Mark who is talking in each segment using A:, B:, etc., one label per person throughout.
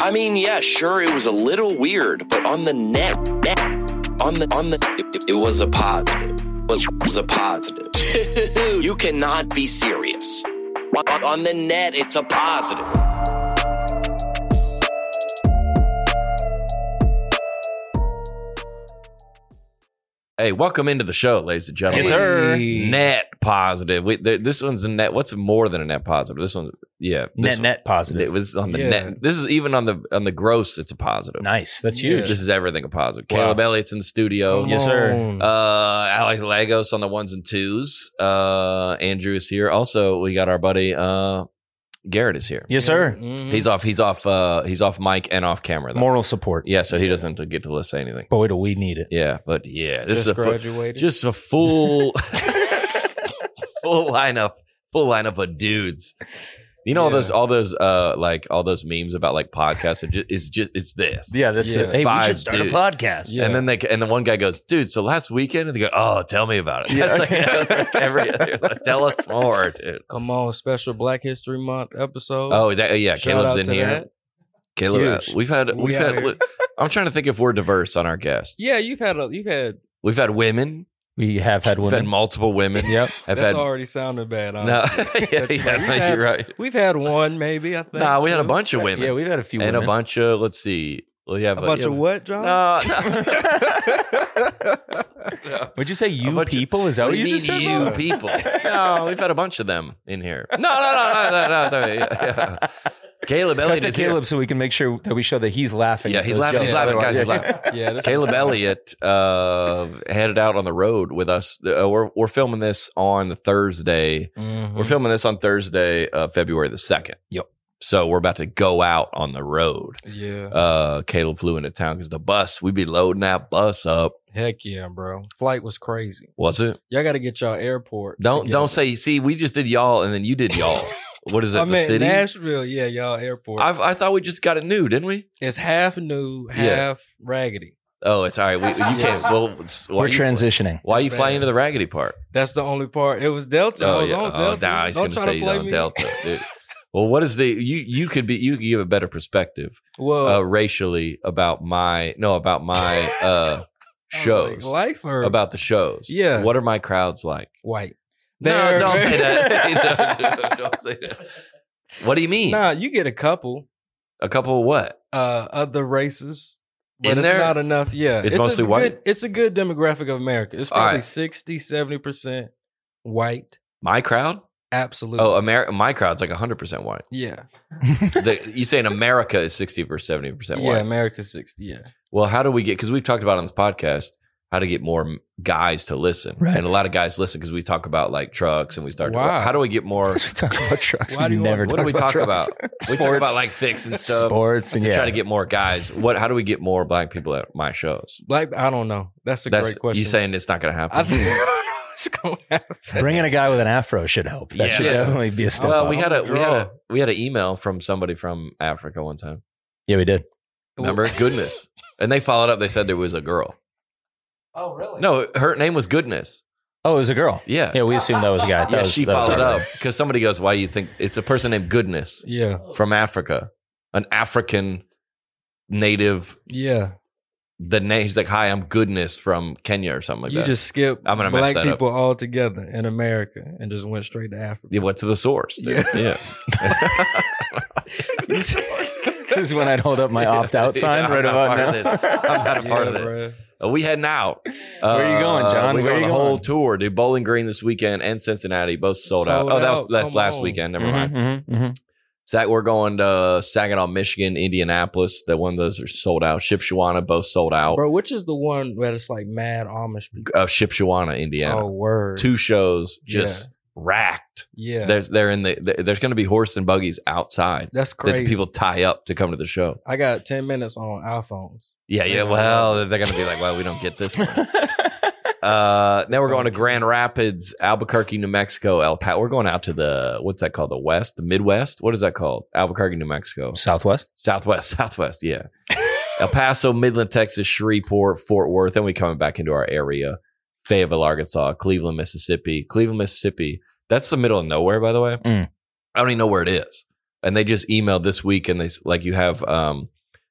A: I mean, yeah, sure, it was a little weird, but on the net, net on the on the, it, it was a positive. Was, was a positive. you cannot be serious. On, on the net, it's a positive.
B: Hey, welcome into the show, ladies and gentlemen.
C: Yes, sir.
B: Net positive. We, th- this one's a net. What's more than a net positive? This one, yeah,
C: Net
B: this one-
C: net
B: It
C: positive.
B: was on the
D: Yeah.
B: net. This is even on the on the gross. It's a positive.
C: Nice. That's
D: Yeah.
C: huge.
B: This is everything a positive.
C: Wow.
B: Caleb Elliott's in the studio.
C: Yes, sir.
D: on.
B: Uh, Alex Lagos on the ones and twos. Uh, Andrew is here. Also, we got our buddy uh, Garrett is here.
C: Yes, sir.
D: Mhm.
B: He's off. He's off. Uh, he's off mic and off camera. Though.
C: Moral support.
B: Yeah, so he doesn't get to say anything.
C: Boy, do we need it.
B: Yeah, but yeah, this
D: Just
B: is a fu-
D: graduated.
B: just a full full lineup, full lineup of dudes. You know all
D: Yeah.
B: those all those uh like all those memes about like podcasts. It just, it's just it's this.
C: that's
D: Yeah.
C: it. Hey, we
B: Five
C: should start
B: dudes.
C: a podcast.
D: Yeah.
B: And then they and the one guy goes, dude. So last weekend, and they go, oh, tell me about it.
C: Yeah.
B: That's like, that's like every other- like, tell us more, dude.
D: Come on, special Black History Month episode.
B: Oh, that, yeah,
D: Shout
B: Caleb's
D: out
B: in
D: to
B: here.
D: that.
B: Caleb, uh,
D: Huge.
B: we've had
D: We
B: we've
D: out
B: had.
D: here.
B: I'm trying to think if we're diverse on our guests.
D: Yeah, you've had a you've had
B: We've had women.
C: We have had
B: We've had
C: women.
B: multiple women.
C: Yep.
B: I've
D: that's
B: had
D: already sounded bad.
B: no.
D: Honestly.
B: yeah, yeah,
D: That's right. We've had-
B: you're right.
D: We've had one, maybe. I think.
B: Nah, we had a
D: two.
B: bunch of women.
D: Yeah, we've had a few.
B: and
D: women.
B: a bunch of let's see, we have
D: A bunch
B: yeah,
D: of what, John?
B: No, no.
C: Would you say you
B: bunch of-
C: people? Is that
B: What
C: what
B: do
C: you
B: mean
C: just said?
B: you
C: Bob?
B: people. No, we've had a bunch of them in here. No, no, no, no, no, no. Sorry. Yeah, yeah. Caleb
C: Cut
B: Elliott
C: to
B: is here.
C: Caleb so we can make sure that we show that he's laughing.
B: Yeah,
C: at
B: he's
C: those
B: laughing, he's
C: jokes.
B: laughing, guys, he's
C: Otherwise-
B: laughing.
D: yeah, this
B: Caleb
D: is-
B: Elliott uh, headed out on the road with us. The- uh, we're, we're filming this on Thursday. We're
D: Mhm.
B: filming this on Thursday, uh, February the 2nd.
C: Mm-hmm. Yep.
B: So we're about to go out on the road.
D: Yeah,
B: Uh, Caleb flew into town because the bus, we'd be loading that bus up.
D: heck yeah, bro. Flight was crazy.
B: Was it?
D: Y'all got to get y'all airport. to
B: Don't
D: get
B: don't
D: it.
B: say. See, we just did y'all, and then you did y'all. what is it?
D: I
B: the
D: meant
B: city.
D: Nashville. Yeah, y'all airport.
B: I've, I thought we just got it new, didn't we?
D: it's half new, half
B: Yeah.
D: raggedy.
B: Oh, it's all right. We, you can't. Well, it's- why
C: We're
B: you,
C: transitioning.
B: Why you
D: It's
B: flying
D: bad.
B: into the raggedy part?
D: That's the only part. It was Delta. I was on
B: Oh,
D: Delta.
B: nah, I was
D: Don't
B: gonna
D: try
B: say
D: to
B: you
D: play
B: on
D: me.
B: Delta. dude. Well, what is the you? You could be. You could give a better perspective
D: Well,
B: uh, racially about my no about my uh,
D: Oh. I was
B: shows
D: Like, life or
B: about the shows.
D: Yeah.
B: What are my crowds like?
D: white?
B: No,
D: They're-
B: don't say that. don't say that. What do you mean?
D: Nah, you get a couple
B: A couple of what?
D: uh, other races. But
B: In
D: it's
B: there?
D: not enough. Yeah.
B: It's
D: a
B: mostly
D: good-
B: white?
D: It's a good demographic of America. It's
B: All
D: probably
B: right.
D: 60, 70% white.
B: My crowd?
D: Absolutely.
B: Oh, Ameri- my crowd's like 100% white.
D: yeah.
B: The, you saying America is 60 or 70%
D: Yeah.
B: white.
D: America's 60. Yeah.
B: Well, how do we get, because we've talked about on this podcast how to get more m- guys to listen.
C: Right.
B: And a lot of guys listen because we talk about like trucks and we start, to-
D: Wow.
B: how do we get more,
C: we talk about trucks.
D: Why do
C: we
D: you
C: never
B: what do we talk
C: trucks.
B: about? we talk
C: Sports.
B: about like fixing stuff.
C: Sports and
B: To
C: yeah.
B: try to get more guys. What? How do we get more black people at my shows?
D: Like, I don't know. That's a
B: That's
D: great question.
B: you saying it's not going to
D: I
B: happen.
D: think I don't know what's going to happen.
C: Bringing a guy with an afro should help. That
B: Yeah.
C: should
B: Yeah.
C: definitely be a step
B: well,
C: up.
B: we had a
D: I'm
B: we had
D: draw.
B: a we had an email from somebody from Africa one time.
C: yeah, we did.
B: Remember? Goodness. And they followed up. They said there was a girl.
D: Oh, really?
B: No, her name was Goodness.
C: Oh, it was a girl.
B: Yeah.
C: Yeah, we assumed that was a guy. That
B: yeah,
C: was,
B: she
C: that was
B: followed
C: our-
B: up because somebody goes, "Why do you think it's a person named Goodness
D: Yeah.
B: from Africa, an African native?"
D: Yeah.
B: The name he's like, "Hi, I'm Goodness from Kenya or something like
D: you
B: that."
D: just skip
B: I'm gonna mess
D: black
B: that up.
D: people all together in America and just went straight to Africa.
B: you went to the source. dude. Yeah,
C: this is when I'd hold up my opt out
B: Yeah,
C: sign
B: I'm
C: right
B: not
C: about
B: part of
C: now.
B: this. I'm not a part of
D: Yeah,
B: it.
D: bruh.
B: Uh, we heading out.
C: Where you going, John?
B: We're
C: Where
B: going
C: you
B: the whole
C: going?
B: tour, dude. Bowling Green this weekend and Cincinnati both sold, out.
D: Sold
B: Oh, that was
D: out.
B: that's
D: Come
B: last
D: on. Mm-hmm.
B: weekend. Never
C: Mhm,
B: mind.
C: mhm, mhm.
B: Zach, we're going to Saginaw, Michigan, Indianapolis. That one of those are sold out. Shipshawana, both sold out.
D: Bro, which is the one where it's like mad Amish people?
B: Uh, Shipshawana, Indiana.
D: Oh, word.
B: Two shows
D: Yeah.
B: just racked.
D: Yeah.
B: There's they're in the there- there's going to be horse and buggies outside
D: That's
B: that
D: crazy.
B: the people tie up to come to the show.
D: I got 10 minutes on iPhones.
B: Yeah, yeah.
D: Yeah.
B: Well, they're going to be like, well, we don't get this one. Uh, now we're going to Grand Rapids, Albuquerque, New Mexico, El Pat. We're going out to the what's that called? The West, the Midwest. What is that called? Albuquerque, New Mexico,
C: Southwest.
B: Southwest, Southwest. Yeah, El Paso, Midland, Texas, Shreveport, Fort Worth. Then we coming back into our area, Fayetteville, Arkansas, Cleveland, Mississippi, Cleveland, Mississippi. That's the middle of nowhere, by the way.
C: Mm.
B: I don't even know where it is. and they just emailed this week and they s- like you have um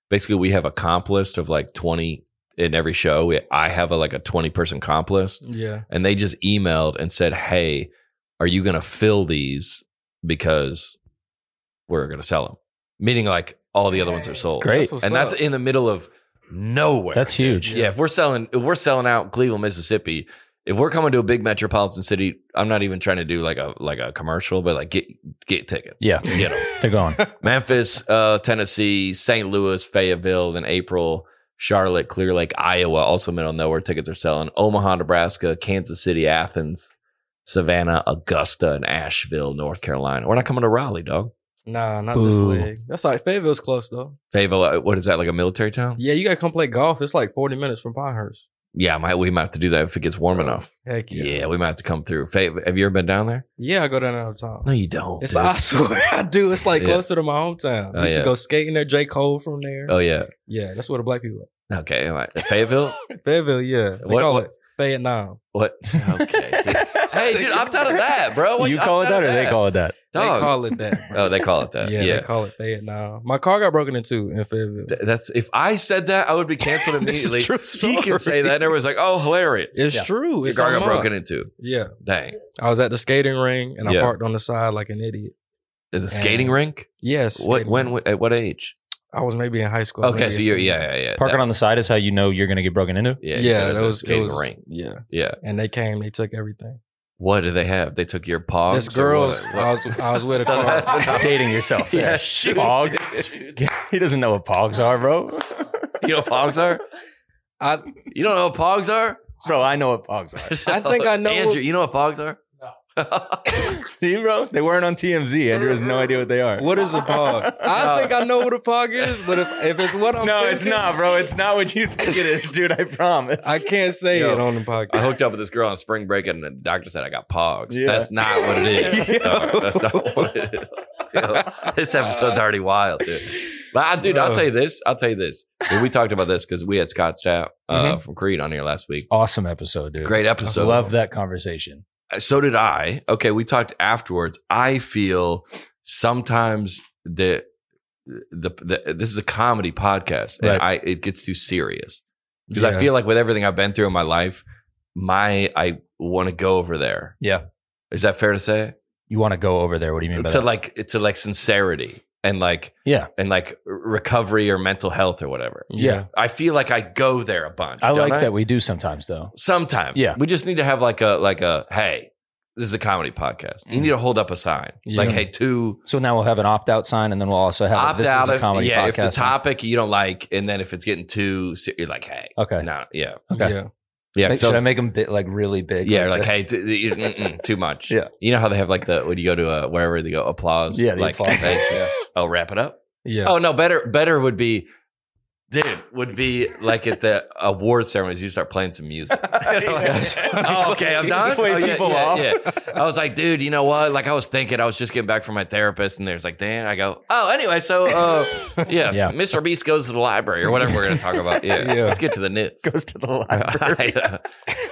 B: basically we have a comp list of like 20 in every show we, i have a, like a 20 person comp list
D: Yeah.
B: and they just emailed and said hey are you going to fill these because we're going to sell them meaning like all the other ones are sold
E: Great.
D: what's
B: and that's
D: up.
B: in the middle of nowhere
E: That's
B: dude.
E: huge.
B: yeah if we're selling if we're selling out cleveland mississippi if we're coming to a big metropolitan city i'm not even trying to do like a like a commercial but like get get tickets
E: Yeah.
B: get 'em.
E: They're going.
B: Memphis, uh, Tennessee, St. Louis, Fayetteville in April, Charlotte, Clear Lake, Iowa, also middle of nowhere. Tickets are selling. Omaha, Nebraska, Kansas City, Athens, Savannah, Augusta, and Asheville, North Carolina. We're not coming to Raleigh, dog.
D: Nah, not this
E: Boo.
D: league. That's like Fayetteville's close though.
B: Fayetteville, uh, what is that, like a military town?
D: Yeah, you gotta come play golf. It's like forty minutes from Pinehurst.
B: Yeah, might we might have to do that if it gets warm enough.
D: Heck
B: Oh, Yeah,
D: yeah.
B: we might have to come through. Faye, have you ever been down there?
D: Yeah, I go down there all the time.
B: No, you don't.
D: It's
B: dude.
D: I swear I do. It's like
B: Yeah.
D: closer to my hometown.
B: Oh,
D: I used
B: yeah.
D: to go skating there, J. Cole from there.
B: Oh yeah.
D: Yeah, that's where the black people
B: Okay. All right. Fayetteville.
D: at. Fayetteville, yeah. They
B: What-
D: call
B: what-
D: it Vietnam.
B: what? Okay. dude. hey, dude, opt out of that, bro. What
E: you call it
B: opt out
E: that or
B: of
E: they call it that?
D: They
B: Dog.
D: call it that. bro.
B: Oh, they call it that.
D: yeah,
B: Yeah.
D: they call it Vietnam. My car got broken in two in Fayetteville.
B: Th- That's if I said that, I would be canceled
E: This is a
B: immediately.
E: true
B: he can
E: story.
B: say that, and everyone's like, "Oh, hilarious!"
D: It's
E: Yeah.
D: true.
B: Your
D: It's
B: car
D: on
B: got
D: my-
B: broken into.
D: Yeah.
B: Dang,
D: I was at the skating ring and
B: Yeah.
D: I parked on the side like an idiot.
B: the skating rink.
D: Yes.
B: What?
D: skating
B: When?
D: rink.
B: wh- At what age?
D: I was maybe in high school.
B: Okay,
D: maybe
B: so
D: a
B: you're
D: senior.
B: yeah, yeah, yeah.
E: Parking
B: that-
E: on the side is how you know you're going to get broken into.
B: yeah, you said
D: Yeah,
B: it's
D: that
B: a
D: was
B: skating
D: it was,
B: rink.
D: Yeah,
B: Yeah.
D: and they came. They took everything.
B: What do they have? They took your pogs.
D: this
B: or
D: girls,
B: what?
D: I was I was with a
B: That's
D: car.
B: enough.
E: Dating yourself.
B: Yeah,
E: there.
B: shoot.
E: Pogs. He doesn't know what pogs are, bro.
B: you know what pogs are?
D: I
B: You don't know what pogs are?
E: Bro, I know what pogs are.
D: I think I know
B: Andrew,
D: what-
B: you know what pogs are?
E: See, bro, they weren't on TMZ. Andrew has no idea what they are.
D: what is a pog? I think I know what a pog is, but if if it's what I'm
E: No, it's
D: thinking,
E: not, bro. It's not what you think it is, dude. I promise.
D: I can't say
E: Yo.
D: it on the
B: I
D: podcast.
B: hooked up with this girl on spring break, and the doctor said I got pogs.
E: Yeah.
B: That's not what it is.
E: Yo.
B: dog. That's not what it is. Yo, this episode's already wild, dude. But I, dude, I'll
D: Bro.
B: tell you this. I'll tell you this. Well, we talked about this because we had Scott Stapp uh, from Creed on here last week.
E: Awesome episode, dude.
B: Great
E: I
B: episode.
E: Love that conversation.
B: So did I. Okay, we talked afterwards. I feel sometimes that the, the this is a comedy podcast, and
E: Right.
B: I it gets too serious because
D: Yeah.
B: I feel like with everything I've been through in my life, my I want to go over there.
E: Yeah.
B: is that fair to say?
E: You want to go over there? What do you mean by
B: to
E: that?
B: like to like sincerity and like
E: yeah,
B: and like recovery or mental health or whatever.
E: yeah.
B: I feel like I go there a bunch.
E: I
B: don't
E: like that we do sometimes, though.
B: Sometimes,
E: Yeah.
B: we just need to have like a like a hey, this is a comedy podcast. You
E: Mm.
B: need to hold up a sign
D: Yeah.
B: like hey, two
E: So now we'll have an opt out sign, and then we'll also have a,
B: opt
E: this
B: out
E: is a
B: if-
E: comedy
B: yeah,
E: podcast.
B: if the topic you don't like, and then if it's getting too, se- you're like hey,
E: okay.
B: nah, yeah,
E: Okay.
D: Yeah.
B: yeah.
E: Make-
B: so
E: should I make them bit, like really big?
B: yeah, like
E: this?
B: hey, t- t- mm-mm, too much.
E: Yeah.
B: you know how they have like the when you go to uh, wherever they go applause.
E: yeah, the
B: like
E: applause.
B: thanks.
E: yeah.
B: Oh, wrap it up.
D: Yeah.
B: Oh no, better better would be dude, would be like at the award ceremonies, you start playing some music. Oh, okay, I'm done.
E: You just play
B: Oh, yeah,
E: people
B: yeah,
E: off.
B: yeah. I was like, dude, you know what? Like I was thinking, I was just getting back from my therapist, and there's like, Dan, I go, oh, anyway, so uh, yeah,
E: Yeah.
B: Mr. Beast goes to the library or whatever we're gonna talk about. Yeah,
D: Yeah.
B: let's get to the nits.
E: Goes to the library.
B: I, uh,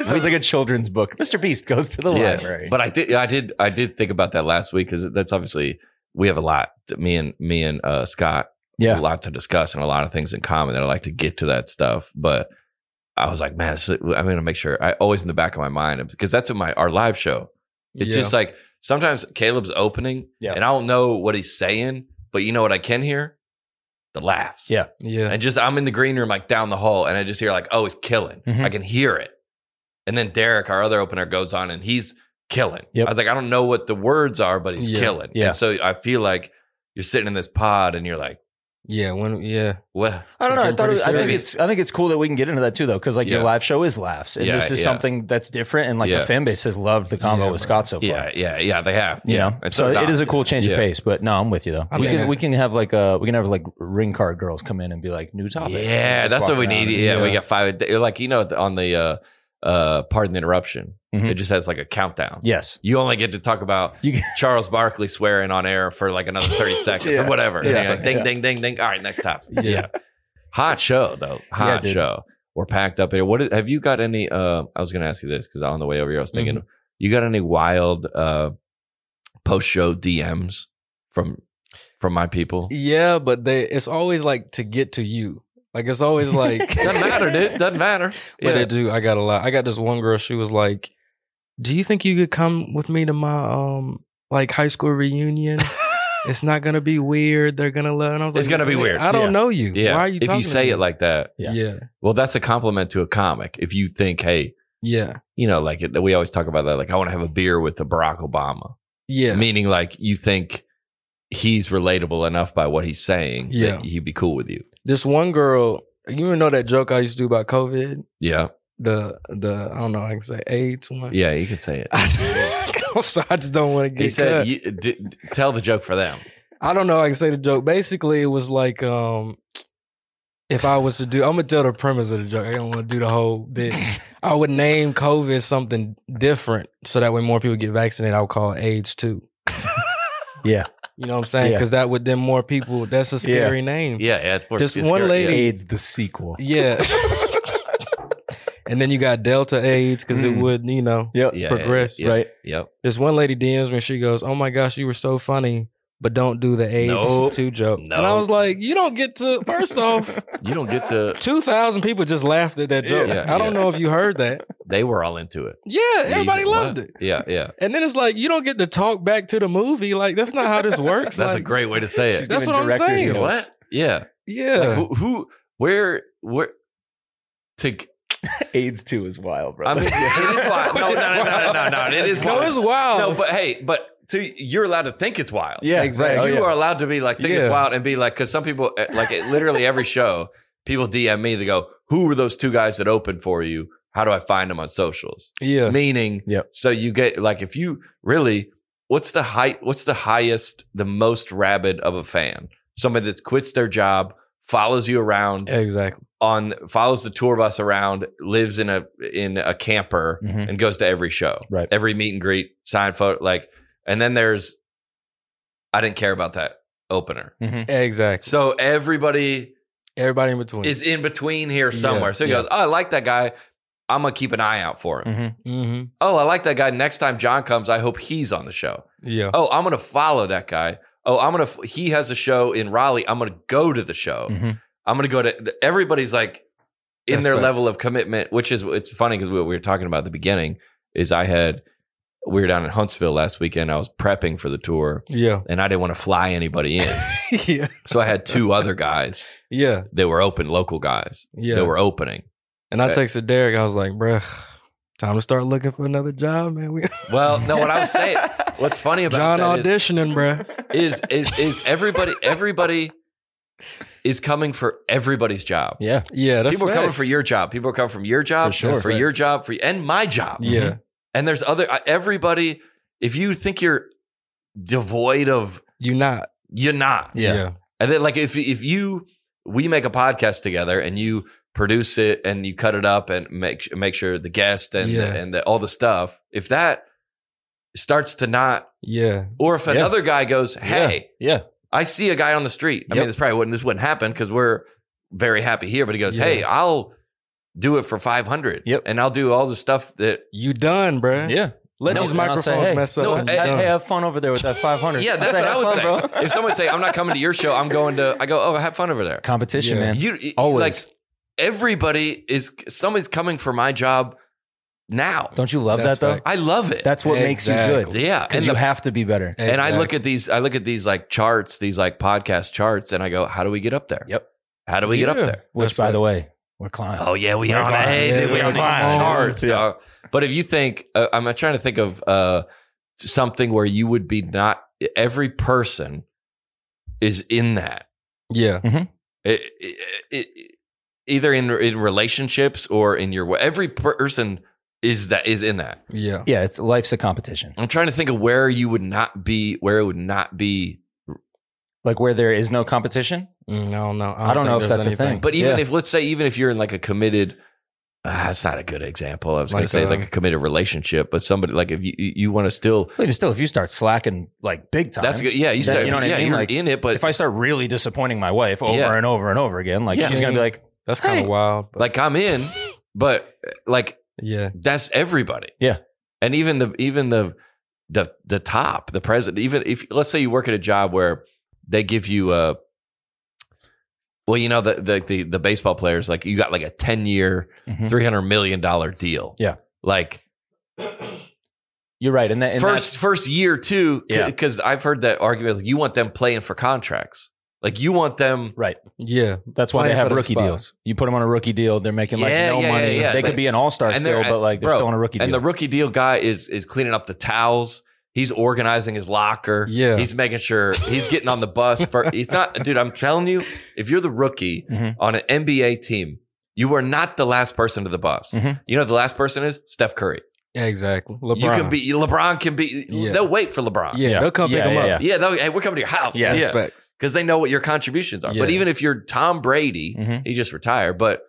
E: Sounds like a children's book. Mr. Beast goes to the library.
B: But I did, I did, I did think about that last week because that's obviously we have a lot. Me and me and uh, Scott a
E: yeah,
B: lot to discuss and a lot of things in common that I like to get to that stuff. But I was like, man, this is- I'm going to make sure I always in the back of my mind because that's what my our live show. It's
D: Yeah.
B: just like sometimes Caleb's opening,
E: Yeah.
B: and I don't know what he's saying, but you know what I can hear? The laughs.
E: Yeah.
D: yeah.
B: And just I'm in the green room, like down the hall, and I just hear like, oh, it's killing.
E: Mhm.
B: I can hear it. And then Derek, our other opener, goes on and he's killing.
E: Yep.
B: I was like, I don't know what the words are, but he's
D: Yeah.
B: killing.
E: Yeah.
B: And so I feel like you're sitting in this pod and you're like,
D: Yeah. When yeah.
B: well,
E: I don't
D: It's
E: know. I
D: getting
E: thought it was, I
D: pretty
E: think it's I think it's cool that we can get into that too, though, because like
B: Yeah.
E: your live show is laughs, and
B: Yeah,
E: this is
B: yeah.
E: something that's different, and like
B: Yeah.
E: the fan base has loved the combo
D: Yeah,
E: with
D: bro.
E: Scott so far.
B: Yeah, yeah, yeah. They have.
E: You
B: yeah.
E: know,
B: And
E: so
B: did
E: it
B: I.
E: is a cool change
B: Yeah.
E: of pace, but no, I'm with you though.
D: I
E: we
D: mean,
E: can
D: uh,
E: we can have like a we can have like ring card girls come in and be like new topic.
B: Yeah,
E: Just
B: that's
E: walk
B: what we
E: around
B: need.
E: and-
B: Yeah, we got five. You're like you know on the uh, uh, pardon the interruption.
E: Mhm.
B: It just has like a countdown.
E: yes.
B: You only get to talk about
E: You-
B: Charles Barkley swearing on air for like another thirty seconds
E: Yeah.
B: or whatever.
E: Yeah.
B: You're like, ding,
E: Yeah.
B: ding, ding, ding. All right, next topic.
D: Yeah.
B: Hot show though. Hot
E: dude.
B: show. We're packed up here. What is, have you got any? Uh, I was going to ask you this because on the way over here, I was
E: Mm-hmm.
B: thinking, you got any wild uh, post show DMs from from my people.
D: Yeah, but they it's always like to get to you. Like it's always like
B: Doesn't matter, dude. Doesn't matter.
D: But
B: Yeah.
D: they do. I got a lot. I got this one girl. She was like, "Do you think you could come with me to my um like high school reunion? it's not gonna be weird. They're gonna love." And I was like,
B: It's gonna be
D: "Wait,
B: weird."
D: I don't
C: Yeah.
D: know you.
B: yeah.
D: Why are you?
B: if
D: talking
B: you
D: to
B: say
D: me?
B: it like that,
D: yeah,
C: Yeah.
D: yeah,
B: well, that's a compliment to a comic. If you think, hey,
D: yeah,
B: you know, like it, we always talk about that, like I want to have a beer with the Barack Obama,
D: yeah,
B: meaning like you think he's relatable enough by what he's saying
D: Yeah.
B: that he'd be cool with you.
D: This one girl. You even know that joke I used to do about COVID.
B: Yeah,
D: The the I don't know. I can say AIDS one.
B: yeah, you can say it.
D: I'm sorry, I just don't want to get.
B: He
D: cut.
B: said, you, d- d- "Tell the joke for them."
D: I don't know. how I can say the joke. Basically, it was like, um, if I was to do, I'm gonna tell the premise of the joke. I don't want to do the whole bit. I would name COVID something different, so that way more people get vaccinated. I would call it AIDS too.
C: Yeah.
D: you know what I'm saying?
C: Yeah.
D: Because that would then more people. That's a scary name.
B: Yeah, yeah, it's more.
D: This
B: it's
D: one
B: scary.
D: lady-
C: AIDS the sequel.
D: Yeah. and then you got Delta AIDS because it
C: Mm.
D: would, you know,
C: Yep.
B: Yeah,
D: progress.
B: yeah.
C: Right.
B: Yeah. Yep.
D: This one lady DMs me. She goes, "Oh my gosh, you were so funny." But don't do the AIDS
B: Nope.
D: two joke. And I
B: Nope.
D: was like, you don't get to. First off,
B: You don't get to.
D: Two thousand people just laughed at that joke.
B: Yeah,
D: I don't
B: yeah.
D: know if you heard that.
B: They were all into it.
D: Yeah, everybody
B: You-
D: loved
B: what?
D: it.
B: Yeah, yeah.
D: And then it's like you don't get to talk back to the movie. Like that's not how this works.
B: That's a
D: Like,
B: great way to say it.
C: She's
D: That's
C: giving
D: what I'm
C: director's
D: saying.
C: notes.
B: What? Yeah.
D: Yeah,
B: Like, who, who? Where? Where? To.
C: AIDS two is wild, bro.
B: I mean, it is wild. No, no,
D: It's
B: no, no, no,
D: wild.
B: no, no. It is
D: no,
B: wild.
D: it's wild.
B: No, but hey, but to you're allowed to think it's wild.
C: yeah,
D: Exactly.
C: exactly.
B: you are allowed to be like think it's
D: Yeah.
B: wild and be like because some people eh, like it, literally every show people DM me they go who were those two guys that opened for you how do I find them on socials
D: yeah,
B: meaning
C: Yep.
B: so you get like if you really what's the height what's the highest the most rabid of a fan somebody that quits their job follows you around
D: exactly.
B: on follows the tour bus around lives in a in a camper
D: Mm-hmm.
C: Mhm.
B: and goes to every show
C: Right.
B: every meet and greet sign photo like and then there's i didn't care about that opener
D: Exactly.
B: so everybody
D: Everybody in between.
B: is in between here somewhere
D: Yeah,
B: so he
D: yeah.
B: goes oh i like that guy i'm gonna keep an eye out for him
C: Mhm.
D: hmm
B: oh i like that guy next time john comes i hope he's on the show
D: Yeah.
B: oh i'm gonna follow that guy oh i'm gonna f- he has a show in raleigh i'm gonna go to the show
C: Mhm.
B: i'm gonna go to everybody's like in
D: That's
B: their
D: facts.
B: level of commitment which is it's funny because what we were talking about at the beginning is i had we were down in huntsville last weekend i was prepping for the tour
D: Yeah.
B: and i didn't want to fly anybody in
D: yeah.
B: so i had two other guys
D: Yeah.
B: that were open local guys
D: Yeah.
B: that were opening
D: and I texted Derek. I was like, bruh, time to start looking for another job, man. We-
B: well no what i'm saying what's funny about
D: John
B: that is-
D: auditioning, bruh.
B: is is is everybody everybody is coming for everybody's job.
C: Yeah.
D: Yeah. That's
B: People are coming
D: facts.
B: for your job. People are coming from your job,
C: For sure.
B: for your
C: Facts.
B: job, for and my job.
C: Mm-hmm.
B: Mm-hmm.
D: Yeah.
B: And there's other I- everybody. If you think you're devoid of,
D: You not.
B: you're not.
C: Yeah.
B: And then like if if you we make a podcast together and you produce it and you cut it up and make make sure the guest and
D: Yeah.
B: and the, all the stuff. If that starts to not,
D: Yeah.
B: or if
C: Yeah.
B: another guy goes, hey.
C: Yeah.
B: I see a guy on the street. I mean,
C: Yep.
B: this probably wouldn't this wouldn't happen because we're very happy here. But he goes,
D: Yeah.
B: "Hey, I'll do it for five hundred.
C: Yep.
B: and I'll do all the stuff that."
D: You done, bruh.
C: Yeah.
D: Let
B: No,
D: these
C: and I'll
D: microphones
C: say, hey,
D: mess up.
B: no,
D: when
B: hey,
D: you're done.
C: Hey, have fun over there with that 500.
B: Yeah, that's what I would say. If someone would say, "I'm not coming to your show. I'm going to," I go, "Oh, have fun over there."
C: Competition,
D: Yeah.
C: man.
B: You
C: Always.
B: like everybody is somebody's coming for my job now.
C: Don't you love
D: That's
C: that though?
D: facts.
B: I love it.
C: That's what makes you
D: Exactly.
C: good.
B: yeah,
C: Because
B: And
C: you
B: the-
C: have to be better.
B: and I look at these, I look at these like charts, these like podcast charts, and I go, "How do we get up there?
C: Yep.
B: How do we get up
D: Yeah.
B: there?"
C: Which,
D: That's
C: by
D: right.
C: the way, we're climbing.
B: Oh yeah, we
C: We're
B: are. on
C: climbing.
B: Hey,
D: Yeah,
B: dude,
D: we're
B: we're on these
C: climbing.
B: charts.
C: Yeah.
B: dog. But if you think, uh, I'm trying to think of uh, something where you would be not every person is in that.
D: yeah,
B: It, it, it- either in in relationships or in your every person is that is in that.
D: yeah,
C: Yeah, it's life's a competition.
B: I'm trying to think of where you would not be, where it would not be.
C: Like where there is no competition.
D: Mm, I don't know.
C: I don't know
D: think
C: if
D: there's
C: that's a thing.
B: But even
C: Yeah.
B: if let's say even if you're in like a committed uh, that's not a good example. I was going
D: Like
B: to say
D: a-
B: like a committed relationship, but somebody like if you you want to still
C: Wait, still, if you start slacking like big time,
B: That's good. Yeah, you
C: That-
B: start.
C: you know what I
B: yeah,
C: mean?
B: You're
C: Like,
B: in it, but
C: if I start really disappointing my wife over
B: Yeah.
C: and over and over again, like
B: Yeah.
C: she's gonna be like,
D: That's kind
C: Hey.
D: of wild. But
B: like I'm in, but like
D: yeah,
B: that's everybody.
C: Yeah.
B: and even the even the the the top, the president. Even if let's say you work at a job where they give you a well, you know the the the, the baseball players like you got like a ten year,
C: Mhm.
B: three hundred million dollar deal.
C: Yeah.
B: like
C: You're right. And that and
B: first first year too.
C: Yeah.
B: because I've heard that argument. Like you want them playing for contracts. Like you want them.
C: that's- right.
D: Yeah.
C: That's why they
D: Playing
C: have
D: for the
C: rookie
D: spot.
C: deals. You put them on a rookie deal, they're making like
B: Yeah,
C: no
B: yeah,
C: money.
B: yeah, yeah.
C: They could be an all star
B: And they're-
C: still, but like they're
B: bro,
C: still on a rookie deal.
B: And the rookie deal guy is is cleaning up the towels. He's organizing his locker.
D: Yeah.
B: He's making sure he's getting on the bus. For, he's not, dude. I'm telling you, if you're the rookie
D: Mm-hmm.
C: Mhm.
B: on an NBA team, you are not the last person to the bus.
D: Mm-hmm.
C: Mhm.
B: You know who the last person is Steph Curry.
D: Exactly. LeBron.
B: You can be LeBron. Can be.
D: Yeah.
B: They'll wait for LeBron.
D: Yeah, they'll come pick 'em up.
B: Yeah. they'll- hey, we're coming to your house.
C: Yes.
B: Yeah.
D: Facts.
B: Because they know what your contributions are. But
D: Yeah. Mm-hmm.
B: even if you're Tom Brady,
C: Mhm.
B: he just retired. But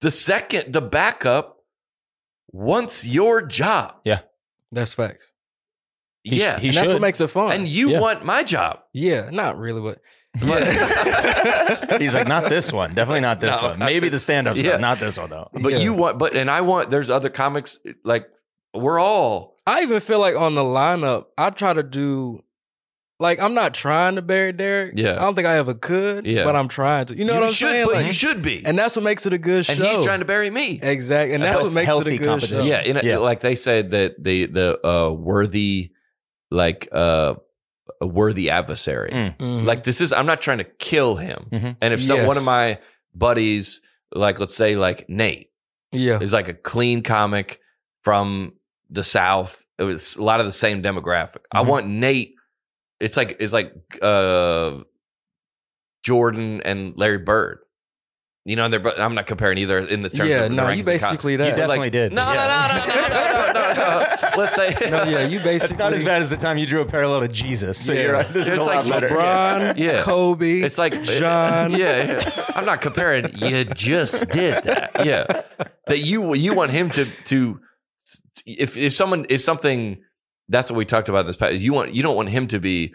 B: the second, the backup wants your job.
D: That's facts.
C: He sh-
B: yeah.
C: he
D: and that's
C: should.
D: what makes it fun.
B: and you
C: Yeah.
B: want my job.
D: yeah, not really, but
E: Mm-hmm.
B: But,
C: He's like, not this one. Definitely not this
B: No,
C: one.
B: not
C: Maybe the stand up
B: Yeah.
C: stuff. Not this one though.
B: but
D: Yeah.
B: you want, but, and I want, there's other comics, like, we're all,
D: I even feel like on the lineup, I try to do like I'm not trying to bury Derek.
B: Yeah.
D: I don't think I ever could.
B: Yeah.
D: But I'm trying to. Oh, You know what I'm
B: should,
D: saying?
B: But
D: Like,
B: you should be. And,
D: and that's what makes it a good show.
B: he's trying to bury me.
D: Exactly. And
C: A
D: that's
C: health-
D: what makes it
C: healthy
D: a good show.
C: competition.
B: yeah, in a,
C: Yeah.
B: like they said that the the uh, worthy, like uh, a worthy adversary.
C: Mm.
D: Mhm.
B: Like this is I'm not trying to kill him.
C: Mhm.
B: And if some, one of
D: Yes.
B: my buddies, like let's say like Nate,
D: yeah.
B: is like a clean comic from the South. It was a lot of the same demographic. I
C: Mhm.
B: want Nate. It's like it's like uh, Jordan and Larry Bird. You know, and they're. But I'm not comparing either in the terms
D: Yeah,
B: of the
D: no, you
B: rankings of com-
D: basically
C: You
D: that.
C: definitely
B: like,
C: did.
B: No, no,
C: Yeah.
B: no, no, no, no, no, no. Let's say
D: no, yeah, you
C: It's
D: basically
C: not as bad as the time you drew a parallel to Jesus. So
D: Yeah.
C: you're right. This
B: It's
C: is a lot
B: like
C: better.
D: LeBron,
B: Yeah.
D: Kobe.
B: It's like
D: John.
B: Yeah, yeah. I'm not comparing. You just did that. Yeah, that you you want him to to if if someone if something that's what we talked about in this past. You want you don't want him to be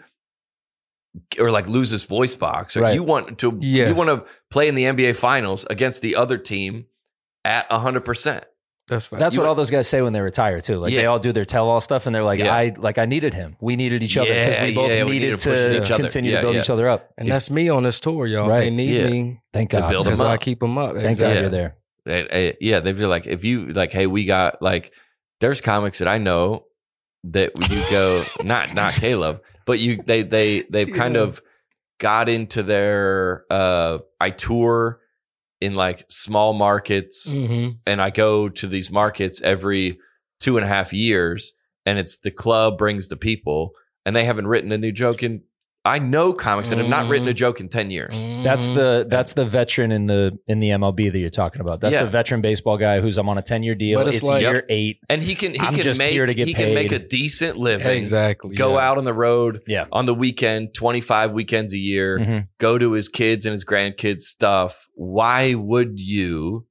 B: or like lose his voice box. Or
C: Right.
B: You want to
D: Yes.
B: you want to play in the NBA Finals against the other team at hundred percent.
D: that's fine.
E: That's
B: You
E: what
B: like-
E: all those guys say when they retire too. Like they
B: Yeah.
E: all do their tell all stuff, and they're like,
B: Yeah.
E: "I like I needed him. We needed each other because
B: Yeah,
E: we both
B: yeah,
E: needed
B: we needed to push
E: to
B: each other.
E: continue
B: Yeah,
E: to build
B: yeah.
E: each other up."
D: and that's me on this tour, y'all.
E: Right.
D: They need
B: Yeah.
D: me
E: Thank
B: To
E: God,
B: build 'em
E: because
D: because I
B: up.
D: keep them up.
E: Thank
B: Yeah.
E: God you're there.
B: Eh, eh, yeah, they'd be like, if you like, hey, we got like, there's comics that I know that you go not not Caleb, but you they they they've kind
D: Yeah.
B: of got into their uh I tour in like small markets
E: Mm.
D: hmm
B: and I go to these markets every two and a half years, and it's the club brings the people, and they haven't written a new joke in. I know comics that have not written a
E: Mm.
B: joke in ten years.
E: That's
D: Mm-hmm.
E: the that's the veteran in the in the MLB that you're talking about. That's
B: Yeah.
E: the veteran baseball guy who's I'm on a 10 year deal.
D: But
E: It's,
D: it's like-
E: year eight.
B: And he can he
E: I'm
B: can
E: just
B: make
E: here to get
B: he can make a
E: paid.
B: decent living.
D: exactly.
B: go
D: yeah.
B: out on the road
E: Yeah.
B: on the weekend 25 weekends a year
D: Mm-hmm.
E: Mhm.
B: go to his kids and his grandkids stuff why would you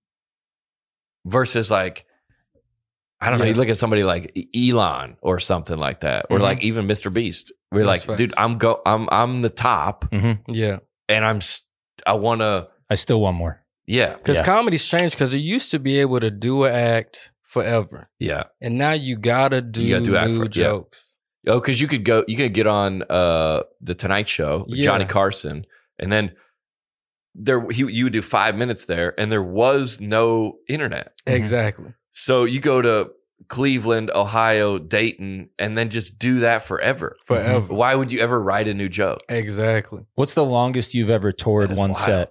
B: versus like i don't know
D: Yeah.
B: you look at somebody like E, elon or something like that or
E: Mhm.
B: like even mr beast we're like
D: Mm-hmm. That's
B: dude
D: facts.
B: i'm go i'm i'm the top
D: Yeah.
B: and i'm st- i want to
E: I still want more.
B: yeah
D: Because
E: Yeah.
D: comedy's changed because you used to be able to do an act forever.
B: yeah
D: And now you gotta do,
B: You gotta do act
D: new
B: for- yeah.
D: jokes.
B: Oh, because you could go, you could get on uh the Tonight Show with
D: Yeah.
B: Johnny Carson, and then there he you would do five minutes there, and there was no internet,
D: Mm-hmm.
E: Mhm.
D: Exactly.
B: so you go to Cleveland, Ohio, Dayton, and then just do that forever.
D: Forever.
B: Why would you ever write a new joke?
D: Exactly.
E: What's the longest you've ever toured
B: That's
E: one
B: wild.
E: set?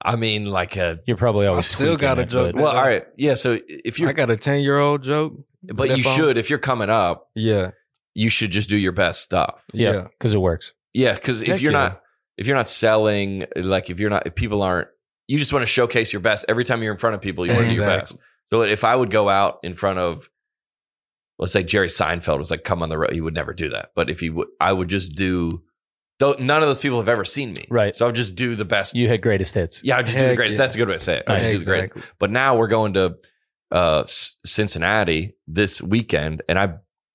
B: I mean, like a
E: You're probably always
D: still
E: tweaking
D: got a
E: it,
D: joke
E: but-
B: well, all right, yeah. So if
D: I
B: you're,
D: got a ten year old joke.
B: but you
D: If I'm-
B: should if you're coming up,
D: Yeah.
B: you should just do your best stuff.
E: yeah,
D: Yeah.
E: because it works.
B: Yeah, because if
D: Heck
B: you're
D: yeah.
B: not if you're not selling, like if you're not if people aren't, you just want to showcase your best. Every time you're in front of people, you want to do your best.
D: Exactly.
B: So if I would go out in front of, let's say Jerry Seinfeld was like, "Come on the road," he would never do that. But if he would, I would just do. Though none of those people have ever seen me,
E: Right.
B: So I would just do the best.
E: You had greatest hits.
B: yeah, I would just do the
D: Heck
B: greatest.
D: yeah.
B: That's a good way to say it. I would just do the greatest.
D: Exactly.
B: But now we're going to uh, C- Cincinnati this weekend, and I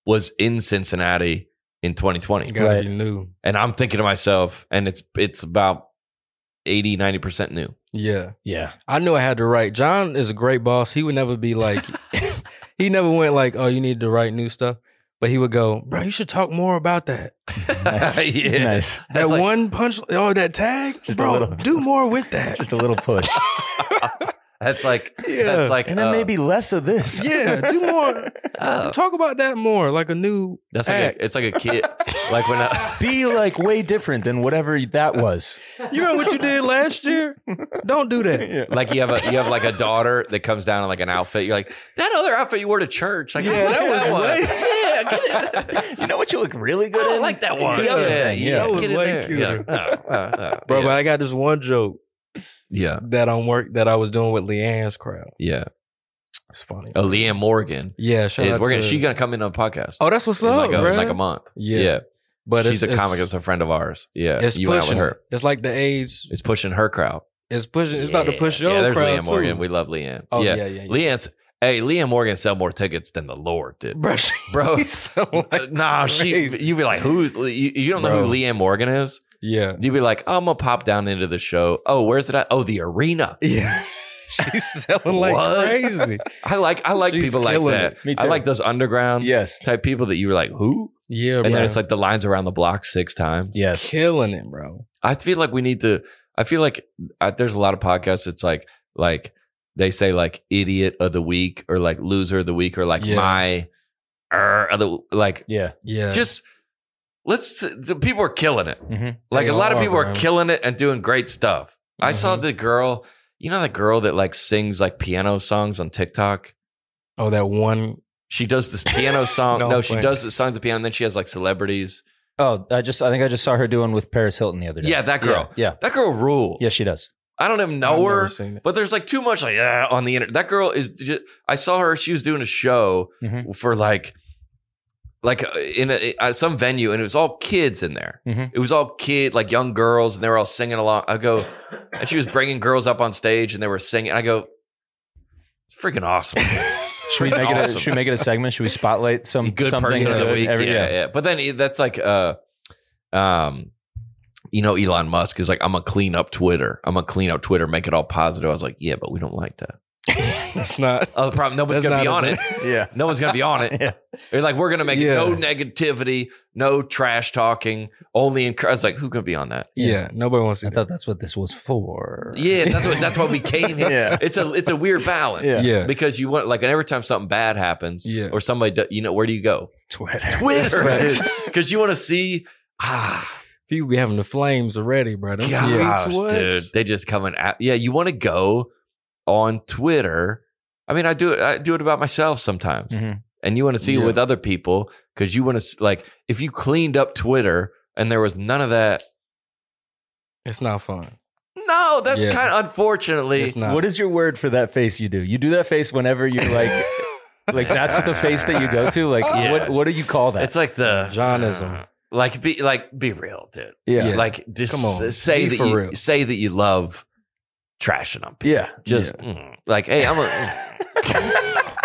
B: was in Cincinnati in 2020
D: You gotta
E: Right.
D: be new.
B: and I'm thinking to myself, and it's it's about 80, 90 percent new.
D: Yeah.
E: Yeah,
D: I knew I had to write. John is a great boss. He would never be like, he never went like, oh, you need to write new stuff. But he would go, bro, you should talk more about that.
E: Nice.
B: yeah.
E: Nice.
B: That's
D: that
B: like-
D: one punch, oh, that tag,
E: Just a
D: bro,
E: little-
D: do more with that.
E: Just a little push.
B: That's like
D: Yeah.
B: that's like
E: and then
B: uh,
E: maybe less of this.
D: yeah, do more.
B: oh,
D: Talk about that more, like a new.
B: that's like
D: act.
B: a, it's like a kid like when uh, I,
E: Be like way different than whatever that was.
D: You remember what you did last year? Don't do that.
C: Yeah.
B: like you have a you have like a daughter that comes down in like an outfit. You're like that other outfit you wore to church. Like, I
D: Yeah,
B: like
D: that was
B: one.
D: way-
B: yeah, get it.
E: You know what you look really
B: I
E: good
B: don't
E: in?
B: like that one.
E: The
B: Yeah,
E: other
B: yeah,
E: thing,
B: yeah.
E: yeah.
D: That was
B: Get in
D: way
B: there.
D: cuter.
B: Yeah. Oh, oh, oh.
D: Bro,
B: yeah.
D: but I got this one joke
B: yeah,
D: that on work that I was doing with Leanne's crowd.
B: yeah.
D: It's funny.
B: Oh, Leanne Morgan
D: Yeah, shout
B: is
D: out
B: we're gonna
D: to-
B: she's gonna come in on the podcast.
D: Oh, that's what's
B: in
D: up,
B: like a,
D: bro.
B: it's like a month.
D: Yeah.
B: but
D: but
B: she's
D: it's,
B: a
D: it's-
B: comic. It's a friend of ours. Yeah,
D: It's
B: you went out
D: pushing
B: with her.
D: It's like the age.
B: It's pushing her crowd.
D: It's pushing. It's about to push your
B: Yeah, there's
D: crowd
B: Leanne Morgan.
D: too.
B: We love Leanne.
D: oh
B: yeah.
D: yeah, yeah, yeah.
B: Leanne's hey, Leanne Morgan sell more tickets than the Lord did.
D: bro, she-
B: Bro.
D: she's so like-
B: nah, she
D: crazy.
B: you'd be like, who's Le- you, you don't know
D: Bro.
B: who Leanne Morgan is?
D: yeah,
B: You'd be like, I'm gonna pop down into the show. Oh, where's it at? Oh, the arena.
D: yeah. she's selling like
B: What?
D: crazy.
B: I like I like
D: She's
B: people like
D: killing
B: that.
E: Me
B: I like those underground
E: Yes.
B: type people that you were like, who?
D: Yeah,
B: And
D: bro.
B: then it's like the lines around the block six times.
E: Yes.
D: killing it, bro.
B: I feel like we need to. I feel like I, there's a lot of podcasts. It's like like they say like idiot of the week or like loser of the week or like
D: Yeah.
B: my er, of the like
E: Yeah.
D: Yeah,
B: just let's the people are killing it.
E: Mhm.
B: Like
D: They
B: a lot of
D: are,
B: people are
D: bro.
B: killing it and doing great stuff. I saw
D: Mhm.
B: the girl. You know that girl that like sings like piano songs on TikTok.
D: oh that one.
B: She does this piano song. no,
D: No
B: she
D: way.
B: does the song at the piano. And then she has like celebrities.
E: Oh, I just I think I just saw her doing with Paris Hilton the other day.
B: Yeah, that girl.
E: Yeah. Yeah,
B: That girl rules.
E: Yeah, she does.
B: I don't even know
D: I've never
B: her.
D: seen it.
B: But there's like too much like yeah on the internet. That girl is. Just, I saw her. She was doing a show
E: Mhm.
B: for like, like uh, in a, at some venue, and it was all kids in there.
E: Mhm.
B: It was all kid like young girls, and they were all singing along. I go, and she was bringing girls up on stage, and they were singing. I go, it's freaking awesome.
E: Should we make it? A,
B: Awesome.
E: should we make it a segment? Should we spotlight some
B: good
E: something
B: person of
E: into
B: the
E: it
B: week.
E: every-
B: yeah, yeah, But then eh, that's like, uh, um, you know, Elon Musk is like, I'm gonna clean up Twitter. I'm gonna clean up Twitter, make it all positive. I was like, yeah, but we don't like that.
D: That's not.
B: Oh, the problem, nobody's
D: That's
B: gonna be
D: not
B: on
D: a
B: it.
E: yeah. yeah.
B: No one's gonna be on it.
E: Yeah.
B: They're like, we're gonna make it
D: Yeah.
B: no negativity, no trash talking, only. Enc-. I was like, who gonna be on that?
D: Yeah, nobody wants to.
E: I
D: do
E: thought that's what this was for.
B: Yeah, that's what. That's why we came here.
E: Yeah.
B: It's a it's a weird balance.
E: Yeah.
D: that. Yeah,
B: Because you want like, and every time something bad happens,
D: Yeah.
B: or somebody, do, you know, where do you go?
E: Twitter.
B: Twitter,
E: Right.
B: because you want to see ah.
D: people be having the flames already, bro. Them
B: Gosh,
D: tweets, what?
B: dude, they just coming at yeah. You want to go on Twitter? I mean, I do it. I do it about myself sometimes,
E: Mhm.
B: and you want to see it
D: Yeah.
B: with other people because you want to like if you cleaned up Twitter and there was none of that.
D: It's not fun.
B: No, that's
D: Yeah.
B: kind of unfortunately.
D: It's not.
E: What is your word for that face you do? You do that face whenever you're like, like that's the face that you go to. Like,
B: Yeah.
E: what what do you call that?
B: It's like the uh,
D: Johnism.
B: Like be like be real, dude.
E: yeah,
D: Yeah.
B: Like just
D: Come on,
B: s- say
D: be
B: that
D: for
B: you
D: real.
B: say that you love trashing on people.
E: yeah.
B: Just mm, like hey, I'm a.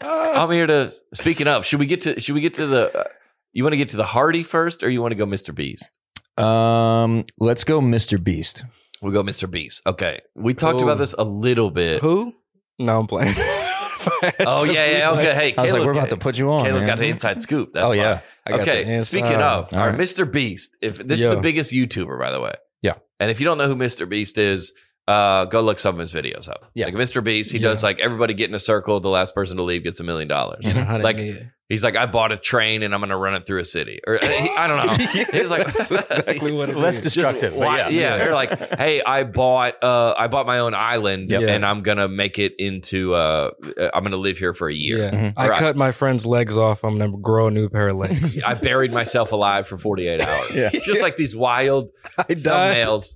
B: I'm here to. Speaking of, should we get to? Should we get to the? Uh, you want to get to the Hardy first, or you want to go Mr. Beast?
E: Um, let's go, Mr. Beast.
B: We'll go Mr. Beast. Okay, we talked
D: Cool.
B: about this a little bit.
D: Who? No, I'm playing. oh
B: Oh yeah, yeah. Okay, hey,
E: I was like,
B: Caleb's
E: we're about
B: got-
E: to put you on.
B: Caleb
E: man.
B: got the inside scoop. That's
E: oh
B: why.
E: yeah,
B: Okay. Speaking of,
E: All
B: our
E: right.
B: Mr. Beast. If this is
D: Yeah.
B: the biggest YouTuber, by the way.
E: Yeah.
B: And if you don't know who Mr. Beast is, uh, go look some of his videos up.
E: Yeah.
B: Like Mr. Beast, he
D: Yeah.
B: does like everybody get in a circle. The last person to leave gets a million dollars.
E: Mhm.
B: Like, He's like, I bought a train and I'm going to run it through a city, or uh, he- I don't know. He's like,
D: That's exactly what it
E: less
D: is.
E: destructive. but
B: Why-
E: yeah,
B: yeah, They're like, hey, I bought uh, I bought my own island
D: Yep.
B: and I'm gonna make it into uh, uh, I'm gonna live here for a year.
D: Yeah.
E: Mhm.
D: I
B: Right.
D: cut my friend's legs off. I'm gonna grow a new pair of legs.
B: I buried myself alive for 48 hours.
E: Yeah.
B: Just like these wild
D: I died.
B: thumbnails,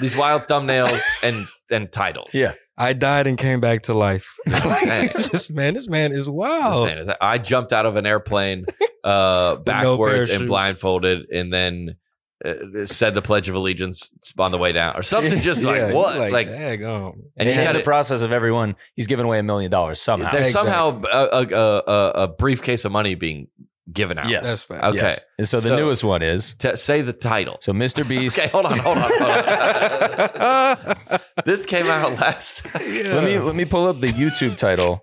B: these wild thumbnails and and titles.
E: Yeah.
D: I died and came back to life.
B: Man.
D: Just man, this man is
B: This
D: wild.
B: thing is- I jumped out of an airplane uh, backwards and
D: parachute.
B: blindfolded, and then uh, said the Pledge of Allegiance on the way down, or something. Just like
D: Yeah,
B: what,
D: he's
B: like,
D: daggone.
B: and
E: and
B: you
E: in
B: got
E: the process of everyone, he's giving away a million dollars somehow.
B: There's
D: Exactly.
B: somehow a, a, a, a briefcase of money being given out.
E: Yes.
D: That's fact.
B: Okay.
E: Yes. And so the
B: So-
E: newest one is
B: T- say the title.
E: so Mr. Beast.
B: Okay, hold on, hold on, hold on. this came out last.
E: Let me let me pull up the YouTube title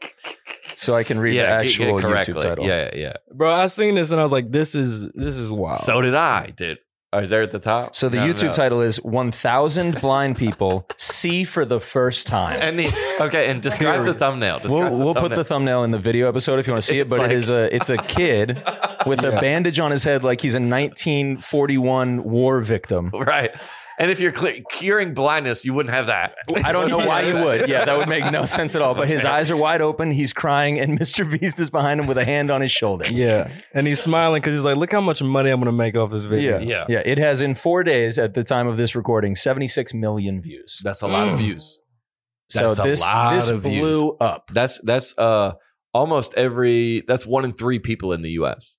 E: so I can read
B: yeah,
E: the
B: get- get it
E: actual
B: correctly.
E: YouTube title.
B: Yeah, yeah.
D: Bro, I seen this and I was like, this is this is wild.
B: So did I, dude. Oh, is there at the top?
E: So the
B: No,
E: YouTube
B: no.
E: title is 1000 Blind People See for the First Time.
B: And the, okay, and describe the thumbnail. Describe
E: we'll we'll put
B: thumbnail.
E: the thumbnail in the video episode if you want to see it,
B: It's
E: but
B: like-
E: it is a it's a kid with a
D: Yeah.
E: bandage on his head like he's a 1941 war victim.
B: right. And if you're cle curing blindness, you wouldn't have that.
E: I don't know why you would. Yeah, that would make no sense at all. But his eyes are wide open. He's crying, and Mr. Beast is behind him with a hand on his shoulder.
D: Yeah. And he's smiling because he's like, look how much money I'm gonna make off this video.
E: Yeah.
B: Yeah,
E: Yeah, it has in four days at the time of this recording 76 million views.
B: that's a
E: Mm.
B: lot of views.
E: So
B: That's a
E: this
B: lot
E: this
B: of views.
E: blew up.
B: That's that's uh almost every. That's one in three people in the U.S.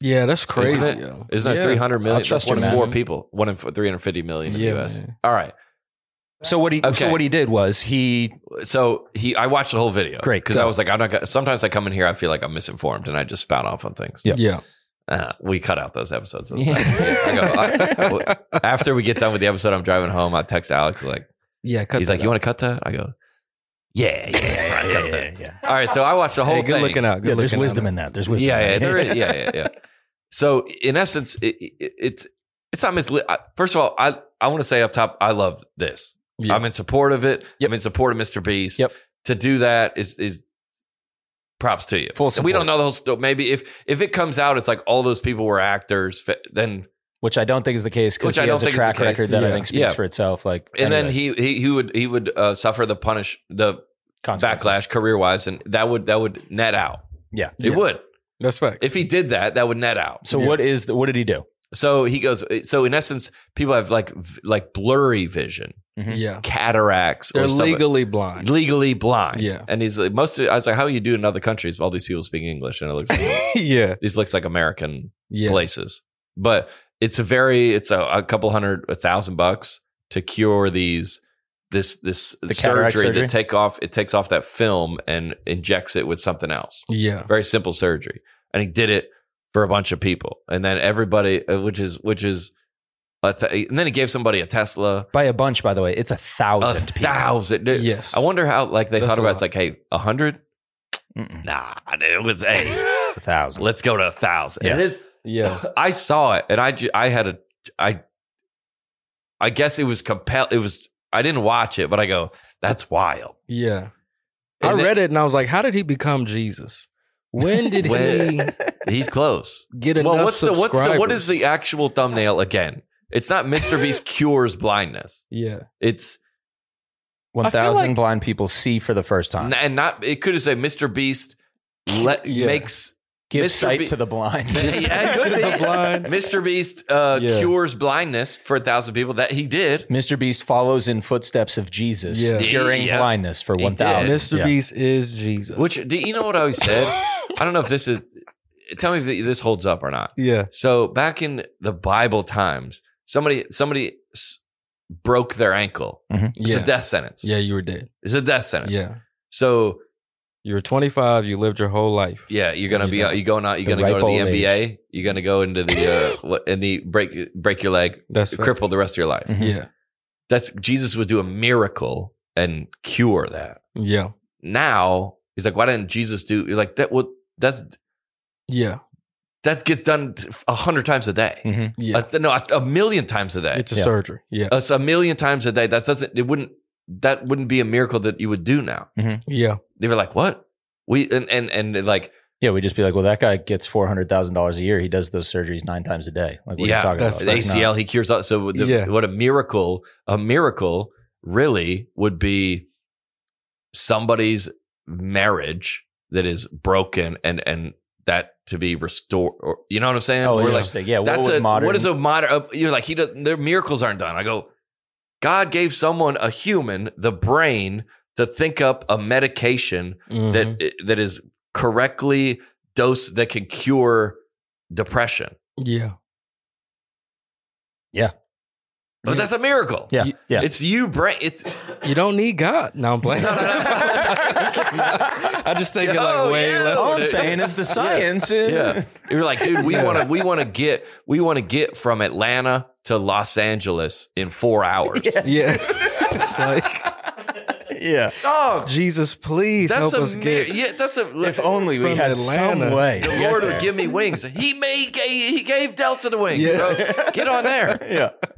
D: Yeah, that's crazy.
B: Isn't it?
D: yo.
B: Isn't that
D: Yeah.
B: three hundred million?
E: I'll trust
B: That's one
E: you,
B: in four
E: man.
B: people. One in three hundred fifty million in
D: Yeah,
B: the U.S.
D: man.
B: All right.
E: So what he
B: Okay.
E: so what he did was he
B: So he, I watched the whole video.
E: Great,
B: because
E: go.
B: I was like, I'm not. Gonna, sometimes I come in here, I feel like I'm misinformed, and I just spout off on things.
E: Yeah.
D: Yeah.
B: Uh, we cut out those episodes.
E: Yeah.
B: I go, I- after we get done with the episode, I'm driving home. I text Alex like,
D: Yeah, cut
B: he's
D: that
B: like,
D: out.
B: you want to cut that? I go, yeah, yeah, yeah, yeah, cut that.
E: yeah.
B: All right, so I watched the whole
D: Hey, good
B: thing.
D: looking out. Good
E: Yeah, there's
D: looking
E: wisdom
D: out.
E: in that. There's wisdom.
B: yeah,
E: in
B: yeah,
E: that.
B: there is, yeah, yeah, yeah. So in essence, it, it, it's it's not misleading. First of all, I I want to say up top, I love this.
D: Yeah.
B: I'm in support of it.
E: Yep.
B: I'm in support of Mr. Beast.
E: Yep.
B: To do that is is props to you.
E: Full
B: And We
E: support.
B: don't know the whole story. Maybe if if it comes out, it's like all those people were actors. fa- Then
E: which I don't think is the case
B: Which
E: because
B: I
E: he
B: don't
E: has a
B: think is the
E: track
B: case.
E: record that I
D: Yeah.
E: think speaks
B: Yeah.
E: for itself. Like,
B: and then
E: anyways,
B: he he, he would he would uh, suffer the punish the
E: consequences.
B: backlash career wise, and that would that would net out.
E: Yeah.
B: It
D: Yeah.
B: would
D: That's facts.
B: if he did that. That would net out.
E: So
D: Yeah.
E: what is the, what did he do?
B: So he goes. So in essence, people have like v- like blurry vision,
D: yeah.
B: cataracts,
D: They're
B: or something-
D: legally blind.
B: legally blind.
D: Yeah.
B: and he's like most. Of, I was like, how you do in other countries? All these people speak English, and it looks like,
D: yeah.
B: these looks like American
D: Yeah.
B: places. But it's a very it's a, a couple hundred a thousand bucks to cure these this this
E: The cataract
B: surgery,
E: surgery?
B: that take off it takes off that film and injects it with something else.
D: Yeah.
B: Very simple surgery, and he did it for a bunch of people, and then everybody, uh, which is which is, a th- and then he gave somebody a Tesla,
E: By a bunch, by the way. It's a
B: a
E: thousand people.
B: thousand. dude.
D: Yes.
B: I wonder how like they
D: That's
B: thought
D: a
B: about it. it's like
D: lot.
B: hey a hundred
E: Mm-mm.
B: nah dude, it was hey
E: A thousand.
B: let's go to a thousand
E: Yeah.
B: and it's
D: Yeah.
B: I saw it, and I ju- I had a I I guess it was compelled. It was I didn't watch it, but I go that's wild.
D: Yeah.
B: And
D: I
B: it-
D: read it and I was like, how did he become Jesus? When did
B: When-
D: he
B: He's close.
D: get enough
B: well, what's the what's the what is the
D: subscribers?
B: actual thumbnail again? It's not Mr. Beast cures blindness.
D: Yeah.
B: It's
E: One thousand
B: like-
E: blind people see for the first time.
B: n- and not. It could have said Mr. Beast let
D: Yeah.
B: makes
E: Give
B: Mr.
E: sight
B: Be-
E: to the blind.
B: Yeah, it could
D: To the
B: be.
D: blind.
B: Mr. Beast uh,
D: Yeah.
B: cures blindness for a thousand people. That he did.
E: Mr. Beast follows in footsteps of Jesus,
D: Yeah.
E: curing
B: Yeah.
E: blindness for
B: He
E: one
B: did.
E: thousand.
D: Mr. Beast is Jesus.
B: Which do you know what I always said? I don't know if this is. Tell me if this holds up or not.
D: yeah.
B: So back in the Bible times, somebody somebody s- broke their ankle. It's
D: Yeah.
B: a death sentence.
D: yeah, you were dead.
B: It's a death sentence.
D: Yeah.
B: So
D: You were 25, you lived your whole life.
B: yeah, you're gonna
D: You
B: be
D: know,
B: you going out. You're
E: the
B: gonna go to
E: ripe old
B: the NBA. You're gonna go into the uh, what- and the break break your leg,
D: That's Mm-hmm. facts.
B: cripple the rest of your life.
E: Mhm.
D: Yeah.
B: That's Jesus would do a miracle and cure that.
D: Yeah.
B: Now he's like, why didn't Jesus do? You're like that. Well, that's
D: Yeah.
B: that gets done a hundred times a day.
E: Mhm.
D: Mm, Yeah.
B: A- no, a, a million times a day.
D: it's a
E: Yeah.
D: surgery. Yeah.
B: us a million times a day. That doesn't. It wouldn't. That wouldn't be a miracle that you would do now.
D: yeah.
B: They were like, "What? We and and and like,
E: Yeah, we'd just be like, well, that guy gets four hundred thousand dollars a year. He does those surgeries nine times a day. Like, what are you
B: yeah,
E: talking
B: that's,
E: about? That's not-
B: ACL. He cures all. So the,
D: Yeah.
B: what a miracle! A miracle really would be somebody's marriage that is broken and and that to be restored. Or, you know what I'm saying?
E: Oh,
B: We're like,
E: interesting. yeah.
B: That's
E: what would
B: a
E: modern?
B: what is a modern? Uh, you're like he doesn't. Their miracles aren't done. I go. God gave someone a human the brain to think up a medication
E: Mm-hmm.
D: Mhm.
B: that that is correctly dosed that can cure depression.
D: yeah.
B: But
D: Yeah.
B: that's a miracle.
E: yeah,
D: you-
E: yeah.
B: It's you brain. It's
D: You don't need God. No, I'm playing.
B: No, no, no, no.
D: I just take it
B: Oh,
D: like way
B: yeah.
D: left.
E: All I'm saying is the science.
B: yeah. You're like, dude, we want to we want to get we want to get from Atlanta to Los Angeles in four hours.
D: Yeah. it's like
E: yeah.
B: Oh,
D: Jesus, please
B: that's
D: help
B: a
D: us
B: mir-
D: get.
B: yeah. That's a
E: If only we
D: From
E: had some
D: Atlanta.
E: way. to
B: the
E: get
B: Lord
E: there.
B: would give me wings. He made he gave Delta the wings.
D: Yeah.
B: bro. Get on there.
E: Yeah.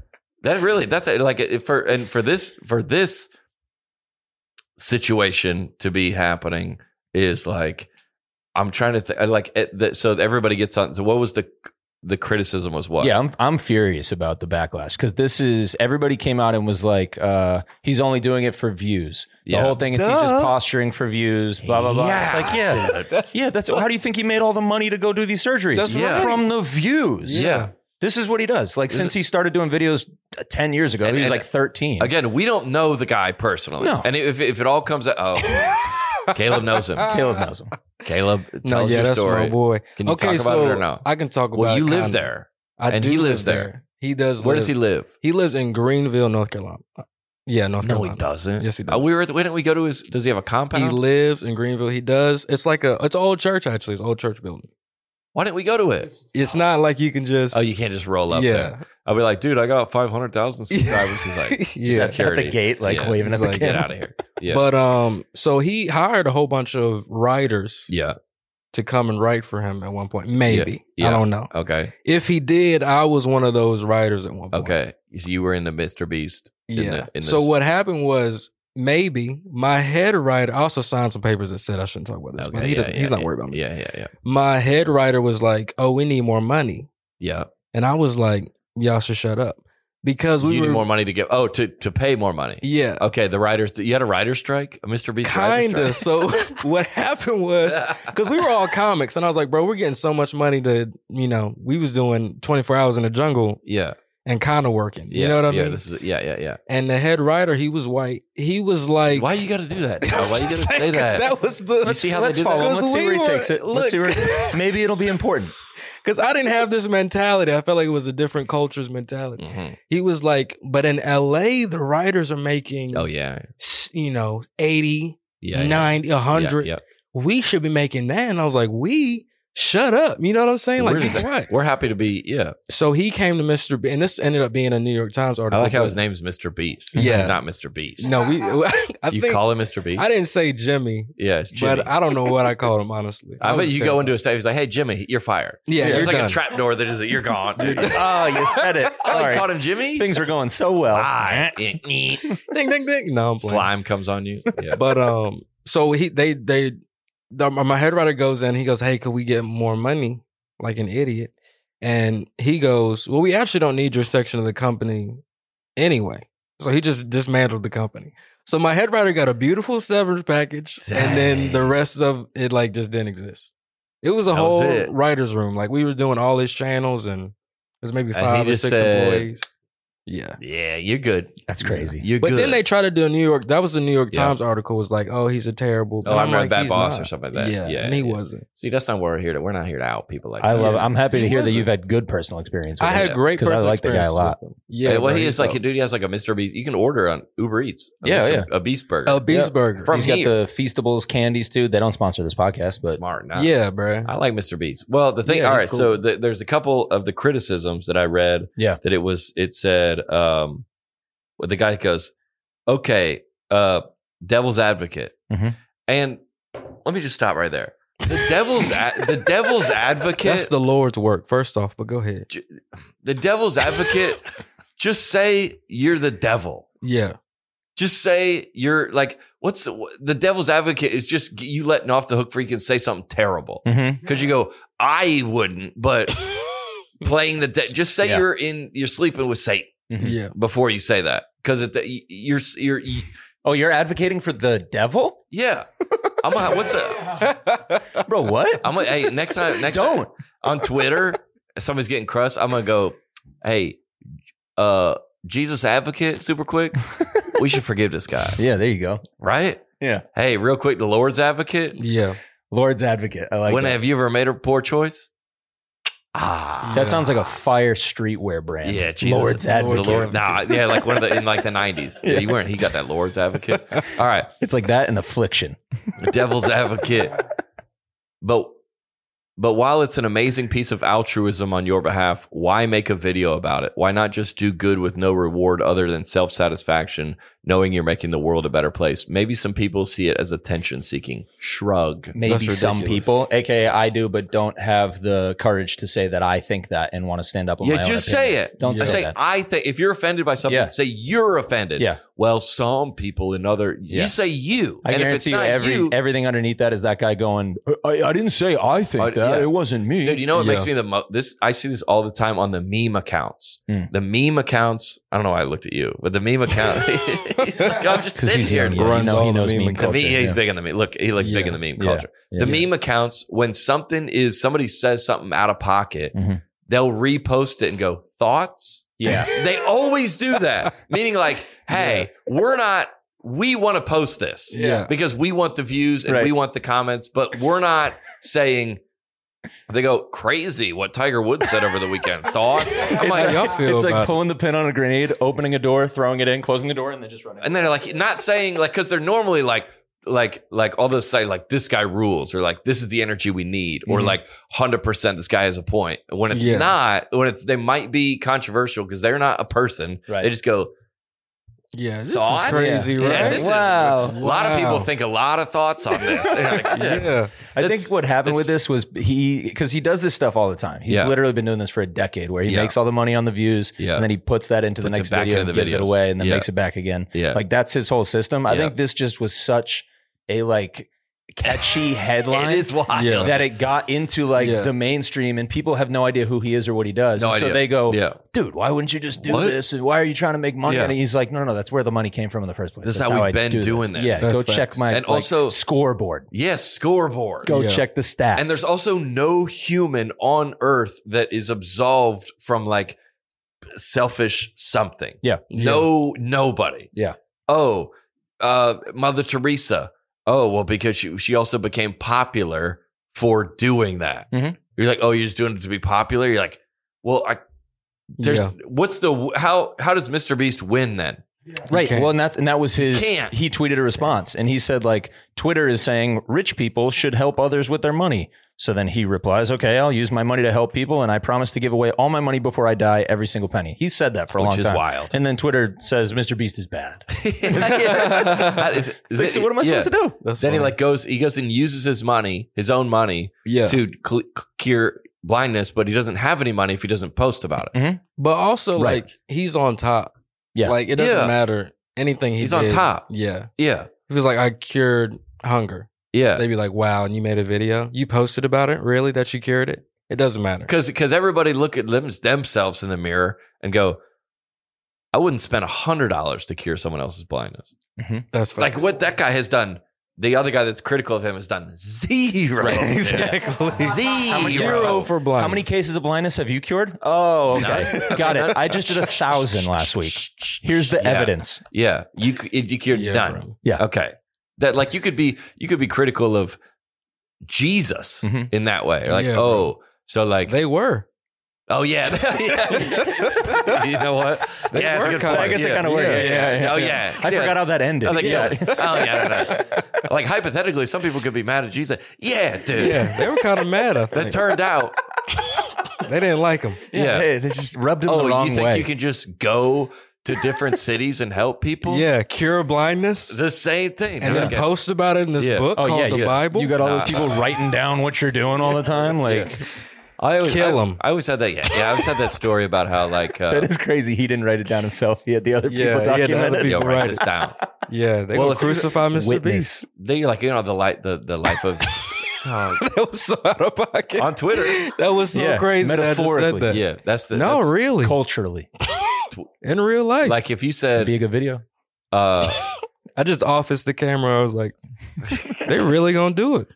B: That really, that's a, like it- for and for this for this situation to be happening is like I'm trying to th- uh, like at the, so everybody gets on. So what was the the criticism was what?
E: Yeah, I'm I'm furious about the backlash because this is everybody came out and was like, uh, he's only doing it for views. The
B: Yeah.
E: whole thing is he's
D: Duh.
E: just posturing for views, blah blah blah. It's like, yeah.
D: That's-
E: Yeah, that's how do you think he made all the money to go do these surgeries?
D: That's
B: right.
E: From the views.
B: yeah.
E: This is what he does. Like
B: Is
E: since he started doing videos uh, 10 years ago,
B: And-
E: he was
B: and-
E: like 13.
B: Again, we don't know the guy personally.
E: No.
B: And if if it all comes out, oh, Caleb knows him.
E: Caleb knows him.
B: Caleb, tell
D: no,
B: us
D: yeah,
B: your
D: that's my
B: story.
D: boy.
B: Can you
D: okay,
B: talk about
D: so
B: it or no?
D: I can talk about.
B: well, you
D: it,
B: live
D: kinda.
B: there.
D: I
B: and
D: do
B: he
D: live
B: lives there.
D: He does.
B: Where
D: live.
B: does he live?
D: He lives in Greenville, North Carolina. Yeah, North
B: No,
D: Carolina.
B: he doesn't.
D: Yes, he
B: Uh, we
D: does.
B: were. At the, why didn't we go to his? Does he have a compound?
D: He lives in Greenville. He does. It's like a. It's an old church actually. It's an old church building.
B: why didn't we go to it?
D: It's not like you can just.
B: Oh, you can't just roll up
D: yeah.
B: there. I'll be like, dude, I got five hundred thousand subscribers. He's like, just
D: Yeah. At the
B: security
E: gate, like,
B: Yeah.
E: waving
B: He's
E: at the
B: like,
E: camera.
B: Get out of here. Yeah,
D: But um, so he hired a whole bunch of writers
B: yeah,
D: to come and write for him at one point. Maybe
B: Yeah.
D: I don't know.
B: okay,
D: If he did, I was one of those writers at one point.
B: okay. So you were in the Mr. Beast. in
D: Yeah.
B: the- in
D: so
B: this-
D: what happened was maybe my head writer I also signed some papers that said I shouldn't talk about this,
B: Okay,
D: but he
B: yeah,
D: doesn't. he's
B: yeah,
D: not worried about me.
B: Yeah, yeah, yeah,
D: My head writer was like, "Oh, we need more money,"
B: yeah.
D: and I was like, "Y'all should shut up," because we
B: you
D: were
B: need more money to give. Oh, to to pay more money.
D: yeah,
B: Okay, the writers. You had a writer strike, a Mr. Beast.
D: kind of. So what happened was. Because we were all comics, and I was like, bro, we're getting so much money to, you know, we was doing 24 hours in the jungle
B: yeah,
D: and kind of working.
B: yeah,
D: you know what I
B: yeah,
D: mean?
B: This is yeah, yeah, yeah.
D: and the head writer, he was white. He was like,
B: Why you got to do that? Why you got to
D: Just
B: say
D: saying, 'cause
B: that?
D: That was the.
B: You see how they
E: Let's
B: do that?
E: follow him.
D: Because
E: Let's see
D: we
E: where he
D: were-
E: takes it. Let's see where maybe it'll be important.
D: Because I didn't have this mentality. I felt like it was a different culture's mentality.
B: Mhm.
D: He was like, but in LA, the writers are making,
B: Oh yeah,
D: s- you know, 80,
B: yeah, yeah.
D: 90,
B: Yeah,
D: 100.
B: yeah.
D: We should be making that. And I was like, we, shut up. You know what I'm saying? Like,
B: We're
D: be
B: just-
D: quiet.
B: We're happy to be. Yeah,
D: So he came to Mr. B, and this ended up being a New York Times
B: I
D: article.
B: like how
D: but-
B: his name is Mr. Beast. He's
D: Yeah.
B: not Mr. Beast.
D: No, we. I
B: you
D: think
B: call him Mr. Beast.
D: I didn't say Jimmy,
B: yeah, it's Jimmy.
D: but I don't know what I called him honestly.
B: I, bet
D: was
B: you
D: just
B: go
D: saying-
B: into a stage. He's like, "Hey, Jimmy, you're fired."
D: yeah,
B: There's
D: you're
B: like
D: done.
B: a trap door that is it. You're gone.
E: oh, you said it.
B: I
E: Sorry.
B: like caught Ah. him Jimmy.
E: Things were going so well.
B: Bye.
D: ding ding ding. No, I'm playing.
B: Slime comes on you. Yeah.
D: But um, so he they they the, my head writer goes in. He goes, "Hey, could we get more money?" Like an idiot, and he goes, "Well, we actually don't need your section of the company anyway." So he just dismantled the company. So my head writer got a beautiful severance package, and then the
B: Dang.
D: rest of it like just didn't exist. It was a
B: That was
D: whole
B: it.
D: writer's room. Like we were doing all his channels, and there's maybe
B: And he
D: five or
B: just
D: six
B: said-
D: employees. Yeah.
B: Yeah, you're good.
E: That's crazy.
B: You're
D: But
B: good.
D: then they try to do a New York. That was the New York
B: Yeah.
D: Times article. Was like, oh, he's a terrible.
B: oh, I'm,
D: I'm
B: a
D: like,
B: bad
D: he's
B: boss
D: not.
B: or something like that.
D: Yeah,
B: Yeah,
D: and he
B: yeah.
D: wasn't.
B: See, that's not what we're here to. We're not here to out people like.
E: I
B: that.
E: love it. I'm happy to
D: He
E: hear that
D: wasn't.
E: you've had good personal experience with
D: I
E: him.
D: had great
E: 'Cause I
D: personal
E: like the guy a
D: experiences
E: lot.
D: with him.
B: Yeah,
D: Yeah,
B: well,
D: bro,
B: he
D: he's
B: is like,
D: dope.
B: dude, he has like a Mr. Beast. You can order on Uber Eats. A
E: Yeah,
B: Mr.
E: yeah.
B: a Beast burger.
D: a Oh, beast
E: Yeah.
D: burger.
B: From
E: He's got
B: here.
E: the Feastables candies too. They don't sponsor this podcast, but
B: smart. Nah.
D: yeah, bro.
B: I like Mr. Beats. Well, the thing,
D: Yeah,
B: all right.
D: he's cool.
B: So the, there's a couple of the criticisms that I read.
E: Yeah.
B: that it was. It said, um, well, the guy goes, "Okay, uh, devil's advocate,"
D: Mm-hmm.
E: Mhm.
B: and let me just stop right there. The devil's a- the devil's
D: That's
B: advocate.
D: the Lord's work, first off. But go ahead.
B: the devil's advocate. just say you're the devil.
D: Yeah,
B: Just say you're like what's the, the devil's advocate is just you letting off the hook for you can say something terrible.
E: Mhm.
D: Mm-hmm.
B: Because you go, I wouldn't, but playing the de- just say
E: Yeah.
B: you're in you're sleeping with Satan
E: Mhm.
D: yeah.
B: before you say that because you're you're you-
E: oh, you're advocating for the devil,
B: yeah. I'm a, what's a,
E: bro? What?
B: Uh, I'm a, hey next time next time
E: don't.
B: on Twitter if somebody's getting crushed. I'm gonna go, hey, uh, Jesus advocate, super quick. We should forgive this guy,
E: Yeah, there you go.
B: right?
E: Yeah.
B: Hey, real quick, the Lord's advocate.
D: Yeah,
E: Lord's advocate. I like
B: when
E: that.
B: have you ever made a poor choice? Ah,
E: that sounds like a fire streetwear brand.
B: Yeah, Jesus.
E: Lord's
B: The
E: advocate.
B: Lord, nah, yeah, like one of the in like the nineties. Yeah.
E: Yeah.
B: you weren't. He got that Lord's advocate. All right,
E: It's like that and affliction.
B: devil's advocate. But But while it's an amazing piece of altruism on your behalf, why make a video about it? Why not just do good with no reward other than self satisfaction, knowing you're making the world a better place? Maybe some people see it as attention seeking. Shrug.
E: Maybe
D: That's
E: some
D: ridiculous.
E: people, aka I do, but don't have the courage to say that I think that and want to stand up. On
B: Yeah,
E: my own
B: just
E: opinion.
B: say it.
E: Don't
B: I
E: say
B: say
E: that.
B: I think if you're offended by something,
E: Yeah.
B: say you're offended.
E: Yeah.
B: Well, some people in other
E: Yeah.
B: you say you.
E: I
B: and if it's
E: guarantee you,
B: not
E: every,
B: you,
E: everything underneath that is that guy going. I, I didn't say I think
B: I- yeah.
E: wasn't me.
B: Dude, you know what makes
D: Yeah.
B: me the most this I see this all the time on the meme accounts.
E: Mm.
B: The meme accounts, I don't know why I looked at you, but the meme account he's like, I'm just sitting here. and
E: young, yeah,
B: look."
E: you
D: runs
E: know, he
D: all the
E: knows
D: meme
E: meme
D: and
B: The meme,
E: culture.
B: he's
E: yeah.
B: big on the meme. Look, he looks big in the
D: Yeah.
B: meme
E: Yeah.
B: culture.
E: Yeah.
B: The meme accounts, when something is somebody says something out of pocket,
E: Mhm.
B: they'll repost it and go, thoughts?
E: Yeah.
B: They always do that. Meaning like, hey, we're not we want to post this
D: Yeah.
B: because we want the views and
E: Right.
B: we want the comments, but we're not saying they go crazy what Tiger Woods said over the weekend. Thought I'm
D: It's
B: like,
D: like- y'all feel
E: it's like
D: about it?
E: pulling the pin on a grenade, opening a door, throwing it in, closing the door, and then just running.
B: and they're like not saying like because they're normally like like like all those say like this guy rules or like this is the energy we need or
E: Mhm.
B: like hundred percent this guy has a point. When it's
D: Yeah.
B: not, when it's they might be controversial because they're not a person.
E: Right.
B: They just go
D: Yeah, this
B: Thoughts?
D: is crazy,
B: Yeah,
D: right?
B: this is-
E: wow.
B: A lot of people
D: Wow.
B: think a lot of thoughts on this. They're like,
D: yeah.
E: I
B: That's-
E: think what happened with
B: that's-
E: this was he because he does this stuff all the time. He's
B: Yeah.
E: literally been doing this for a decade, where he
B: Yeah.
E: makes all the money on the views,
B: Yeah.
E: and then he puts that into the
B: Puts it
E: next
B: back
E: video,
B: into the
E: gives it
B: videos.
E: away, and then
B: Yeah.
E: makes it back again.
B: Yeah.
E: Like that's his whole system. I
B: Yeah.
E: think this just was such a like catchy headline.
B: It is wild.
D: Yeah.
E: That it got into like
D: Yeah.
E: the mainstream, and people have no idea who he is or what he does.
B: No
E: and so
B: idea.
E: they go,
B: yeah.
E: dude, why wouldn't you just do
B: What?
E: this? And why are you trying to make money?
B: Yeah.
E: And he's like, no, no, that's where the money came from in the first place.
B: This is
E: That's
B: how we've
E: I
B: been
E: do
B: doing this.
E: Yeah,
D: That's
E: go
D: facts.
E: check my
B: And
E: like,
B: also-
E: scoreboard.
B: Yes, scoreboard.
E: Go
D: Yeah.
E: check the stats.
B: And there's also no human on earth that is absolved from like selfish something.
E: Yeah.
B: No, nobody.
E: Yeah.
B: Oh, uh, Mother Teresa. Oh, well, because she, she also became popular for doing that.
E: Mhm.
B: You're like, oh, you're just doing it to be popular. You're like, well, I, there's
D: Yeah.
B: what's the how how does Mr. Beast win then?
E: Right.
D: can't.
E: Well, and that's and that was his.
B: Can't.
E: He tweeted a response, and he said like, "Twitter is saying rich people should help others with their money." So then he replies, "Okay, I'll use my money to help people, and I promise to give away all my money before I die, every single penny." He said that for a
B: Which
E: long
B: is
E: time.
B: wild.
E: And then Twitter says, "Mr. Beast is bad."
B: That is-
E: It's like, so what am I
B: yeah.
E: supposed to do?
D: That's
B: Then he
D: funny.
B: like goes, he goes and uses his money, his own money,
D: yeah.
B: to cl- cure blindness, but he doesn't have any money if he doesn't post about it.
D: But also,
E: Right.
D: like he's on top.
E: Yeah.
D: like it doesn't
B: Yeah.
D: matter anything he
B: He's on
D: did.
B: top.
D: Yeah,
B: Yeah,
D: if it's like I cured hunger,
B: yeah.
D: they'd be like, "Wow!" And you made a video, you posted about it. Really, that you cured it? It doesn't matter.
B: Because because everybody look at them, themselves in the mirror and go, I wouldn't spend a hundred dollars to cure someone else's blindness.
D: That's
B: Like
D: facts.
B: what that guy has done. The other guy that's critical of him has done zero.
E: Exactly.
B: Zero.
D: zero for blind.
E: How many cases of blindness have you cured? Oh, okay,
B: None.
E: got
B: None.
E: it. I just did a thousand last week. Here's the
B: Yeah.
E: evidence.
B: Yeah, you c- you cured
D: Yeah,
B: none.
D: bro.
E: Yeah.
B: Okay. That like you could be you could be critical of Jesus
E: Mhm.
B: in that way. Like,
D: Mm-hmm. Yeah,
B: oh,
D: bro.
B: so like
D: They were.
B: oh yeah. Yeah. you know what?
D: They
B: yeah, it's a
D: were
B: good
D: kinda-
B: point.
E: I guess
B: yeah.
E: they kind of work.
D: yeah,
B: Oh yeah.
E: I
B: Yeah.
E: forgot how that ended.
B: I was like, yeah. Oh yeah, no, no. Like hypothetically, some people could be mad at Jesus. Yeah, dude.
D: Yeah, they were kind of mad. I
B: That
D: think
B: turned out.
D: they didn't like him.
B: Yeah.
E: Hey, they just rubbed him
B: oh,
E: the wrong
B: you think
E: way.
B: you can just go to different cities and help people?
D: Yeah, cure blindness,
B: The same thing.
D: and then
B: Okay.
D: post about it in this
B: Yeah.
D: book
E: Oh,
D: called
E: yeah,
D: the
E: yeah.
D: Bible.
E: You got all those
B: Nah.
E: people writing down what you're doing all the time. Like
B: I always
D: Kill
B: I-
D: 'em.
B: I always had that. Yeah, yeah. I always had that story about how like uh,
E: that is crazy. He didn't write it down himself. He had the other
D: Yeah,
E: people
D: he had the
E: document
D: other
E: it.
B: yo,
D: people
B: write
D: write
B: this
D: it.
B: down.
D: yeah, they
B: Well,
D: gonna
B: if you-
D: crucify Mr.
E: Witness.
D: Beast.
B: Then you're like, you know, the light, the the life of Oh,
D: That was so out of pocket.
B: on Twitter.
D: That was so
E: Yeah,
D: crazy. that I just
E: metaphorically.
D: said that.
B: Yeah, that's the
D: no,
B: that's-
D: really,
E: Culturally,
D: in real life.
B: Like if you
E: that'd be
B: said,
E: a good video.
B: uh,
D: I just office the camera. I was like, they really gonna do it?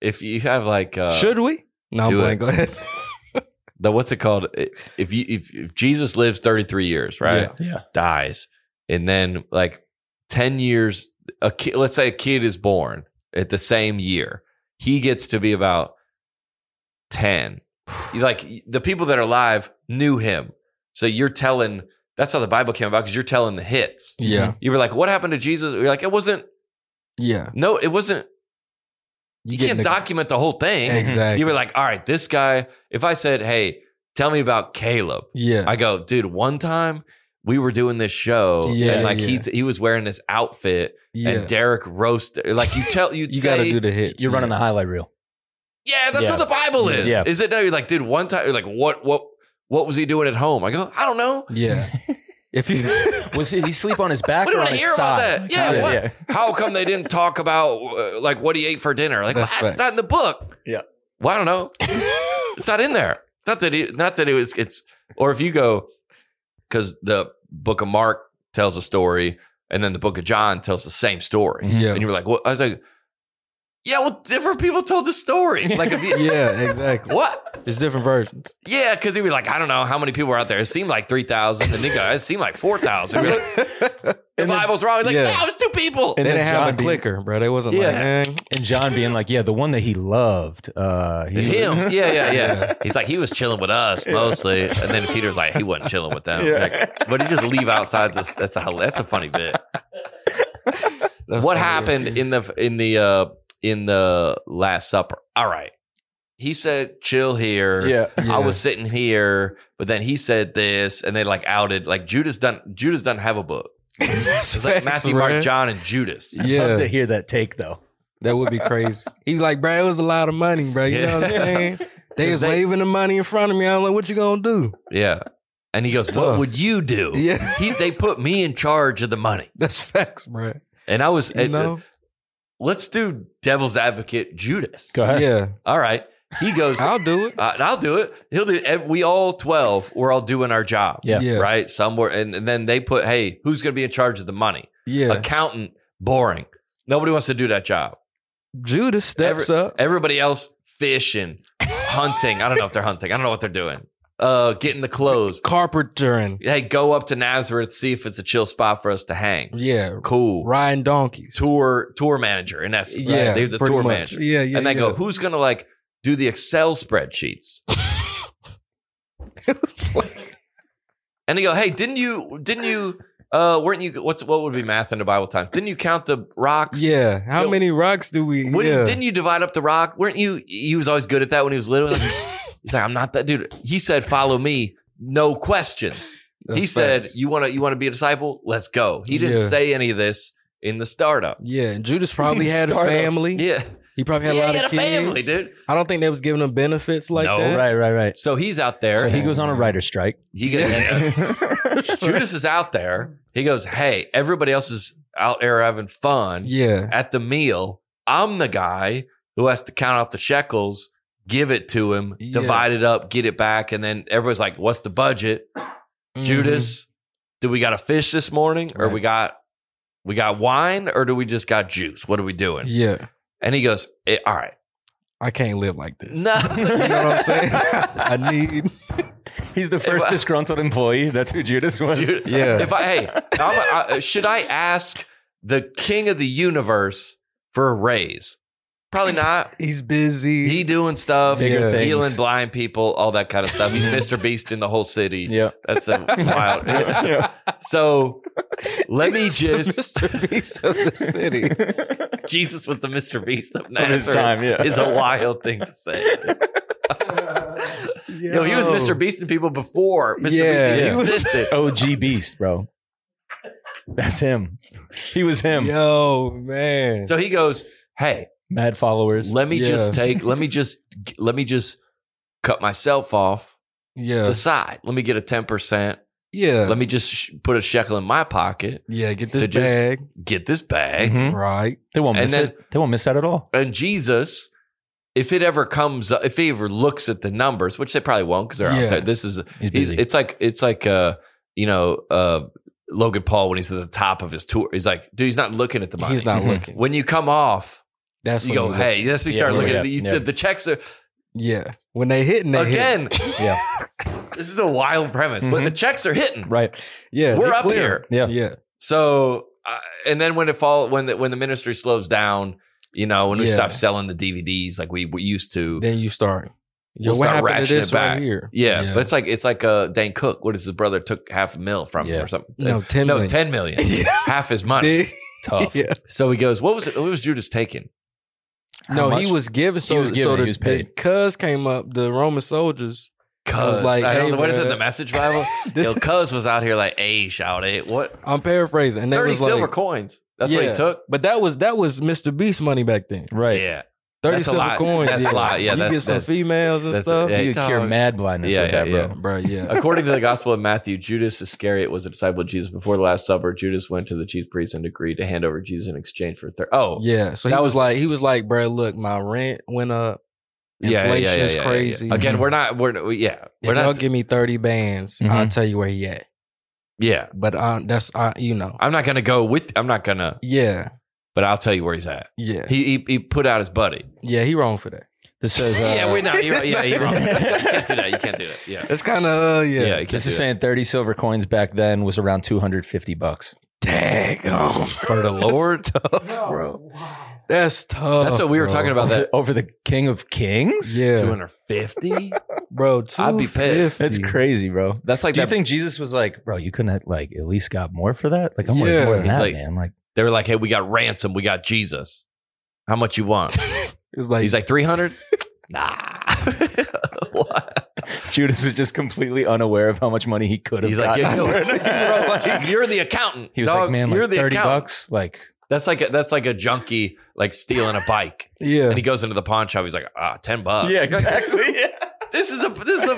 B: if you have like uh,
D: Should we? No, I'm
B: do
D: playing.
B: it.
D: Go ahead.
B: the what's it called? If you if, if Jesus lives 33 years, right,
E: Yeah.
B: dies, and then like 10 years, a kid, let's say a kid is born at the same year, he gets to be about 10. You- like the people that are alive knew him, so you're telling. That's how the Bible came about because you're telling the hits.
D: Yeah,
B: You were like, "What happened to Jesus?" You're like, "It wasn't
D: yeah,
B: no, it wasn't you
D: getting
B: can't
D: the-
B: document the whole thing.
D: Exactly.
B: You were like, all right, this guy. If I said, hey, tell me about Caleb,
D: yeah.
B: I go, dude. One time we were doing this show,
D: Yeah,
B: and like
D: yeah.
B: he he was wearing this outfit,
D: yeah.
B: and Derek roasted. Like you tell you
D: you got to do the hits.
E: You're running
D: yeah.
E: the highlight reel.
B: Yeah, that's
E: Yeah.
B: what the Bible is.
E: Yeah.
B: Is it no? You're like, dude, one time, you're like, what, what, what was he doing at home? I go, I don't know.
D: Yeah. if you
E: Was he, he sleep on his back
B: We don't
E: or on
B: want to
E: his
B: hear about
E: side?
B: that. Yeah,
E: Yeah,
B: what?
E: yeah.
B: How come they didn't talk about uh, like what he ate for dinner? Like,
D: That's
B: well, that's not
D: facts.
B: in the book.
E: Yeah.
B: Well, I don't know. it's not in there. Not that he, not that it was. It's or if you go because the Book of Mark tells a story, and then the Book of John tells the same story,
D: yeah.
B: and you were like, what? I was like, yeah, well, different people told the story. Like, if you,
D: Yeah, exactly.
B: what?
D: It's different versions.
B: Yeah, because he'd be like, I don't know how many people are out there. It seemed like 3,000. And they go, it seemed like 4,000. We're like, the
C: And then-
B: Bible's wrong. He's like,
D: yeah.
B: no, it's two people.
D: They
C: And
D: didn't
C: then
D: have
C: John
D: a
C: D.
D: clicker, bro. They wasn't
B: Yeah.
D: like, "Eh." man,
E: And John being like, yeah, the one that he loved. Uh, he-
B: Him. Yeah, yeah, yeah.
D: Yeah.
B: He's like, he was chilling with us mostly. And then Peter's like, he wasn't chilling with them.
C: Yeah.
B: Oh, Like, but he just leave outside. That's that's a, that's a funny bit. what happened in the in the uh in the last supper all right he said chill here
E: Yeah.
B: i was sitting here but then he said this and they like outed like judas doesn't judas doesn't have a book
D: it's
B: it's like matthew mark john and judas
E: I'd love to
D: Yeah,
E: hear that take though.
D: that would be crazy. He's like, bro, it was a lot of money, bro. You know what I'm
B: Yeah.
D: saying? They was
B: They-
D: waving the money in front of me. I'm like, what you gonna do?
B: yeah and he goes
D: It's
B: what
D: tough.
B: would you do
D: Yeah,
B: he, they put me in charge of the money
D: that's facts, bro.
B: and i was
D: You
B: and, uh,
D: know?
B: let's do devil's advocate judas
E: Go ahead.
D: Yeah,
B: uh, all right he goes
D: I'll do it.
B: Uh, and I'll do it. He'll do. Ev- we all twelve. We're all doing our job.
E: Yeah.
D: yeah,
B: Right. Somewhere, and, and then they put, hey, who's going to be in charge of the money?
D: yeah.
B: Accountant. Boring. Nobody wants to do that job.
D: Judas steps up.
B: Everybody else fishing, hunting. I don't know if they're hunting. I don't know what they're doing. Uh, getting the clothes.
D: Carpentering.
B: Hey, go up to Nazareth, see if it's a chill spot for us to hang.
D: Yeah,
B: Cool.
D: riding donkeys.
B: Tour tour manager in essence.
D: Yeah,
B: they're the
D: pretty
B: tour
D: much.
B: manager.
D: Yeah, yeah.
B: and they
D: yeah.
B: go, who's going to like do the Excel spreadsheets?
D: It's like-
B: And they go, "Hey, didn't you? Didn't you? Uh, weren't you? What's what would be math in the Bible time? Didn't you count the rocks?
D: yeah. How
B: Yo,
D: many rocks do we?
B: Wouldn't-
D: yeah.
B: Didn't you divide up the rock? Weren't you? He was always good at that when he was little. Like, he's like, I'm not that dude. He said, "Follow me, no questions."
D: That's
B: he said,
D: facts.
B: "You want to? You want to be a disciple? Let's go." He didn't
D: Yeah.
B: say any of this in the startup.
D: Yeah, and Judas probably had a
E: Startup.
D: family.
B: Yeah,
D: He probably had
B: Yeah,
D: a lot
B: he
D: of
B: had a
D: kids.
B: family, dude.
D: I don't think they was giving him benefits like
B: No,
D: that.
E: Oh, Right, right, right.
B: So he's out there.
E: So he goes on a writer strike.
B: He goes, Judas is out there. He goes, "Hey, everybody else is out there having fun.
D: Yeah.
B: at the meal, I'm the guy who has to count out the shekels, give it to him,
D: Yeah.
B: divide it up, get it back. And then everybody's like, what's the budget? Judas, do we got a fish this morning? Or
D: Mm-hmm. Right.
B: we got we got wine or do we just got juice? What are we
D: Mhm.
B: doing?
D: Yeah.
B: And he goes, "Eh, all right.
D: I can't live like this.
B: No.
D: You know what I'm saying? I need.
C: He's the
B: If
C: first
B: I-
C: disgruntled employee. That's who Judas was.
B: Dude,
D: Yeah.
B: If I hey, I'm, I, uh, should I ask the king of the universe for a raise? Probably not.
D: He's busy.
B: He doing stuff,
E: Bigger
D: Yeah.
E: things.
B: healing blind people, all that kind of stuff. He's Mr. Beast in the whole city.
E: Yeah.
B: That's a wild.
C: Yeah.
B: so let me
D: He's the
B: just.
D: Mr. Beast of the city.
B: Jesus was the Mr. Beast of
C: Of his
B: Nazareth.
C: time, yeah.
B: Is a wild thing to say. Yo, he was Mr. Beast and people before Mr.
D: Yeah,
B: Beast
D: he
B: even
D: was-
B: existed.
E: OG Beast, bro. That's him.
C: He was him.
D: Yo, man.
B: so he goes, "Hey,
E: Mad followers.
B: let me just
D: Yeah.
B: take. Let me just. Let me just cut myself off
D: yeah.
B: the side. Let me get a ten percent.
D: yeah.
B: Let me just sh- put a shekel in my pocket.
D: yeah, get
B: to
D: this
B: just- Hmm?
D: bag.
B: Get this bag."
D: Mm-hmm.
E: Mhm.
D: Right.
E: They won't
B: And
E: miss
B: then-
E: it. They won't miss that at all.
B: and Jesus, if it ever comes, if he ever looks at the numbers, which they probably won't because they're
D: Yeah.
B: out there. This is he's,
E: He's busy.
B: it's like it's like uh you know uh Logan Paul when he's at the top of his tour, he's like, dude, he's not looking at the money.
D: He's not
E: Mhm.
D: looking.
B: Mm-hmm. When you come off,
D: That's
B: you
D: when
B: go,
D: look.
B: hey, yes, you
E: Yeah,
B: start
E: yeah,
B: looking at the,
E: yeah,
B: you
E: yeah.
B: said the checks are
D: Yeah. When they hitting, they hitting.
B: again.
E: Yeah.
B: this is a wild premise, but the checks are hitting.
E: Right.
D: Mm-hmm. Yeah.
B: We're
D: they
B: up
D: clear.
B: here.
E: Yeah.
D: Yeah.
B: So, uh, and then when it fall, when the when the ministry slows down, you know, when we
D: Yeah.
B: stop selling the DVDs like we, we used to,
D: Then you start. Yo,
B: We'll
D: what
B: start
D: happened to
B: ratcheting it
D: this right
B: back.
D: here?
B: Yeah, but it's like it's like uh Dan Cook. What is his brother took half a mil from him
E: Yeah.
B: or something? Uh,
D: no, ten
B: no,
D: million.
B: ten million, half his money.
D: Big.
E: Tough.
D: Yeah.
B: So he goes, "What was it? What was Judas taking?"
D: No,
E: How
D: he
E: much?
D: was given. So,
E: was given,
D: so the,
E: he was paid.
D: the cuz came up. The Roman soldiers.
B: Cuz,
D: like,
B: I don't
D: hey,
B: know, what is it?
D: bruh.
B: The message Bible.
D: This
B: Yo, Cuz was out here like, "Hey, shout it! What?
D: I'm paraphrasing. And they
B: Thirty
D: was like,
B: silver coins. That's what
D: Yeah.
B: he took.
D: but that was that was Mr. Beast money back then.
E: Right.
B: Yeah,
D: Thirty
B: That's a
D: silver
B: lot.
D: coins.
B: That's a
D: yeah.
B: lot. Yeah,
D: you
B: that's-
D: get some
B: that's-
D: females and
B: that's-
D: stuff.
B: yeah.
E: You could cure
B: dog.
E: mad blindness
B: Yeah,
E: with
B: yeah,
E: that, bro.
B: yeah.
D: Bro, yeah.
B: According to the Gospel of Matthew, Judas Iscariot was a disciple of Jesus. Before the Last Supper, Judas went to the chief priests and agreed to hand over Jesus in exchange for thir- oh
D: Yeah. So he
B: That
D: was,
B: was-
D: like, he was like, bro, look, my rent went up. Inflation is crazy.
B: Again, we're not we're we- yeah we're
D: If y'all
B: not Mm-hmm.
D: give me thirty bands,
E: Mhm.
D: I'll tell you where he at.
B: yeah.
D: But I, that's I, you know,
B: I'm not gonna go with I'm not gonna,
D: yeah,
B: but I'll tell you where he's at.
D: yeah,
B: He he, he put out his buddy.
D: yeah. He wrong for that.
E: This says, uh,
B: yeah, we're not. You're, right. yeah, you're wrong. You
E: That's not-
B: can't do that. You can't do that. Yeah,
D: That's kind of uh,
B: yeah.
D: yeah.
B: you can't
E: This
B: do
E: is
B: that.
E: saying 30 silver coins back then was around 250 bucks.
D: Dag on,
B: for the Lord.
E: bro.
D: That's tough.
B: That's what we were
D: bro.
B: talking about. That
E: Over the King of Kings?
D: Yeah,
B: 250.
D: bro.
B: I'd be pissed.
D: That's
C: That's crazy, bro.
B: That's like
E: Do you
B: that-
E: think Jesus was like, bro, you couldn't have, like at least got more for that? Like, I'm worth
D: Yeah.
E: more than
B: He's
E: that,
B: like-
E: man. Like,
B: they were like, "Hey, we got ransom. We got Jesus. How much you want?"
D: It's like,
B: He's like 300. nah. What?
E: Judas was just completely unaware of how much money he could have.
B: He's like,
E: gotten.
B: "Yo, yo, bro,
E: Like,
B: like, you're the accountant.
E: he was
B: dog.
E: like, man,
B: you're
E: like
B: the
E: 30
B: accountant."
E: bucks. Like,
B: That's like a, that's like a junkie like stealing a bike,
D: yeah,
B: and he goes into the pawn shop. He's like, ah, 10 bucks. You're like,
E: Yeah.
B: this is a this is a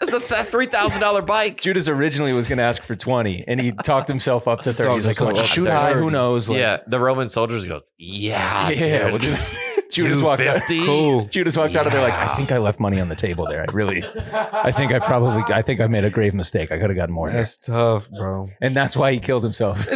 B: this is a th- three thousand dollar bike.
E: Judas originally was going to ask for 20 and he talked himself up to 30. He's like, come
D: himself
E: on,
D: up
E: just
B: to
E: shoot
B: 30.
E: high. Who knows? Like,
B: yeah, the Roman soldiers go, yeah,
E: Yeah,
B: dude.
E: we'll Judas walked out.
B: 250?
D: cool.
E: Judas walked out of there like,
B: Yeah.
E: I think I left money on the table there. I really, I think I probably, I think I made a grave mistake. I could have gotten more. here."
D: That's tough, bro.
E: And that's why he killed himself.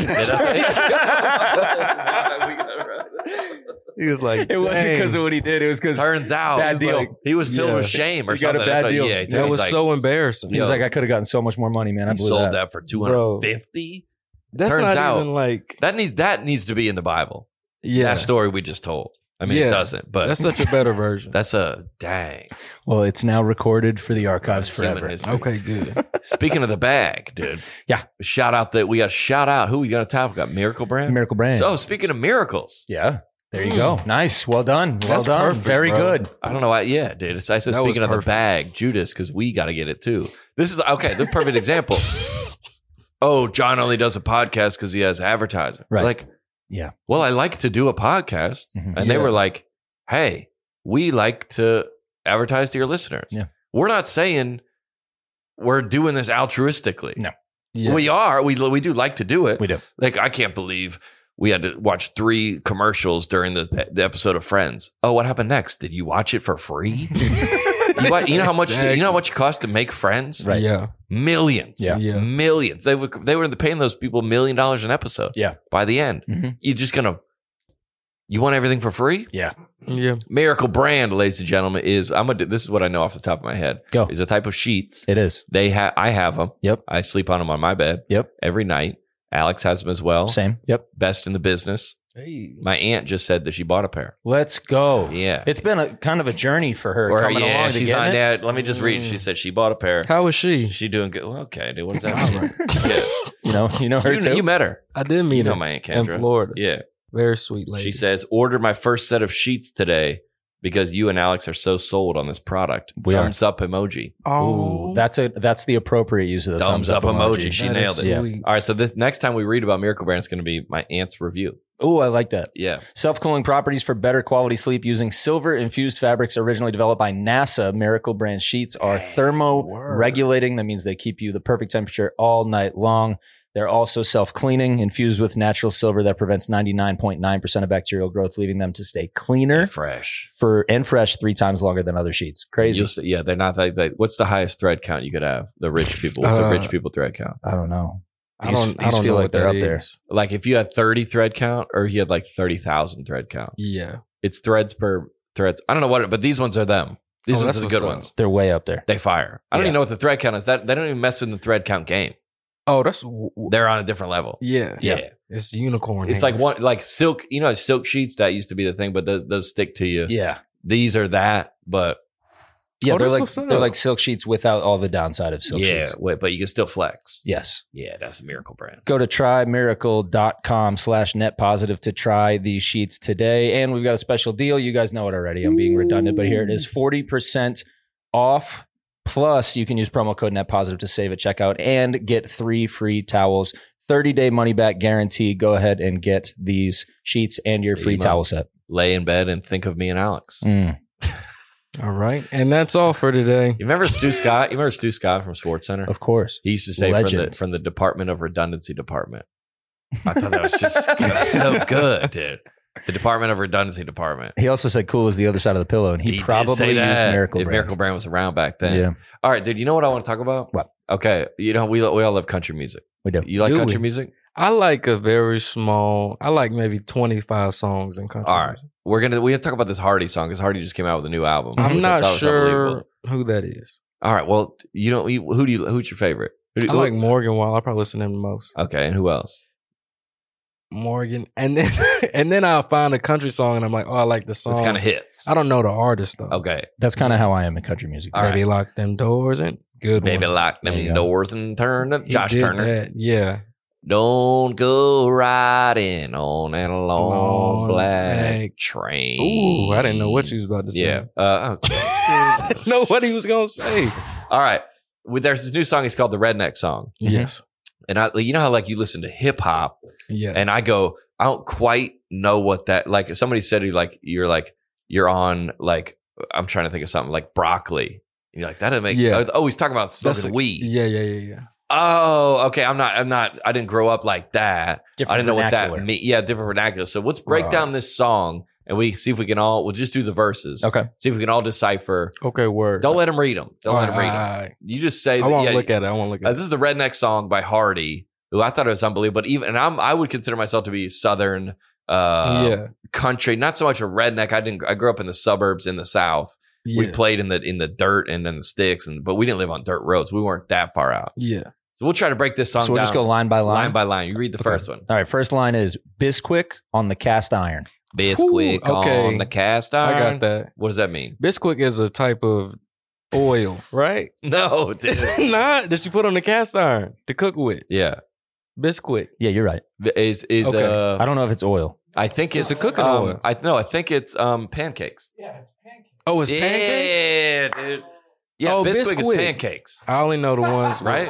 D: He was like,
E: it wasn't
D: dang.
E: because of what he did. It was because
B: Turns out,
E: Bad
B: he's
E: deal.
B: like- he was filled
D: Yeah.
B: with shame or
E: You got a
B: something.
E: bad
B: That's why-
E: deal.
B: Yeah, he
D: that
B: told-
D: was
B: he's like,
D: so embarrassing.
E: he was
B: Yo.
E: like, I could have gotten so much more money, man. I
B: he
E: blew
B: sold
E: that.
B: that, for two hundred fifty.
D: That's
B: turns
D: not
B: out-
D: even like
B: That needs that needs to be in the Bible.
D: yeah.
B: That story we just told. I mean, it
D: Yeah.
B: doesn't, but
D: That's
B: that's,
D: such a better version.
B: a dang
E: Well, it's now recorded for the archives
B: human
E: forever.
B: history.
D: okay, good.
B: Speaking of the bag, dude.
E: Yeah.
B: Shout out that we got a shout out. Who we got a top? We got Miracle Brand.
E: Miracle Brand.
B: So hmm. speaking of miracles,
E: yeah. There you go. Nice. Well done. Well
D: That's
E: done.
D: perfect,
E: Very
D: bro.
E: good.
B: I don't know why. Yeah, dude. It's, I said
D: That was
B: speaking of the
D: perfect.
B: bag, Judas, because we got to get it too. This is okay. The perfect example. Oh, John only does a podcast because he has advertising.
E: Right.
B: Like,
E: Yeah.
B: Well, I like to do a podcast,
E: Mhm.
B: and they
D: Yeah.
B: were like, "Hey, we like to advertise to your listeners.
E: Yeah.
B: We're not saying we're doing this altruistically.
E: No.
D: Yeah.
B: We are. We we do like to do it.
E: We do.
B: Like, I can't believe we had to watch three commercials during the, the episode of Friends. Oh, what happened next? Did you watch it for free? you, wa- you know how much you know how much it costs to make friends?
E: Right.
D: Yeah.
B: Millions.
E: Yeah.
D: Yeah.
B: Millions. They were they were paying those people a million dollars an episode.
E: Yeah.
B: By the end.
E: Mhm.
B: You're just gonna you want everything for free? Mm-hmm.
D: Yeah.
B: Miracle brand, ladies and gentlemen, is I'm gonna do this is what I know off the top of my head.
E: Go.
B: Is a type of sheets.
E: It is.
B: They have I have them.
E: Yep.
B: I sleep on them on my bed.
E: Yep.
B: Every night. Alex has them as well.
E: Same. Yep.
B: Best in the business. My aunt just said that she bought a pair.
E: Let's go.
B: Yeah.
E: Oh. It's been a kind of a journey for her
B: Or,
E: coming
B: yeah,
E: along to
B: she's
E: get
B: on
E: it. Mm.
B: that. Let me just read. She said she bought a pair.
D: How was she?
B: She doing good. Well, okay, dude. What does that mean? yeah.
E: You know, you know her
B: you,
E: too.
B: kn- you met her.
D: I did
B: You
D: meet
B: know
D: her
B: my aunt
D: in
B: Kendra.
D: Florida.
B: Yeah.
D: Very sweet lady.
B: She says, order my first set of sheets today because you and Alex are so sold on this product.
E: We are.
B: thumbs up emoji.
E: Ooh, that's a that's the appropriate use of the
B: Thumbs
E: thumbs,
B: up emoji. She
D: Oh, That is
B: nailed it.
E: Yeah.
D: sweet.
B: All right. So this next time we read about Miracle Brand, it's going to be my aunt's review.
E: Oh, I like that.
B: Yeah.
E: Self cooling properties for better quality sleep using silver infused fabrics originally developed by NASA. Miracle Brand sheets are thermo regulating. That means they keep you the perfect temperature all night long. They're also self cleaning, infused with natural silver that prevents 99.9% of bacterial growth, leaving them to stay cleaner
B: Fresh.
E: for and fresh three times longer than other sheets. Crazy.
B: You'll see- yeah, they're not that. They, what's the highest thread count you could have? The rich people. What's the
D: Uh,
B: rich people thread count?
E: I don't know.
D: I
E: These-
D: don't, I
E: these feel
D: don't know
E: like
D: what
E: they're
D: that
E: up there.
D: is.
B: Like if you had 30 thread count or you had like 30,000 thread count,
D: Yeah.
B: it's threads per threads. I don't know what, it, but these ones are them. These
D: Oh,
B: ones
D: that's
B: are the
D: what's
B: good
D: up.
B: ones.
E: They're way up there.
B: They fire. I don't
E: Yeah.
B: even know what the thread count is. That they don't even mess with the thread count game.
D: Oh, that's w- w-
B: They're on a different level.
D: yeah.
B: Yeah,
D: It's unicorn.
B: it's like
D: hangers.
B: one like silk. You know, silk sheets that used to be the thing, but those, those stick to you.
E: Yeah.
B: These are that, but
F: Yeah,
D: Oh,
F: they're
D: that's
F: like
D: what's up.
F: they're like silk sheets without all the downside of silk
B: yeah,
F: sheets.
B: wait, but you can still flex.
F: Yes.
B: Yeah, that's a miracle brand.
F: Go to trymiracle.com slash net positive to try these sheets today. And we've got a special deal. You guys know it already. I'm being redundant, but here it is 40% off. Plus, you can use promo code net positive to save at checkout and get three free towels. 30 day money back guarantee. Go ahead and get these sheets and your
B: Yeah,
F: free
B: you might-
F: towel set.
B: Lay in bed and think of me and Alex.
F: Mm.
D: All right. And that's all for today.
B: You remember Stu Scott? You remember Stu Scott from Sports Center?
F: Of course.
B: He used to say from the,
F: Legend.
B: from the Department of Redundancy Department. I thought that was just so good, dude. The Department of Redundancy Department.
F: He also said cool is the other side of the pillow, and he,
B: did say
F: probably used
B: that.
F: Miracle
B: If
F: Brand.
B: Miracle Brand was around back then.
F: Yeah,
B: All right, dude. You know what I want to talk about?
F: What?
B: Okay. You know we we all love country music.
F: we do.
B: You like
D: Do
B: country
D: we?
B: music?
D: I like a very small. I like maybe twenty five songs in country.
B: All right.
D: music.
B: We're gonna we have to talk about this Hardy song because Hardy just came out with a new album.
D: I'm
B: which I
D: not
B: thought Mm-hmm. was
D: sure
B: unbelievable.
D: who that is.
B: All right. Well, you don't. You, who do you? Who's your favorite? Who do you,
D: I like Morgan Wall. I probably listen to him the most.
B: Okay, and who else?
D: Morgan, and then and then I'll find a country song, and I'm like, oh, I like the song.
B: It's kind of hits.
D: I don't know the artist though.
B: Okay,
F: That's kind of how I am in country music.
B: All right.
D: Baby, lock them doors and good
B: baby,
D: one.
B: lock
F: There you
B: them
F: go.
B: doors and turn up.
D: He
B: Josh
D: did
B: Turner.
D: that, Yeah.
B: Don't go riding on that long,
D: Long
B: black
D: black-
B: train.
D: Ooh, I didn't know what you was about to say.
B: Yeah. Uh,
D: I didn't
B: okay.
D: know what he was gonna say.
B: All right. Well, there's this new song. It's called the Redneck Song,
D: yes.
B: and I, you know how like you listen to hip hop,
D: Yeah.
B: and I go, I don't quite know what that like. Somebody said to you like you're like you're on like I'm trying to think of something like broccoli. And you're like that doesn't make.
D: Yeah.
B: Oh, he's talking about smoking
D: That's like-
B: weed.
D: yeah. Yeah. Yeah. Yeah.
B: Oh, okay. I'm not. I'm not. I didn't grow up like that.
F: Different
B: I didn't know what
F: vernacular.
B: that meant. Yeah, different vernacular. So let's break
F: Right.
B: down this song and we see if we can all. We'll just do the verses.
F: Okay.
B: See if we can all decipher.
D: Okay. Word.
B: Don't let them read them. Don't let
D: All
B: them read them.
D: right, all right.
B: You just say.
D: I
B: that-
D: won't
B: yeah,
D: look at it. I won't look
B: uh,
D: at it.
B: this is the redneck song by Hardy, who I thought it was unbelievable. But even and I'm I would consider myself to be southern uh
D: yeah.
B: country, not so much a redneck. I didn't I grew up in the suburbs in the south.
D: Yeah.
B: We played in the in the dirt and then the sticks and but we didn't live on dirt roads. We weren't that far out.
D: yeah.
B: So we'll try to break this song
F: So we'll just go
B: down
F: line by
B: line,
F: line.
B: by line. You read the
F: Okay.
B: first one.
F: All right, first line is Bisquick on the cast iron.
B: Bisquick
D: okay.
B: on the cast iron.
D: I got that.
B: What does that mean?
D: Bisquick is a type of oil, right?
B: No,
D: Is it not that you put on the cast iron to cook with?
B: yeah.
D: Bisquick.
F: Yeah, you're right.
B: Is is
D: Okay.
B: uh
F: I don't know if it's oil.
B: I think it's,
D: It's a cooking
B: um,
D: oil.
B: I no, I think it's um pancakes.
D: Oh, it's pancakes.
B: Yeah, dude. Yeah,
D: Oh,
B: Bisquick, is
D: Bisquick.
B: pancakes,
D: I only know the ones. with-
B: right?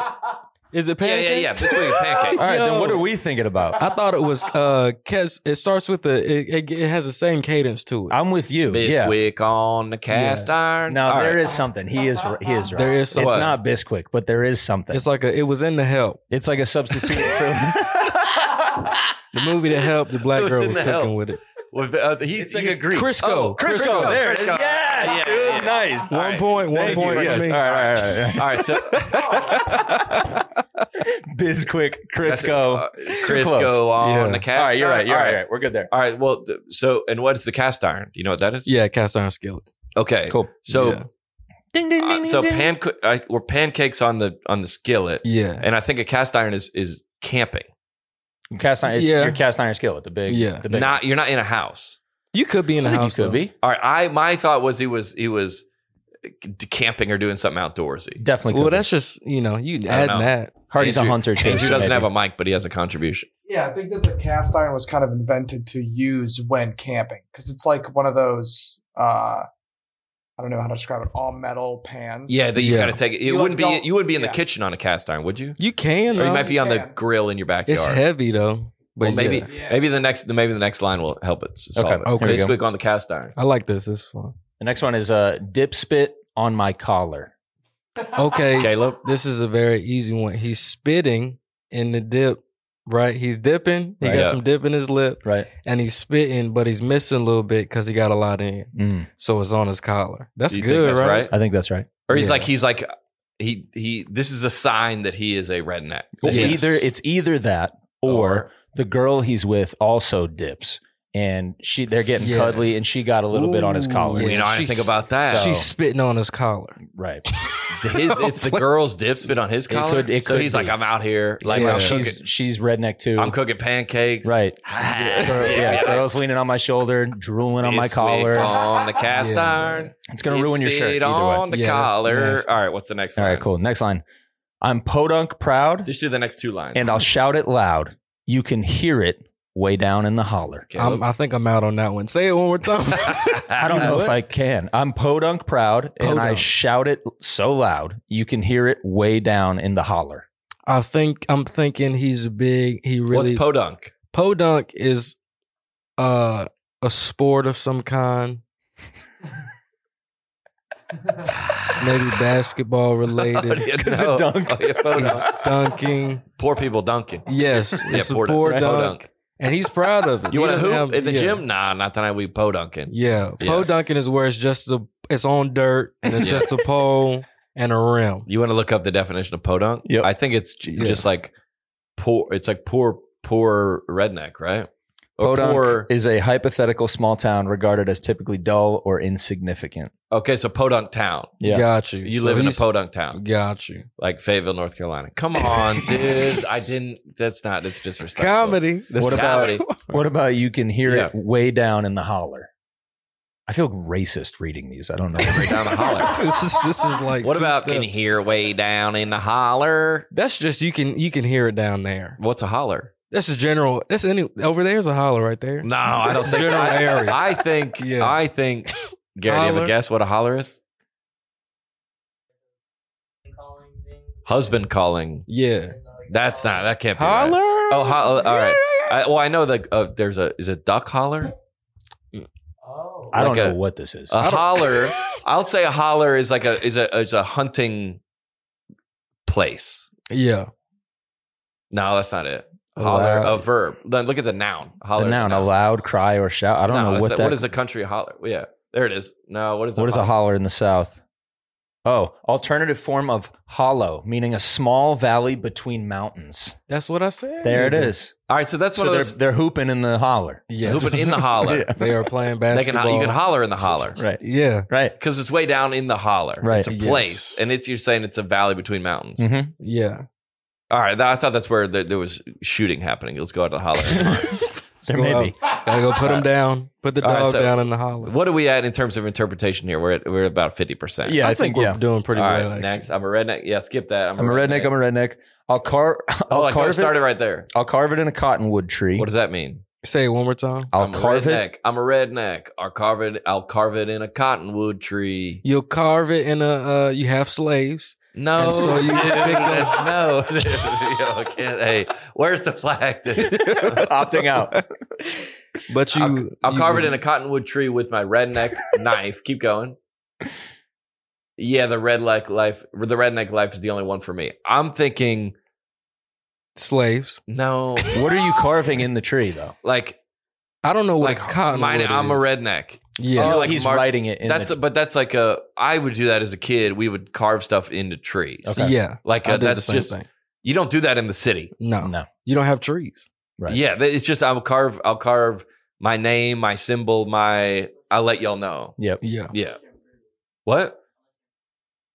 D: Is it
B: Yeah, yeah,
D: pancakes?
B: yeah. Bisquick is pancakes.
E: All right, then
D: Yo.
E: what are we thinking about?
D: I thought it was uh Kes. It starts with the it, it, it has the same cadence to it.
E: I'm with you. Yeah.
B: Bisquick on the cast iron.
F: No,
B: All
F: there is
B: right.
F: something. He is r- he is right.
D: There is
F: it's
D: some-
B: What?
F: not Bisquick, but there is something.
D: it's
F: It's,
D: like a, it was in the help
F: like a substitute for
D: the movie that helped the black
B: It was
D: girl
B: in
D: was
B: The
D: cooking
B: Help.
D: with it.
B: With, uh, he, it's like a Greek.
D: Crisco,
E: Crisco, there it is. Yes,
B: yeah,
E: dude.
B: yeah.
E: Nice.
B: All
D: One
B: right.
D: point, one
E: Thank you.
D: point for
E: Yes.
D: me.
E: All right, all right, all right, all right.
B: All right, so
E: Bisquick,
B: That's it.
E: Crisco.
B: Uh,
E: Too close.
B: Crisco on
D: Yeah.
B: the
E: All
B: cast.
E: right, you're right.
B: iron?
E: You're
B: All
E: right. Right. We're good there.
B: All right. Well, th- so and what is the cast iron? Do You know what that is?
D: Yeah, cast iron skillet.
B: Okay.
D: Cool.
B: So,
D: yeah,
F: Ding ding
B: Uh, so panco- I, were pancakes on the on the skillet,
D: yeah.
B: and I think a cast iron is is camping.
F: cast iron. It's
D: Yeah.
F: your cast iron skillet, the big.
D: Yeah.
F: the big
B: Not you're not in a house.
D: you could be in the
F: I think
D: house.
F: you could
D: though.
F: be
B: All right, I my thought was he was he was camping or doing something outdoorsy.
F: definitely. Could
D: Well,
F: be.
D: that's just you know you
B: don't
D: add
B: know.
D: that.
F: Hardy's
B: Andrew-
F: a hunter too.
B: Andrew
F: so
B: doesn't have
F: maybe.
B: a mic, but he has a contribution.
G: Yeah, I think that the cast iron was kind of invented to use when camping because it's like one of those uh, I don't know how to describe it all metal pans.
B: Yeah, that you
D: Yeah.
B: kind of take it. It
G: You like
B: wouldn't be
G: don't-
B: you wouldn't be in
G: yeah.
B: the kitchen on a cast iron, would you?
D: You can.
B: Or you
D: though.
B: might be on the
G: Yeah.
B: grill in your backyard.
D: it's heavy though. But
B: well, maybe
D: yeah.
G: Yeah.
B: maybe the next maybe the next line will help it. s- Solve
F: Okay.
B: It.
D: Okay.
B: Basically, on the cast iron.
D: I like this. It's fun.
F: The next one is uh, dip spit on my collar.
D: Okay,
B: Caleb,
D: this is a very easy one. He's spitting in the dip, right? He's dipping. He
B: Right.
D: got
B: Yeah.
D: some dip in his lip,
F: Right.
D: and he's spitting, but he's missing a little bit because he got a lot in,
F: Mm,
D: so it's on his collar. That's
B: Do you think
D: good,
B: that's
D: right?
B: right?
F: I think that's right.
B: or he's
D: Yeah.
B: like he's like he he. This is a sign that he is a redneck.
F: Well,
B: Oh, Yes.
F: Either it's either that or, the girl he's with also dips,
E: and she they're getting
D: Yeah.
E: cuddly, and she got a little bit on his collar.
B: you know, I didn't
D: she's-
B: think about that.
E: So-
D: She's spitting on his collar.
E: Right.
B: his, it's the girl's dip spit on his collar.
E: could- it
B: so
E: could
B: he's
E: be.
B: like, I'm out here, like
D: Yeah.
B: I'm,
E: she's
B: cooking,
E: she's redneck too.
B: I'm cooking pancakes.
E: right.
B: yeah,
E: Girl- yeah, girls leaning on my shoulder, drooling on my
B: It's
E: collar.
B: wick on the cast
D: Yeah.
B: iron.
E: It's gonna ruin your
B: It's
E: shirt
B: fit
E: either way.
B: on the
D: Yeah, that's
B: collar.
D: nasty.
B: All right, what's the next?
E: All
B: line?
E: right, cool. Next line. I'm podunk proud,
B: Just do the next two lines.
E: and I'll shout it loud. You can hear it way down in the holler.
D: I'm, I think I'm out on that one. Say it one more time.
E: I don't know if I can. I'm podunk proud, and I
D: Podunk.
E: shout it so loud you can hear it way down in the holler.
D: I think I'm thinking he's big. He
B: What's
D: really
B: podunk?
D: podunk is uh, a sport of some kind. Maybe
B: Oh,
D: basketball related.
B: Because it Oh, dunk.
D: He's dunking.
B: Poor people dunking.
D: Yes, it's
B: poor
D: a poor
B: dunk.
D: dunk,
B: Podunk.
D: and he's proud of it.
B: You
D: He
B: want to
D: doesn't
B: hoop
D: have-
B: at the
D: yeah.
B: gym? Nah, not tonight. We podunking.
D: Yeah,
B: Yeah.
D: pole dunking is where it's just a it's on dirt and it's
B: Yeah.
D: just a pole and a rim.
B: You want to look up the definition of podunk?
C: Yep.
B: I think it's j-
D: Yeah.
B: just like poor. It's like poor, poor redneck, right? Or
E: Podunk
B: poor.
E: is a hypothetical small town regarded as typically dull or insignificant.
B: okay, so podunk town.
E: Yeah.
D: Got you.
B: You
D: So
B: live in a
D: he's-
B: podunk town,
D: Got you.
B: like Fayetteville, North Carolina. Come on, dude. I didn't. That's not. That's disrespectful.
D: Comedy.
B: What about?
E: What about you can hear
B: Yeah.
E: it way down in the holler? I feel racist reading these. I don't know.
B: Right down the holler.
D: this is this is like
B: What
D: two
B: about
D: steps.
B: can you hear way down in the holler?
D: That's just you can you can hear it down there.
B: What's a holler?
D: That's a general. That's any over there's a holler right there.
B: No, I don't
D: It's
B: think.
D: general
B: I,
D: area.
B: I think.
D: Yeah.
B: I think. Gary, do you have a
D: Holler.
B: guess what a holler is? Husband calling.
D: Yeah.
B: That's not. That can't be. right.
D: Holler.
B: Oh, holler. All right. I, well, I know that uh, there's a. Is it duck holler?
G: Oh.
E: I don't
B: Like a-
E: know what this is.
B: A holler. I'll say a holler is like a is a is a hunting place.
D: Yeah.
B: No, that's not it.
E: A
B: Holler,
E: loud-
B: a verb. Then look at the noun. Holler.
E: the
B: is
E: noun, a loud cry or shout. I don't
B: No,
E: know
B: it's
E: what
B: like-
E: that.
B: What is a country holler? Yeah, there it is. No, what is
E: What is a holler in the South? Oh, alternative form of hollow, meaning a small valley between mountains.
D: That's what I said.
E: There it is.
B: All right, so that's
E: So
B: one
E: they're,
B: of those.
E: they're hooping in the holler.
D: Yes.
B: Hooping in the holler.
D: They are playing
B: They can,
D: basketball.
B: you can holler in the holler.
E: Right.
D: Yeah.
E: Right.
B: Because it's way down in the holler.
E: Right.
B: It's a
D: Yes.
B: place. And it's you're saying it's a valley between mountains.
E: Mhm.
D: Yeah.
B: All right. that- I thought that's where the, there was shooting happening. Let's go out to the holler.
E: There
D: Go
E: may be.
D: Gotta go put him down. Put the
B: All
D: dog
B: right, so-
D: down in the holler.
B: what are we at in terms of interpretation here? We're at, we're at about 50%.
E: Yeah,
D: I,
E: I
D: think,
E: think,
D: we're
E: yeah.
D: doing pretty
B: All right.
D: well. actually.
B: next. I'm a redneck. Yeah, skip that.
E: I'm a redneck. I'm a redneck. I'll carve.
B: Oh,
E: I'll
B: like,
E: carve
B: started
E: it.
B: right there.
E: I'll carve it in a cottonwood tree.
B: What does that mean?
D: Say it one more time.
E: I'll
B: am
E: carve
B: a
E: it.
B: redneck. I'm a redneck. I'll carve it. I'll carve it in a cottonwood tree.
D: You'll carve it in a. Uh, you have slaves.
B: No,
D: And so you
B: dude,
D: pick
B: that's- no. dude, yo, can't- hey, where's the flag? dude?
E: Opting out.
D: But you,
B: I'll, I'll
D: you-
B: carve it in a cottonwood tree with my redneck knife. Keep going. Yeah, the redneck life. The redneck life is the only one for me. I'm thinking
D: slaves.
B: no,
E: What are you carving in the tree though?
B: like
D: I don't know what
B: like
D: cotton.
B: mine-
D: wood
B: I'm a
D: is.
B: redneck.
D: Yeah,
B: Oh,
E: Oh,
B: like
E: he's
B: Mark-
E: writing it. In
B: that's
E: the,
B: a, but that's like a. I would do that as a kid. We would carve stuff into trees.
E: Okay.
D: yeah.
B: Like
D: I
B: uh
D: did
B: that's
D: the same
B: just
D: thing.
B: you don't do that in the city.
D: No,
E: no.
D: you don't have trees.
E: Right.
B: Yeah, th- it's just I'll carve I'll carve my name, my symbol, my I'll let y'all know.
E: Yep.
D: Yeah,
B: Yeah. What?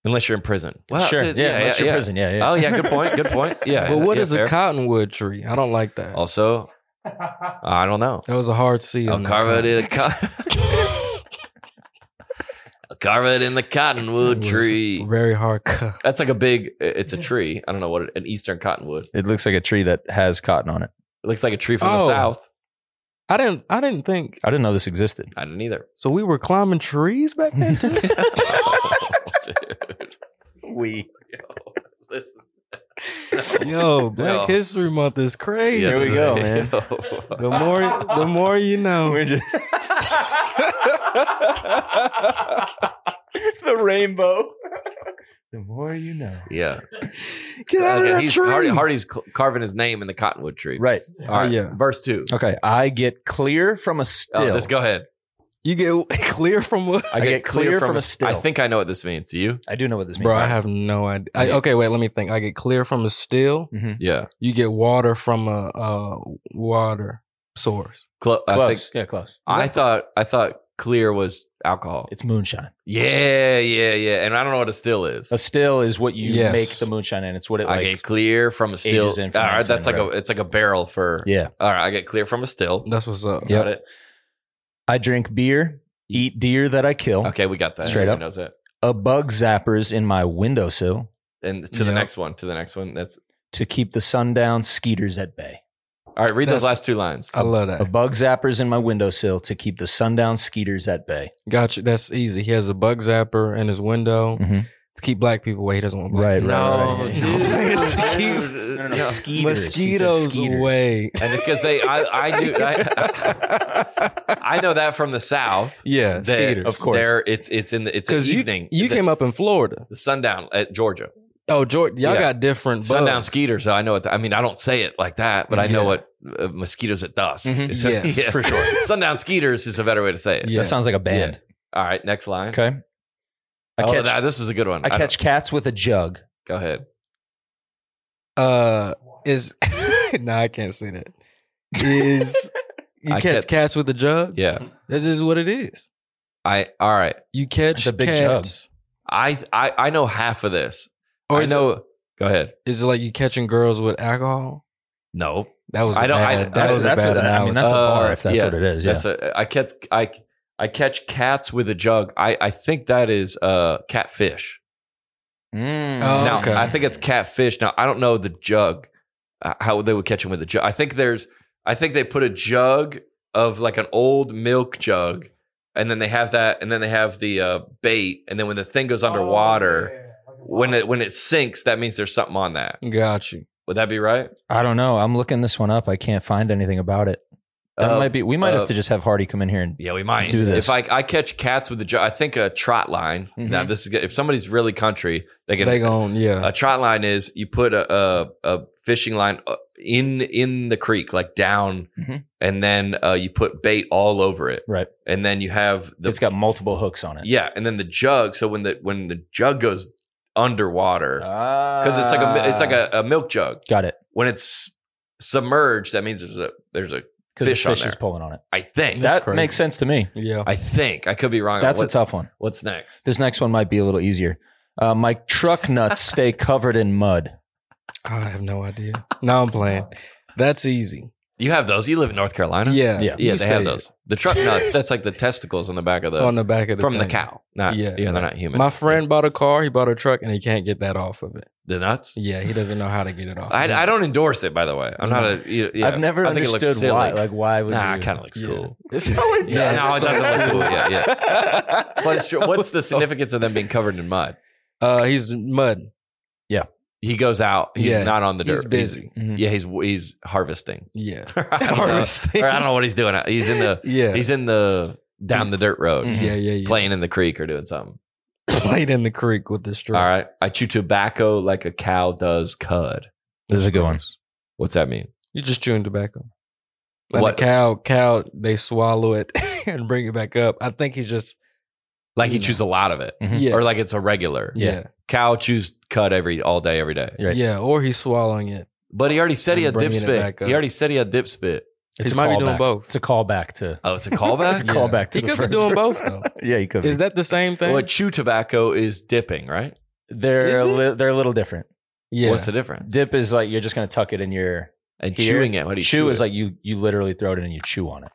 B: Unless you're in prison. Well,
E: sure.
B: th-
E: yeah. unless you're
B: yeah.
E: prison. Yeah. Yeah.
B: Oh yeah, good point. Good point. Yeah.
D: but what
B: yeah,
D: is a
B: fair.
D: cottonwood tree? I don't like that.
B: Also, I don't know.
D: That was a hard C.
B: I'll
D: on that
B: carve it in a
D: cotton.
B: co- I'll carve it in the
D: It
B: cottonwood
D: was
B: tree.
D: Very hard. c-
B: That's like a big. It's a tree. I don't know what it, an eastern cottonwood.
E: It looks like a tree that has cotton on it.
B: It looks like a tree from the
D: Oh.
B: south.
D: I didn't. I didn't think.
E: I didn't know this existed.
B: I didn't either.
D: So we were climbing trees back then. Too?
B: Dude.
E: We.
B: Yo, listen.
D: Yo, Black
B: No.
D: History Month is crazy.
B: Yes,
E: we
B: it
E: go,
B: is.
E: man.
B: Yo.
D: The more, the more you know.
E: We're just the rainbow. The more you know.
B: Yeah.
D: Get out
B: Okay,
D: of that
B: he's,
D: tree.
B: Hardy, Hardy's cl- carving his name in the cottonwood tree.
E: Right.
B: All right.
D: yeah.
B: Verse two.
E: Okay. I get clear from a
B: Oh,
E: still.
B: let's go ahead.
D: You get clear from what?
E: I, get, clear, from, a still.
B: I think I know what this means. Do you?
E: I do know what this means.
D: Bro, I have no idea. I, okay, wait, let me think. I
E: Mm-hmm.
D: get clear from a still.
B: Yeah.
D: You get water from a uh, water. source.
B: Clo- I, think,
E: Close. yeah, close.
B: I thought I thought clear was alcohol.
E: It's moonshine.
B: Yeah, yeah, yeah. And I don't know what a still is.
E: A still is what you
D: Yes.
E: make the moonshine in. It's what it
B: I
E: like.
B: get clear from a still.
E: ages in
B: All right,
E: France
B: that's
E: and
B: like a it's like a barrel for.
E: Yeah.
B: All right, I get clear from a still.
D: That's what's up.
B: Got it.
E: I drink beer, eat deer that I kill,
B: Okay, we got that.
E: Straight
B: Everyone
E: up.
B: knows that.
E: a bug zapper's in my windowsill
B: And to the
D: Yep.
B: next one, to the next one. That's
E: to keep the sundown skeeters at bay.
B: all right. Read those
D: That's-
B: last two lines.
D: I love
E: A
D: that.
E: bug zapper's in my windowsill to keep the sundown skeeters at bay.
D: Gotcha. That's easy. He has a bug zapper in his window
E: Mhm.
D: to keep black people away. He doesn't want black
E: Right,
D: people.
E: right,
B: No,
E: right.
B: dude.
D: To keep
B: No, no, no.
E: Skeeters. He said
D: mosquitoes
E: skeeters.
D: away.
B: And because they, I, I do, I, I know that from the south.
D: Yeah,
B: that
D: skeeters.
B: of course, there it's it's in the it's an
D: Because you,
B: evening.
D: you
B: The-
D: came up in Florida.
B: the sundown at Georgia.
D: Oh, George, y'all
B: Yeah.
D: got different bugs.
B: Sundown skeeter. So I know what. The, I mean, I don't say it like that, but I know
D: Yeah.
B: what uh, mosquitoes at dusk.
E: Mhm.
B: is.
D: Yes,
B: for sure. sundown skeeters is a better way to say it.
D: Yeah.
E: That sounds like a band.
B: All right, next line.
E: Okay. I
B: I
E: catch,
B: Oh, that, this is a good one.
E: I
B: don't-
E: catch cats with a jug.
B: Go ahead.
D: Uh, is no, I can't say that. Is you
B: I
D: catch
B: kept-
D: cats with a jug?
B: Yeah.
D: This is what it is.
B: I. All right.
D: You catch
E: It's a big jug.
D: cats,
B: I. I. I know half of this.
D: or
B: I
D: Oh, is
B: know. go ahead.
D: It, is it like you catching girls with alcohol?
B: No.
D: That was
B: I
D: I
B: don't-
D: don't.
B: I-
D: Bad, that
B: that's-
D: was a bad
E: a, I mean,
D: analogy.
E: that's a
B: Uh,
E: bar if that's
B: yeah.
E: what it is. Yeah.
B: That's a, I catch. I. I catch cats with a jug. I. I think that is uh catfish.
E: Mm.
D: Oh,
B: now
D: okay.
B: I think it's catfish. Now I don't know the jug, uh, how they would catch him with a jug. I think there's, I think they put a jug of like an old milk jug, and then they have that, and then they have the uh, bait, and then when the thing goes
G: Oh,
B: underwater, when it when it sinks, that means there's something on that.
D: Got you.
B: Would that be right?
E: I don't know. I'm looking this one up. I can't find anything about it. That
B: Uh,
E: might be. We might
B: uh,
E: have to just have Hardy come in here and.
B: Yeah, we might
E: Do this.
B: If I, I catch cats with a jug, I think a trot line.
E: Mm-hmm.
B: Now this is good. if somebody's really country, they can
D: They gon' yeah.
B: Uh, A trot line is you put a a, a fishing line uh, in in the creek, like down,
E: Mhm.
B: and then uh, you put bait all over it.
E: Right.
B: And then you have the
E: it's got multiple hooks on it.
B: yeah, and then the jug. So when the when the jug goes underwater,
E: Ah.
B: because it's like a mi- it's like a, a milk jug.
E: Got it.
B: When it's submerged, that means there's a there's a
E: Because the
B: Fish on
E: fish is
B: there.
E: pulling on it.
B: I think
E: That
D: crazy.
E: makes sense to me.
D: yeah.
B: I think I could be wrong.
E: That's a
B: What-
E: tough one.
B: What's next?
E: This next one might be a little easier. Uh, my truck nuts stay covered in mud.
D: I have no idea. No, I'm playing. That's easy.
B: You have those. You live in North Carolina.
D: Yeah.
E: Yeah.
B: Yeah,
D: you
B: they
D: say
B: have
D: it.
B: those. The truck nuts. That's like the testicles on the back of
E: Oh,
B: the
D: on the back of the
B: from the
D: thing.
B: cow. Not, yeah,
D: Yeah.
B: yeah, they're not human.
D: My friend bought a car. He bought a truck, and he can't get that off of it.
B: the nuts.
D: Yeah, he doesn't know how to get it off.
B: I, I don't endorse it, by the way. I'm not
D: Mm.
B: a. you- Yeah,
E: I've never
B: I think it looks
E: understood why.
B: silly.
E: Like, why would
B: nah,
E: you?
B: it kind of looks
D: Yeah.
B: cool.
D: It's how it
B: Yeah, no, it doesn't look cool. Yeah, yeah. But it's true. what's the
D: So-
B: significance of them being covered in mud?
D: Uh, he's mud.
B: He goes out. He's
D: Yeah,
B: not on the dirt.
D: He's busy.
E: Mm-hmm.
B: He's- yeah, he's he's harvesting.
D: Yeah,
B: I don't know.
D: harvesting.
B: Or I don't know what he's doing. He's in the
D: yeah. Mm. Mm-hmm.
B: he's in the down the dirt road,
E: Mhm.
D: yeah, yeah, yeah.
B: playing in the creek or doing something.
D: Played in the creek with the straw.
B: All right, I chew tobacco like a cow does cud.
E: this is a good one.
B: What's that mean?
D: You just chewing tobacco.
B: What-
D: Like what cow? Cow? They swallow it and bring it back up. I think he's just
B: Like he
D: No.
B: chews a lot of it,
E: Mhm.
D: yeah,
B: Mm-hmm. or like it's a regular.
D: yeah,
B: cow chews cud every all day every day.
E: Right.
D: yeah. Or he's swallowing it.
B: But he already said he had
D: And
B: dip
D: bringing it
B: spit.
D: back up.
B: He already said he had dip spit.
E: It's a
D: he might be doing
E: callback.
D: both.
E: It's a callback to.
B: Oh, it's a
E: It's
B: callback.
E: a callback to
D: he
E: the
D: could
E: first
D: be doing
E: verse.
D: both though.
E: Yeah, you could.
D: Is that the same thing?
B: well, chew tobacco is dipping, right?
E: They're
D: Is
E: a
D: it?
E: li- they're a little different.
D: yeah.
B: What's the difference?
E: Dip is like you're just gonna tuck it in your
B: And
E: Here,
B: chewing it. What do you
E: chew, is like you you literally throw it in and you chew on it.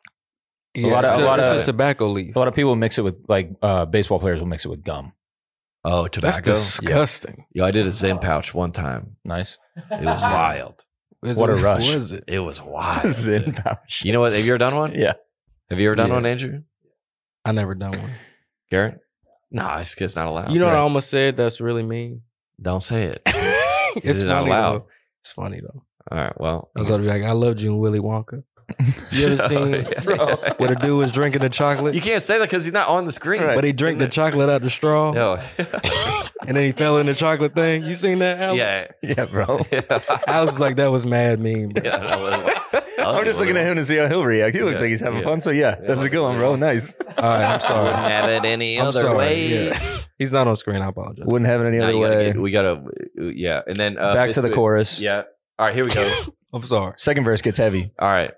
D: yeah,
E: lot of-
D: it's
E: a lot
D: it's
E: of-
D: tobacco leaf.
E: A lot of people mix it with like uh, baseball players will mix it with gum.
B: oh
D: That's
B: tobacco. Yeah.
D: disgusting.
B: Yo, I did a Zen pouch one time.
E: Nice.
B: It was wild.
D: Is-
E: What a rush.
D: Was it?
B: It was wild.
E: Zen
B: dude.
E: pouch.
B: You know what? Have you ever done one?
E: Yeah.
B: Have you ever done
D: Yeah.
B: one, Andrew?
D: I never done one.
B: Garrett? No, it's, it's not
E: Oh,
B: allowed.
D: You know what I
B: Right.
D: almost said? That's really mean.
B: Don't say it.
D: it's
B: it not
D: funny
B: allowed?
D: though. It's funny though.
B: All right. Well,
D: I was about to be like, I loved you and Willy Wonka. You
E: Oh,
D: ever seen where the dude was drinking the chocolate,
B: You can't say that because he's not on the screen.
D: but he drank the chocolate out the straw,
B: No.
D: and then he fell in the chocolate thing. You seen that? Alex?
B: yeah.
E: Yeah, bro.
B: Yeah.
D: I was like, that was mad mean. Bro.
B: Yeah,
C: I'm just looking at him to see how he'll react. He looks
B: Oh, Yeah,
C: like he's having
B: yeah.
C: fun. So yeah, that's a good one, bro. Nice.
D: All right, I'm
B: Wouldn't
D: sorry.
B: have it any
D: I'm
B: other
D: sorry.
B: way.
D: Yeah. He's not on screen. I apologize.
C: Wouldn't have it any
B: Nah,
C: other
B: you gotta
C: way.
B: get- we gotta, yeah. And then uh,
E: Back to the
B: Biscuit-
E: chorus.
B: Yeah. All right, here we go.
D: I'm sorry.
E: Second verse gets heavy.
B: All right.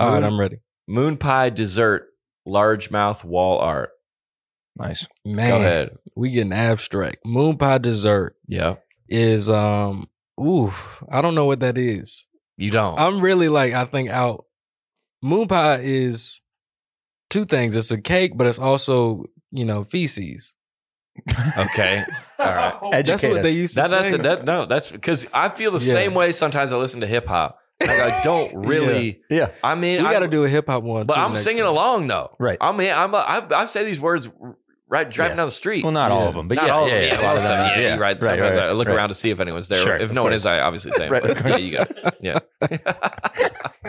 D: All right,
B: Moon-
D: I'm ready.
B: Moon pie dessert, largemouth wall art.
E: Nice.
D: Man,
B: Go ahead.
D: we getting abstract. Moon pie dessert
B: Yeah.
D: is um. Ooh, I don't know what that is.
B: You don't.
D: I'm really like I think out. Moon pie is two things. It's a cake, but it's also you know feces.
B: okay. All right.
G: Oh,
D: That's what they used to
B: That,
D: say.
B: that's a, that, no, that's because I feel the
D: Yeah.
B: same way sometimes I listen to hip hop. Like I don't really.
E: Yeah.
B: I mean,
D: we
B: I-
D: got to do a hip hop one.
B: But
D: too
B: I'm
D: next
B: singing
D: time.
B: along though.
E: Right.
B: I mean, I'm. A, I, I say these words right driving
E: Yeah.
B: down the street.
E: Well, not all of them, but
B: Not
E: yeah,
B: all of
E: yeah,
B: them.
E: yeah,
B: Yeah, a lot of stuff. Yeah,
E: yeah,
B: you're right.
E: right,
B: Sometimes
E: right,
B: I look
E: right.
B: around to see if anyone's there.
E: Sure,
B: if
E: of
B: no one
E: course.
B: is, I obviously say. it,
E: Right,
B: but
E: of
B: yeah,
E: course.
B: you got it. Yeah.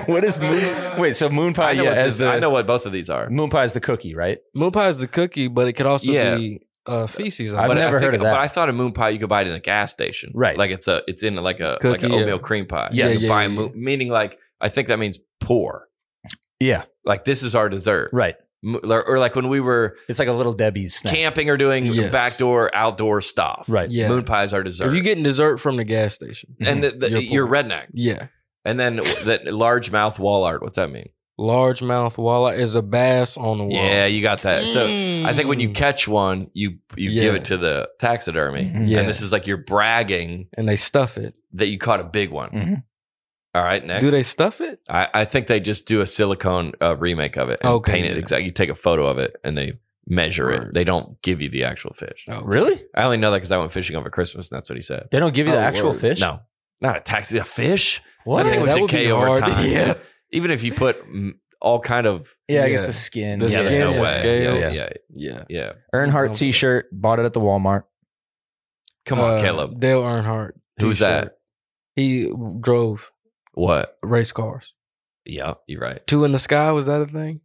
E: What is moon? Wait, so moon pie?
B: I know
E: Yeah,
B: what
E: as
B: this-
E: the
B: I know what both of these are.
E: moon pie is the cookie, right?
D: Moon pie is the cookie, but it could also
B: Yeah.
D: be uh, feces.
E: I've
B: I
E: never
B: think-
E: heard of that.
B: But I thought a moon pie you could buy it in a gas station.
E: Right. uh,
B: Like it's a it's in like a like
D: Cookie,
B: an
D: yeah.
B: oatmeal cream pie.
D: Yeah,
B: You
D: yeah,
B: buy
D: yeah,
B: moon,
D: yeah.
B: meaning like I think that means poor.
E: Yeah.
B: Like this is our dessert.
E: Right.
B: M- Or, or like when we were
E: It's like a little Debbie's snack.
B: camping or doing
D: Yes.
B: backdoor outdoor stuff.
E: Right.
D: Yeah.
B: Moon pie is our dessert.
D: If you're getting dessert from the gas station,
B: and the, the,
D: Mm-hmm. You're
B: you're,
D: poor.
B: redneck.
D: yeah,
B: And then that large mouth wall art. What's that mean?
D: largemouth walleye is a bass on the wall.
B: Yeah, you got that. So I think when you
D: Mm.
B: catch one, you you
D: Yeah. Mm-hmm.
B: give it to the taxidermy.
E: Mhm.
D: Yeah.
B: And this is like you're bragging
D: and they stuff it.
B: that you caught a big one.
E: Mhm.
B: All right, next.
D: Mm-hmm. Do they stuff it?
B: I, I think they just do a silicone uh, remake of it and
D: Okay,
B: paint it
D: yeah.
B: exactly. You take a photo of it and they measure
D: Word.
B: it. They don't give you the actual fish.
D: Oh,
E: Really?
B: I only know that because I went fishing over Christmas and that's what he said.
E: They don't give you the
D: Oh,
E: actual
D: word.
E: fish?
B: No, not a taxi, a fish. That
E: What?
B: thing
D: Yeah,
B: would
D: that would be
B: decay over
D: hard.
B: time.
D: Yeah.
B: Even if you put mm, all kind of
E: Yeah, I guess
D: Yeah.
E: the skin.
D: The
B: yeah,
E: there's
B: there's no
D: skin, the
B: way. Yeah,
D: scales.
B: yeah,
D: Yeah.
B: yeah.
E: Earnhardt
D: Okay.
E: T-shirt. Bought it at the Walmart.
B: Come on,
D: Uh,
B: Caleb.
D: Dale Earnhardt.
B: Who's
D: t-shirt.
B: that?
D: He drove
B: What?
D: race cars.
B: Yeah, you're right.
D: Two in the sky was that a thing?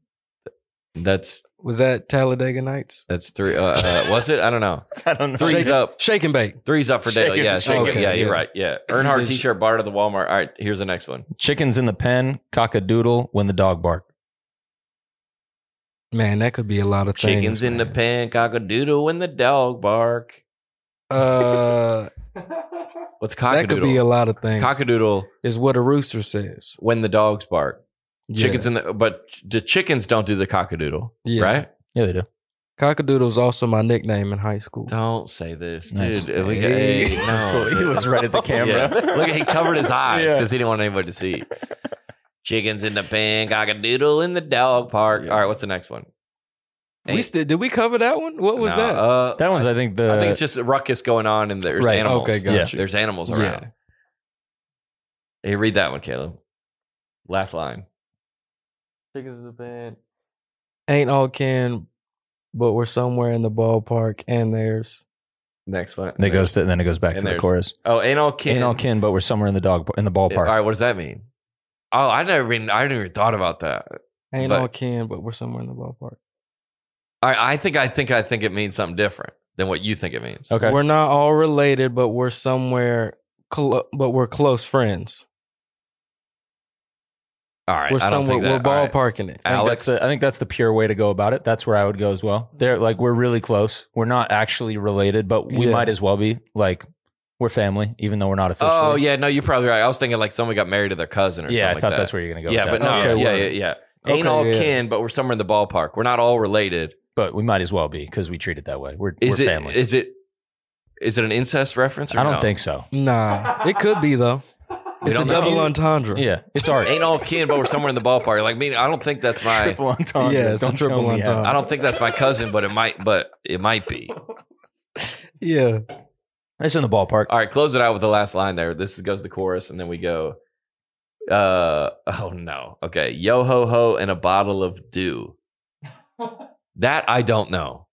B: That's
D: Was that Talladega Nights?
B: that's three. Uh, uh, was it? I don't know.
E: I don't know.
B: Three's
D: Shake-
B: up.
D: Shake and bake.
B: Three's up for Dale.
E: Shake it,
B: Yeah,
E: shake
B: shake
D: it.
B: it. yeah, you're
D: Yeah.
B: right. Yeah, Earnhardt T-shirt, bar to the Walmart. All right, here's the next one.
E: Chickens in the pen. Cock a doodle when the dog barked.
D: Man, that could be a lot of
B: Chickens
D: things.
B: in the pen, cock a doodle when the dog bark.
D: the uh
B: What's
D: that could be a
B: cockadoodle?
D: lot of things.
B: Cockadoodle
D: is what a rooster says.
B: when the dogs bark.
D: Yeah.
B: Chickens in the but the chickens don't do the cockadoodle,
D: Yeah.
B: right?
E: Yeah, they do.
D: Cockadoodle is also my nickname in high school.
B: Don't say this,
E: Nice.
B: dude. We got,
D: Hey.
B: hey, no.
E: He looks right at the camera.
B: Yeah. Look, he covered his eyes
E: Yeah.
B: because he didn't want anybody to see. Chickens in the pen, cockadoodle in the dog park. All right, what's the next one?
D: We st- did we cover that one? What was
B: No,
D: that?
B: Uh,
E: That one's, I think, the.
B: I think it's just a ruckus going on, and there's
E: Right,
B: animals.
D: okay, gotcha.
B: There's animals
D: Yeah.
B: around. Hey, read that one, Caleb. Last line. Chickens in the pen.
D: Ain't all kin, but we're somewhere in the ballpark, and there's
B: Next line.
E: and it goes to, and then it goes back
B: And
E: to the
B: there's-
E: chorus.
B: Oh, ain't all kin.
E: Ain't all kin, but we're somewhere in the dog in the ballpark.
B: All right, what does that mean? Oh, I never even I never even thought about that.
D: ain't
B: But-
D: all kin, but we're somewhere in the ballpark.
B: All right, I think I think I think it means something different than what you think it means.
E: Okay.
D: We're not all related, but we're somewhere, clo- but we're close friends.
B: All right,
D: we're
B: I don't
D: somewhere,
B: think
D: we're
B: that- all right.
D: ballparking it.
E: I think
B: Alex,
E: that's the, I think that's the pure way to go about it. That's where I would go as well. They're like we're really close. We're not actually related, but we
D: Yeah.
E: might as well be. Like we're family, even though we're not officially.
B: Oh yeah, no, you're probably right. I was thinking like someone got married to their cousin or
E: yeah. I
B: something
E: thought
B: like that.
E: that's where you're gonna go.
B: yeah, but
E: with that.
B: no,
D: Okay,
B: yeah, yeah,
D: word.
B: yeah.
D: Okay,
B: Ain't all
D: yeah.
B: kin, but we're somewhere in the ballpark. We're not all related.
E: but we might as well be because we treat it that way. We're,
B: Is
E: we're
B: it?
E: family.
B: Is it? Is it an incest reference? Or
E: I don't
B: no?
E: think so.
D: Nah, it could be though. It's a
B: don't know.
D: double entendre.
E: Yeah, it's art.
B: Ain't all kin, but we're somewhere in the ballpark. Like me, I don't think that's my.
E: triple entendre.
D: Yeah, it's a
E: Don't tell
D: triple
E: me how.
D: entendre.
B: I don't think that's my cousin, but it might. But it might be.
D: yeah.
E: It's in the ballpark.
B: All right, close it out with the last line there. This goes to the chorus, and then we go. Uh oh no. Okay, yo ho ho and a bottle of dew. that I don't know.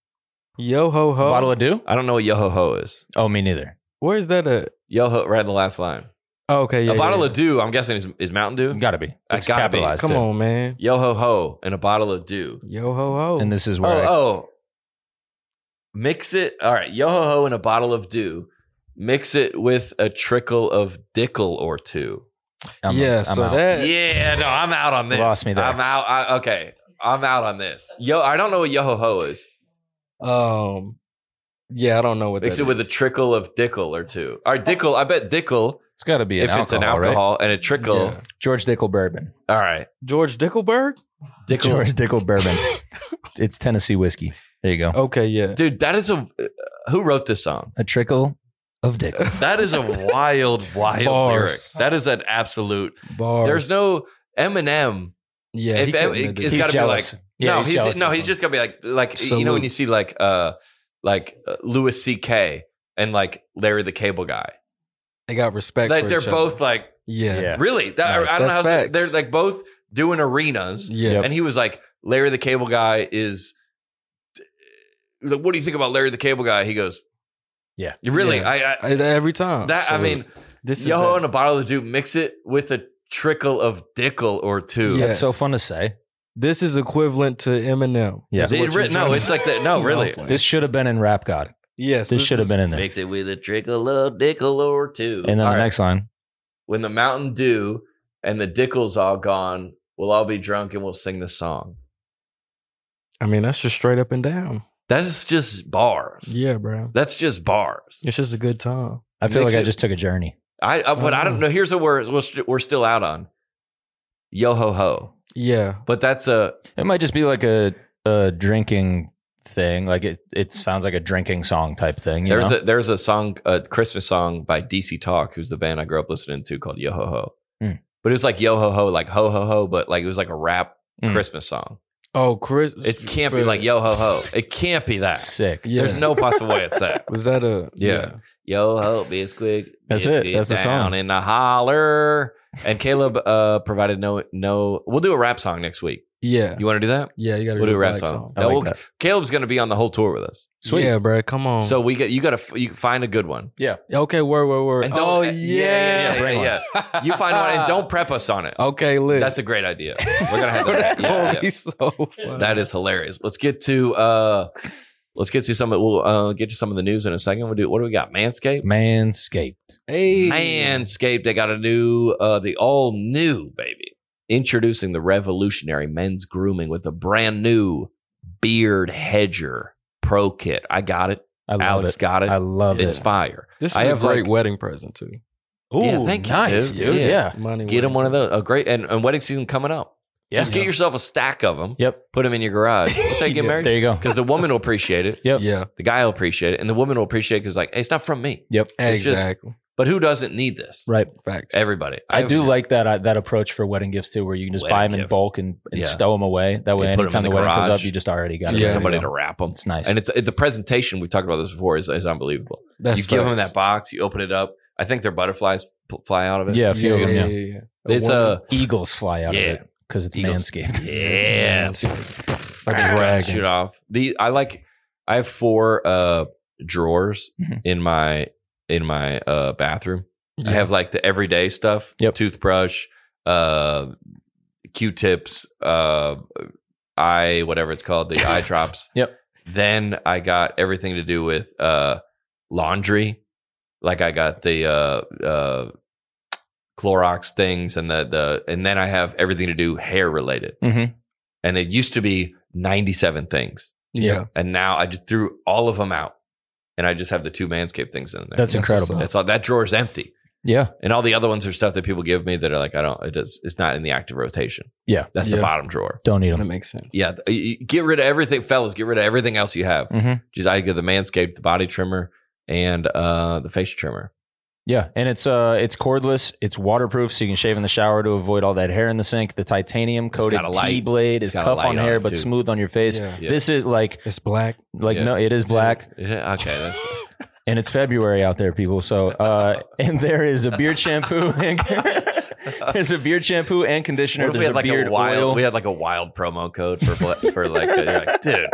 D: Yo ho
B: Uh-huh.
D: ho.
E: Bottle of dew?
B: I don't know what yo ho ho is.
E: Oh, me neither.
D: Where's that at?
B: Yo ho, right in the last line.
D: Oh, okay, yeah.
B: a bottle
D: yeah.
B: of dew. I'm guessing is, is Mountain Dew.
E: Gotta be.
B: I
E: It's
B: gotta be.
E: capitalized.
D: Come
E: too.
D: on, man.
B: Yo ho ho and a bottle of dew.
D: Yo ho ho.
E: And this is
B: Oh,
E: where I,
B: oh. Mix it. All right. Yo ho ho and a bottle of dew. Mix it with a trickle of dickle or two.
E: I'm,
D: yeah,
E: I'm
D: so
E: out.
D: that
B: Yeah, no, I'm out on this.
E: Lost me there.
B: I'm out. I, okay. I'm out on this. Yo, I don't know what yo ho ho is.
D: um yeah, I don't know what
B: Mix
D: that
B: it with a
D: is.
B: trickle of dickle or two. All right, dickle. I bet dickle
E: It's got to be an
B: if it's an alcohol and a trickle,
E: right? George Dickel bourbon.
B: all right.
D: George Dickelberg?
B: Dickel.
E: George Dickel bourbon. it's Tennessee whiskey. There you go.
D: Okay, yeah.
B: Dude, that is a. Who wrote this song?
E: A trickle of Dickel.
B: That is a wild, wild lyric.
D: Bars.
B: That is an absolute.
D: Bars.
B: There's no Eminem.
D: Yeah,
B: If
D: he couldn't
B: em-
D: have done
B: it's
D: that.
B: got to be like
E: jealous. Yeah,
B: no,
E: he's
B: he's,
E: jealous
B: no,
E: of
B: he's
E: something.
B: just gonna be like like you know when you see like uh like uh, Louis C.K. and like Larry the Cable Guy.
D: they got respect.
B: Like
D: for
B: they're
D: each
B: both
D: Other.
B: like
D: Yeah.
E: Yeah.
B: really. That,
D: Nice.
B: I don't know
D: That's
B: how to say-
D: facts.
B: they're like both doing arenas,
D: Yeah.
E: Yep.
B: and he was like Larry the Cable Guy is. Like, what do you think about Larry the Cable Guy? He goes,
E: Yeah.
B: really.
D: Yeah.
B: I, I
D: I- Every time.
B: that I
D: So,
B: mean,
H: This
B: yo
H: the-
B: and a bottle of Duke, mix it with a trickle of Dickel or two.
D: Yeah.
E: That's so
D: Yes.
E: fun to say.
D: this is equivalent to Eminem.
E: Yeah.
D: is
B: It
D: what
B: re-
D: you're trying
B: no,
D: to-
B: it's like that. No, really.
E: This should have been in Rap God.
D: yes.
E: This should have
D: is-
E: been in there.
B: Mix it with a trickle of Dickel or two.
E: And then
B: All
E: the
B: right.
E: next line.
B: when the Mountain Dew and the Dickel's all gone, we'll all be drunk and we'll sing the song.
D: I mean, that's just straight up and down.
B: That's just bars.
D: Yeah, bro.
B: That's just bars.
D: It's just a good time.
E: I feel
B: Mix
E: like I
B: it-
E: just took a journey.
B: I, I but I
E: Uh-huh.
B: don't know. Here's what we're we're st- we're still out on. Yo ho ho.
D: Yeah.
B: But that's a
E: It might just be like a, a drinking thing. Like it, it sounds like a drinking song type thing. You
B: there's
E: know?
B: a there's a song a Christmas song by DC Talk, who's the band I grew up listening to called Yo Ho Ho.
E: Hmm.
B: But it was like Yo Ho Ho, like ho ho ho, but like it was like a rap
E: Hmm.
B: Christmas song.
D: Oh, Chris.
B: It can't be like Yo Ho Ho. It can't be that.
E: sick.
D: Yeah.
B: There's no possible way it's that.
D: Was that a.
B: Yeah. Yo ho, Bisquick.
E: That's it.
B: Biscuit
E: That's the
B: down
E: song.
B: in the holler. And Caleb uh, provided no no. We'll do a rap song next week.
D: Yeah. Yeah.
B: You want to do that?
D: Yeah, you got to
B: We'll do a rap
D: black
B: song.
E: I
B: No,
E: like
B: we'll-
E: that.
B: Caleb's going to be on the whole tour with us.
E: Sweet.
D: Yeah, bro. Come on.
B: So we get you got to you find a good one.
D: okay, word, word, word.
B: And
D: oh
B: yeah,
D: yeah.
B: yeah, yeah,
E: Bring
B: yeah, yeah. You find one and don't prep us on it.
D: Okay, lit.
B: That's a great idea. We're gonna have that.
D: That's
B: Yeah,
D: gonna
B: yeah.
D: be so funny.
B: That is hilarious. Let's get to uh, let's get to some. of- We'll uh, get to some of the news in a second. We'll do. What do we got? Manscaped.
E: Manscaped.
D: hey.
B: Manscaped, they got a new, uh, the all new baby, introducing the revolutionary men's grooming with a brand new beard hedger pro kit. I got it.
E: I love
B: Alex
E: it.
B: got it.
E: I love
B: it's
E: it.
B: fire.
D: This is
B: I
D: a
B: have,
D: great
B: like-
D: wedding present too.
E: Ooh,
B: Yeah, thank you,
E: nice,
B: dude.
E: dude. Yeah.
D: Money.
B: Get him one
D: well
B: of those. A great and, and wedding season coming up.
E: Yeah.
B: Just get yourself a stack of them.
E: Yep.
B: Put them in your garage. That's how you get
D: Yeah.
B: married.
E: There you go.
B: Because the woman will appreciate it.
E: Yep.
D: Yeah,
B: The guy will appreciate it, and the woman will appreciate it because like, hey, it's not from me.
E: Yep.
B: It's just-
D: exactly.
B: But who doesn't need this?
E: Right.
D: Facts.
B: Everybody.
E: I
B: have-
E: do like that uh, that approach for wedding gifts too, where you can just
B: Wedding
E: buy them in
B: gift.
E: bulk and, and
B: Yeah.
E: stow them away. That way,
B: You put 'em
E: anytime
B: in
E: the,
B: the
E: wedding comes
B: garage.
E: up, you just already
B: Get
E: got it
D: Yeah.
E: ready to
B: somebody
E: go.
B: to wrap them.
E: It's nice.
B: And it's the presentation we talked about this before is, is unbelievable.
D: That's
B: you give them
D: facts.
B: that box, you open it up. I think their butterflies pl- fly out of it.
E: yeah, a few
D: yeah,
E: of them.
D: yeah,
E: Yeah.
D: yeah, yeah.
B: it's
D: woman-
B: a
E: Eagles fly out
B: Yeah.
E: of it because it's
B: Eagles.
E: manscaped.
B: yeah.
D: Like a
B: Ah,
D: dragon.
B: Shoot off the. I like. I have four uh drawers
E: Mhm.
B: in my in my uh bathroom. I
D: Mm-hmm. Yeah.
B: have like the everyday stuff.
E: Yep.
B: Toothbrush, uh, Q-tips, uh, eye whatever it's called, the eye drops.
E: Yep.
B: Then I got everything to do with uh laundry. Like I got the uh uh Clorox things and the the and then I have everything to do hair related.
E: Mhm.
B: And it used to be 97 things.
D: yeah.
B: And now I just threw all of them out. And I just have the two manscaped things in there.
E: That's
D: That's
E: incredible.
B: it's like that drawer is empty.
E: Yeah.
B: And all the other ones are stuff that people give me that are like, I don't, it does, it's not in the active rotation.
E: Yeah.
B: That's the
D: Yeah.
B: bottom drawer.
E: Don't need
D: That
E: them.
D: makes sense.
B: Yeah. th- you- you Get rid of everything, fellas. Get rid of everything else you have.
E: Mhm.
B: Just, I get the Manscaped, the body trimmer, and uh, the face trimmer.
E: Yeah, and it's uh, it's cordless. It's waterproof, so you can shave in the shower to avoid all that hair in the sink. The titanium coated
B: got a light.
E: T blade
B: It's
E: is
B: got a
E: tough
B: light
E: on
B: on
E: hair
B: it,
E: but
B: too.
E: smooth on your face.
D: Yeah.
B: Yeah.
E: This is like
D: It's black.
E: like
B: Yeah.
E: no, it is black.
B: Yeah, okay. That's,
E: and it's February out there, people. So, uh, and there is a beard shampoo. And, there's a beard shampoo and conditioner.
B: what if we
E: There's
B: had
E: a
B: like
E: beard
B: a wild,
E: oil.
B: we had like a wild promo code for, bla- for like, you're like, dude.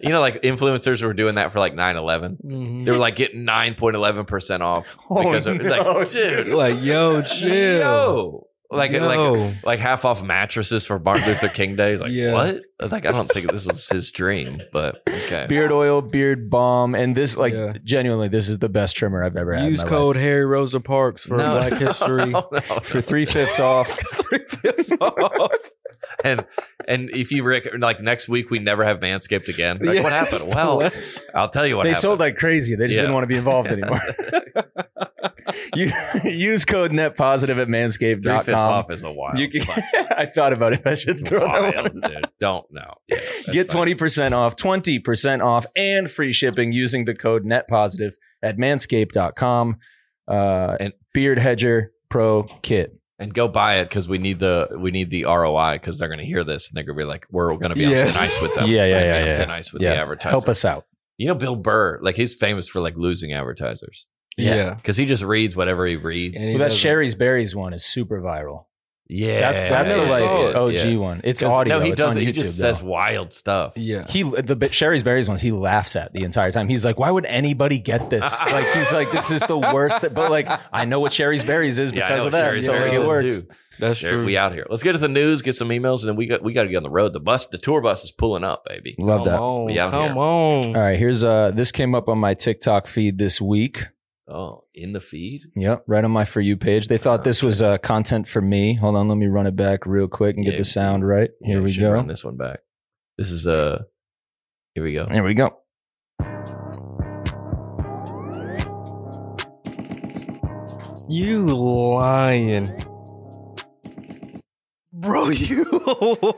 B: You know, like influencers were doing that for like 9 11.
G: Mm-hmm.
B: They were like getting 9.11% off because of, it's like, dude,
D: Oh, Like yo, chill.
B: Yo. Like, like,
D: Yo.
B: like half off mattresses for Martin Luther King Day. He's like,
D: Yeah.
B: what? I was Like, I don't think this was his dream, but okay.
E: beard oil, beard balm, and this like
D: Yeah.
E: genuinely, this is the best trimmer I've ever had. in
D: use
E: my
D: code Harry Rosa Parks for
B: No,
D: Black
B: no,
D: History.
B: no, no.
E: life. for three fifths off.
B: and and if you Rick, like next week we never have Manscaped again. Like, What
D: Yes,
B: happened? Well,
D: bless.
B: I'll tell you what
E: They
B: happened.
E: sold like crazy. They just
B: Yeah.
E: didn't want to be involved anymore. You, use code net positive at
B: Three fifths
E: manscaped.com.
B: off is a wild.
E: You can,
B: fuck.
E: I thought about it. I should
B: It's
E: throw that one.
B: wild, dude. Don't know. Yeah, that's
E: Get
B: fine.
E: 20% off, 20% off, and free shipping using the code NETPOSITIVE at manscaped.com. Uh, and Beard Hedger Pro Kit.
B: and go buy it because we need the we need the ROI because they're gonna hear this and they're gonna be like, we're gonna be
D: Yeah.
B: on thin ice with them.
E: Yeah, yeah,
B: We're gonna be
E: yeah,
B: on
E: yeah.
B: Thin ice with
E: Yeah.
B: the advertisers.
E: Help us out.
B: You know, Bill Burr, like he's famous for like losing advertisers
D: Yeah.
B: because he just reads whatever he reads.
D: And he
E: Well, that
D: doesn't-
E: Sherry's Berries one is super viral.
B: yeah,
E: That's that's
B: I
E: the
B: never
E: like
B: saw it.
E: OG
B: Yeah.
E: one. It's
B: 'Cause-
E: audio.
B: No, he
E: it's on
B: doesn't. He
E: YouTube,
B: just
E: though.
B: says wild stuff.
D: Yeah.
E: He the bit Sherry's berries ones he laughs at the entire time. He's like, "Why would anybody get this?" Like he's like, "This is the worst." That, but like, I know what Sherry's berries is
B: Yeah, I
E: because
B: know
E: of
B: what
E: that.
B: Sherry's
E: So like,
B: Berries
E: it
B: is,
E: works.
B: too.
D: That's
B: Sherry,
D: true.
B: we out here. Let's get to the news, get some emails, and then we got we got to get on the road. The bus, the tour bus is pulling up, baby.
E: Love that.
D: On,
B: We out
D: come
B: here.
D: on.
E: All right, here's uh this came up on my TikTok feed this week.
B: Oh, in the feed.
E: Yep, right on my for you page. They thought this was uh content for me. Hold on, let me run it back real quick and
B: Yeah,
E: get the sound right.
B: Yeah,
E: Here we
B: should
E: go.
B: Run this one back. This is uh Here we go.
E: There we go.
D: You lying. Bro, you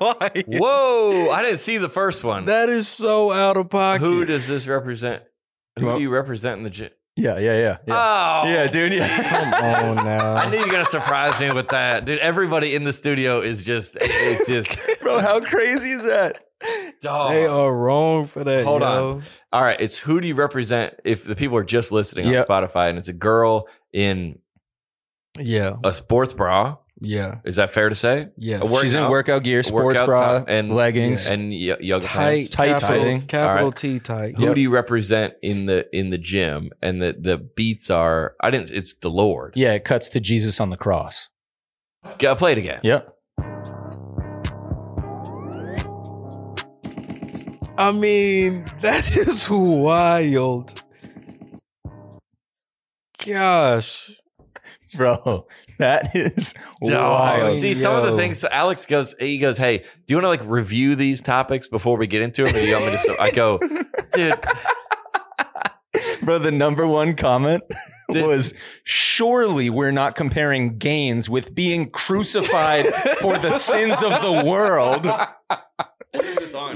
D: lying.
B: Whoa! I didn't see the first one.
D: That is so out of pocket.
B: Who does this represent? Who
E: Well-
B: do you represent in the gym?
E: Yeah, yeah, yeah. Yeah,
B: Oh,
E: yeah dude. Yeah.
D: Come on
B: I
D: now.
B: knew you were gonna surprise me with that, dude. Everybody in the studio is just, it's just,
E: Bro, how crazy is that?
B: dog.
D: They are wrong for that.
B: Oh. Hold
D: yo.
B: on. All right, it's who do you represent? If the people are just listening
E: Yep.
B: on Spotify, and it's a girl in
D: Yeah.
B: a sports bra,
D: Yeah.
B: is that fair to say?
D: Yeah.
B: A workout,
E: She's in workout gear, sports
B: workout
E: bra,
B: top and
E: leggings.
B: and y- yoga
D: Tight,
B: pants.
E: Tight
D: capital-
E: fitting.
D: Capital
B: All right.
D: T tight.
B: Who do you represent in the in the gym? And the the beats are I didn't. It's the Lord.
E: Yeah, it cuts to Jesus on the cross.
B: Gotta play it again.
E: Yeah.
D: I mean, that is wild. Gosh.
E: Bro, that is
B: Dog.
E: wild.
B: See, some of the
D: Yo.
B: things so Alex goes, he goes, Hey, do you want to like review these topics before we get into them? Or do you want me to? So I go, Dude,
E: Bro, the number one comment
B: The-
E: was surely we're not comparing gains with being crucified for the sins of the world.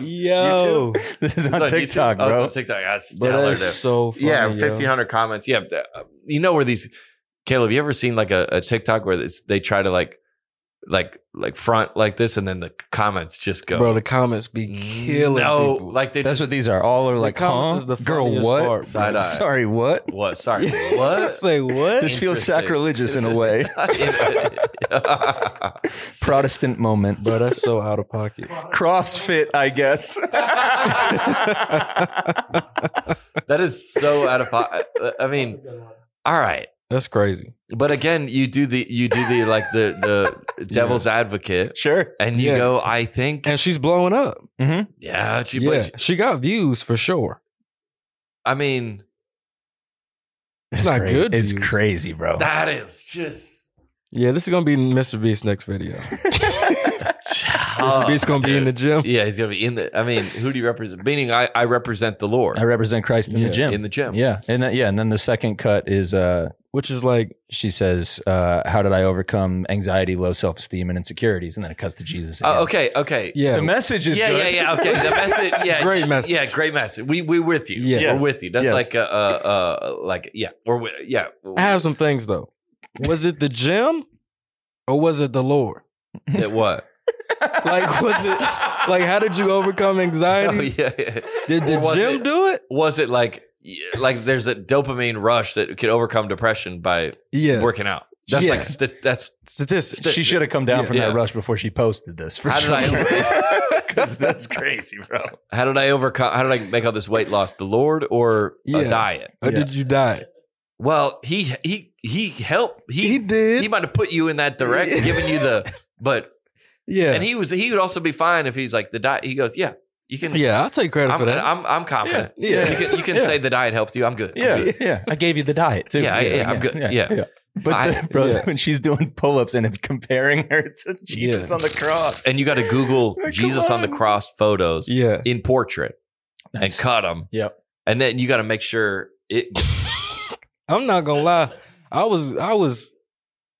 D: Yo.
E: This is on
B: It's YouTube?
E: TikTok,
B: Oh, it's
E: bro.
B: on TikTok. That's
D: That
B: stellar, dude.
D: is so funny.
B: yeah,
D: yo.
B: 1500 comments. Yeah, th- uh, you know where these Caleb, you ever seen like a, a TikTok where it's, they try to like like like front like this and then the comments just go
D: Bro, the comments be killing
B: no,
D: people.
B: like they
E: That's what these are. All are
D: The
E: like, huh?
D: comments is the
E: Girl,
D: funniest
E: what?
D: part, bro.
B: Side eye.
E: Sorry, what?
B: what? Sorry.
D: What?
B: what?
D: Say what?
E: This feels
B: Interesting.
E: sacrilegious in a way. Protestant moment,
D: Bro,
E: but
D: that's so out of pocket.
E: CrossFit, I guess.
B: that is so out of po- I mean, all right.
D: That's crazy.
B: But again, you do the you do the like the the devil's advocate
E: sure.
B: and you
D: Yeah.
B: go, I think
D: And she's blowing up.
B: yeah, she, but
D: yeah. She got views for sure.
B: I mean,
D: It's not
E: cra-
D: good
E: It's
D: views.
E: crazy, bro.
B: that is just
D: Yeah, this is gonna be Mr. Beast's next video. Mr. Beast's gonna be in the gym.
B: Yeah, he's gonna be in the. I mean, who do you represent? Meaning, I, I represent the Lord
E: I represent Christ in
D: Yeah,
E: the gym.
B: in the gym.
E: Yeah, and then, yeah, and then the second cut is uh,
D: Which is like
E: she says, uh, "How did I overcome anxiety, low self esteem, and insecurities?" And then it cuts to Jesus.
B: Oh,
E: again.
B: okay. Okay.
D: yeah.
E: message
B: yeah, yeah, yeah. Okay, the message. Yeah,
D: Great
B: sh-
D: message.
B: Yeah, great message. We we with you.
D: Yes.
B: we're with you. That's
E: Yes.
B: like a, uh uh like yeah we're with, yeah.
D: I have some things though. Was it the gym or was it the Lord?
B: That what?
D: Like was it like how did you overcome
B: Oh,
D: anxiety?
B: yeah, yeah.
D: Did the
B: Or was
D: gym
B: it-
D: do it?
B: Was it like like there's a dopamine rush that can overcome depression by
D: Yeah.
B: working out? That's
D: Yeah.
B: like st- that's
D: Statistics.
E: She should have come down from
B: Yeah.
E: that rush before she posted this. For
B: How did
E: sure.
B: I-
E: Because that's crazy, bro.
B: how did I overcome? How did I make all this weight loss? The Lord or a
D: Yeah.
B: diet?
D: Or did you die?
B: Well, he he he helped. He
D: He
B: he,
D: did.
B: might have put you in that direction, giving you the but.
D: yeah.
B: And he was he would also be fine if he's like the diet. He goes, yeah, you can.
D: yeah, I'll take credit
B: I'm,
D: for that.
B: I'm I'm confident.
D: Yeah.
B: You can you can
E: Yeah.
B: say the diet helps you. I'm good. I'm
E: Yeah,
B: good.
E: yeah. I gave you the diet too.
B: Yeah, I- yeah, I'm good. Yeah.
E: But
B: I-
E: the- bro,
D: Yeah.
E: when she's doing pull-ups and it's comparing her to Jesus
D: Yeah.
E: on the cross,
B: And you got to Google
E: Come
B: Jesus on. the
E: on.
B: cross photos
D: yeah.
B: in portrait and cut them.
E: Yep.
B: And then you got to make sure it.
D: I'm not gonna lie. I was I was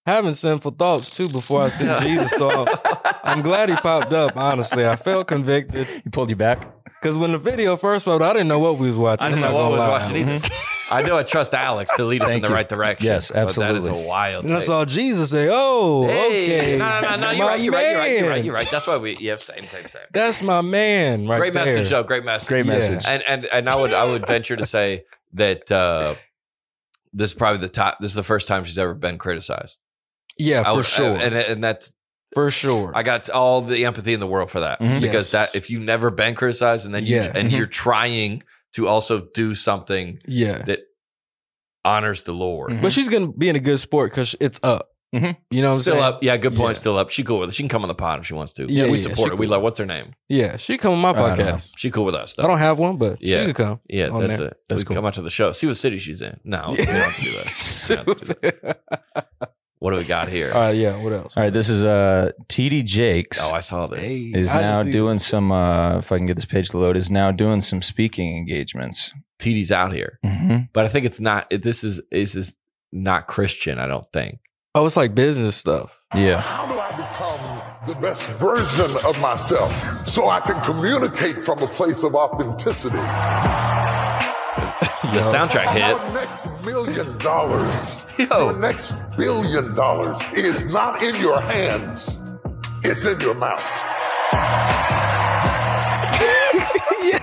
D: having sinful thoughts too before I seen Jesus. So I- I'm glad he popped up. Honestly, I felt convicted
E: He pulled you back.
D: because when the video first rolled, I didn't know what we was watching.
B: I didn't
D: I'm
B: know
D: not
B: what I was
D: gonna lie.
B: watching either. I know I trust Alex to lead us in
E: Thank
B: the
E: you.
B: right direction.
E: Yes,
B: But that is
E: absolutely.
B: a wild.
D: And I
B: thing.
D: saw Jesus say, "Oh,
B: Hey,
D: okay,
B: No, no, no, no. You're
D: My
B: right. You're right. You're right. You're right.
D: man.
B: You're right. That's why we. Yep. Same. Same. Same.
D: That's my man, right
B: great
D: there.
B: message, though. Great message.
E: Great
D: Yeah.
E: message.
B: And and and I would I would venture to say that uh, this is probably the top. This is the first time she's ever been criticized. I
D: Yeah, Uh, for
B: would-
D: sure,
B: And and that's
D: for sure.
B: I got all the empathy in the world for that
E: Mhm.
B: because
D: Mm-hmm. Yes.
B: that if you never been criticized and then you
D: Yeah. Mm-hmm.
B: and
E: Mhm.
B: you're trying to also do something
D: yeah,
B: that honors the Lord.
E: Mhm.
D: but she's gonna be in a good sport because it's up.
E: Mhm.
D: You know what I'm
B: Mm-hmm. Still
D: saying?
B: up, yeah. Good point.
D: Yeah.
B: Still up. She cool with it. She can come on the pod if she wants to.
D: Yeah,
B: Yeah, we
D: yeah,
B: support
D: she
B: her. We
D: cool.
B: love. What's her name?
D: Yeah, she come on my
E: I don't know.
D: podcast.
B: She cool with us.
D: I
B: Though.
D: don't, Oh, have one, but
B: Yeah.
D: she could come.
B: Yeah,
D: on
B: that's
D: there.
B: it. That's we
E: cool.
B: Come out to the show. See what city she's in. No, we don't have to do that. We don't have to do that. What do we got here?
D: All right, yeah. What else?
E: All right, this is uh TD Jakes.
B: Oh, I saw this.
E: is
D: I didn't
E: now
D: see
E: doing
D: this.
E: some uh if I can get this page to load, is now doing some speaking engagements.
B: TD's out here,
E: Mm-hmm.
B: but I think it's not. It, this is is is not Christian. I don't think.
D: Oh, it's like business stuff.
E: Yeah.
I: How do I become the best version of myself so I can communicate from a place of authenticity?
B: The soundtrack hits.
I: Your next million dollars,
B: Yo.
I: your next billion dollars is not in your hands, it's in your mouth.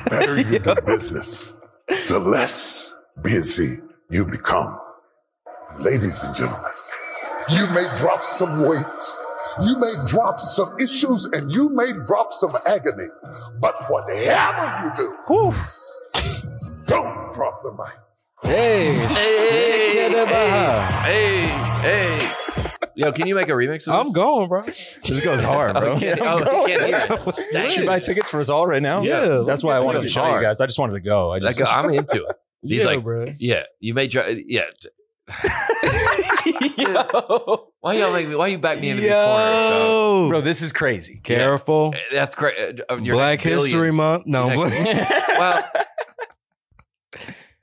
I: better you do business, the less busy you become. Ladies and gentlemen, you may drop some weight, you may drop some issues, and you may drop some agony. But whatever you do, don't drop the mic.
B: Hey, hey, hey. Yo, can you make a remix of
D: I'm
B: this?
D: going, bro.
E: This goes hard, bro.
B: Oh, you can't- oh, you can't hear it. Dang.
E: Should buy tickets for us all right now?
B: Yeah.
E: That's why I
B: It's
E: wanted to
B: gonna be
E: show
B: hard.
E: you guys. I just wanted to go. I just
B: Like, I'm into it. He's
D: yeah,
B: like,
D: bro.
B: yeah, you may drive. Yeah. Why y'all make me? Why you back me into this corner? dog?
D: Yo,
E: Bro, this is crazy.
D: careful.
B: That's great. uh,
D: Black History Month. No,
B: Your
D: but-
B: Well,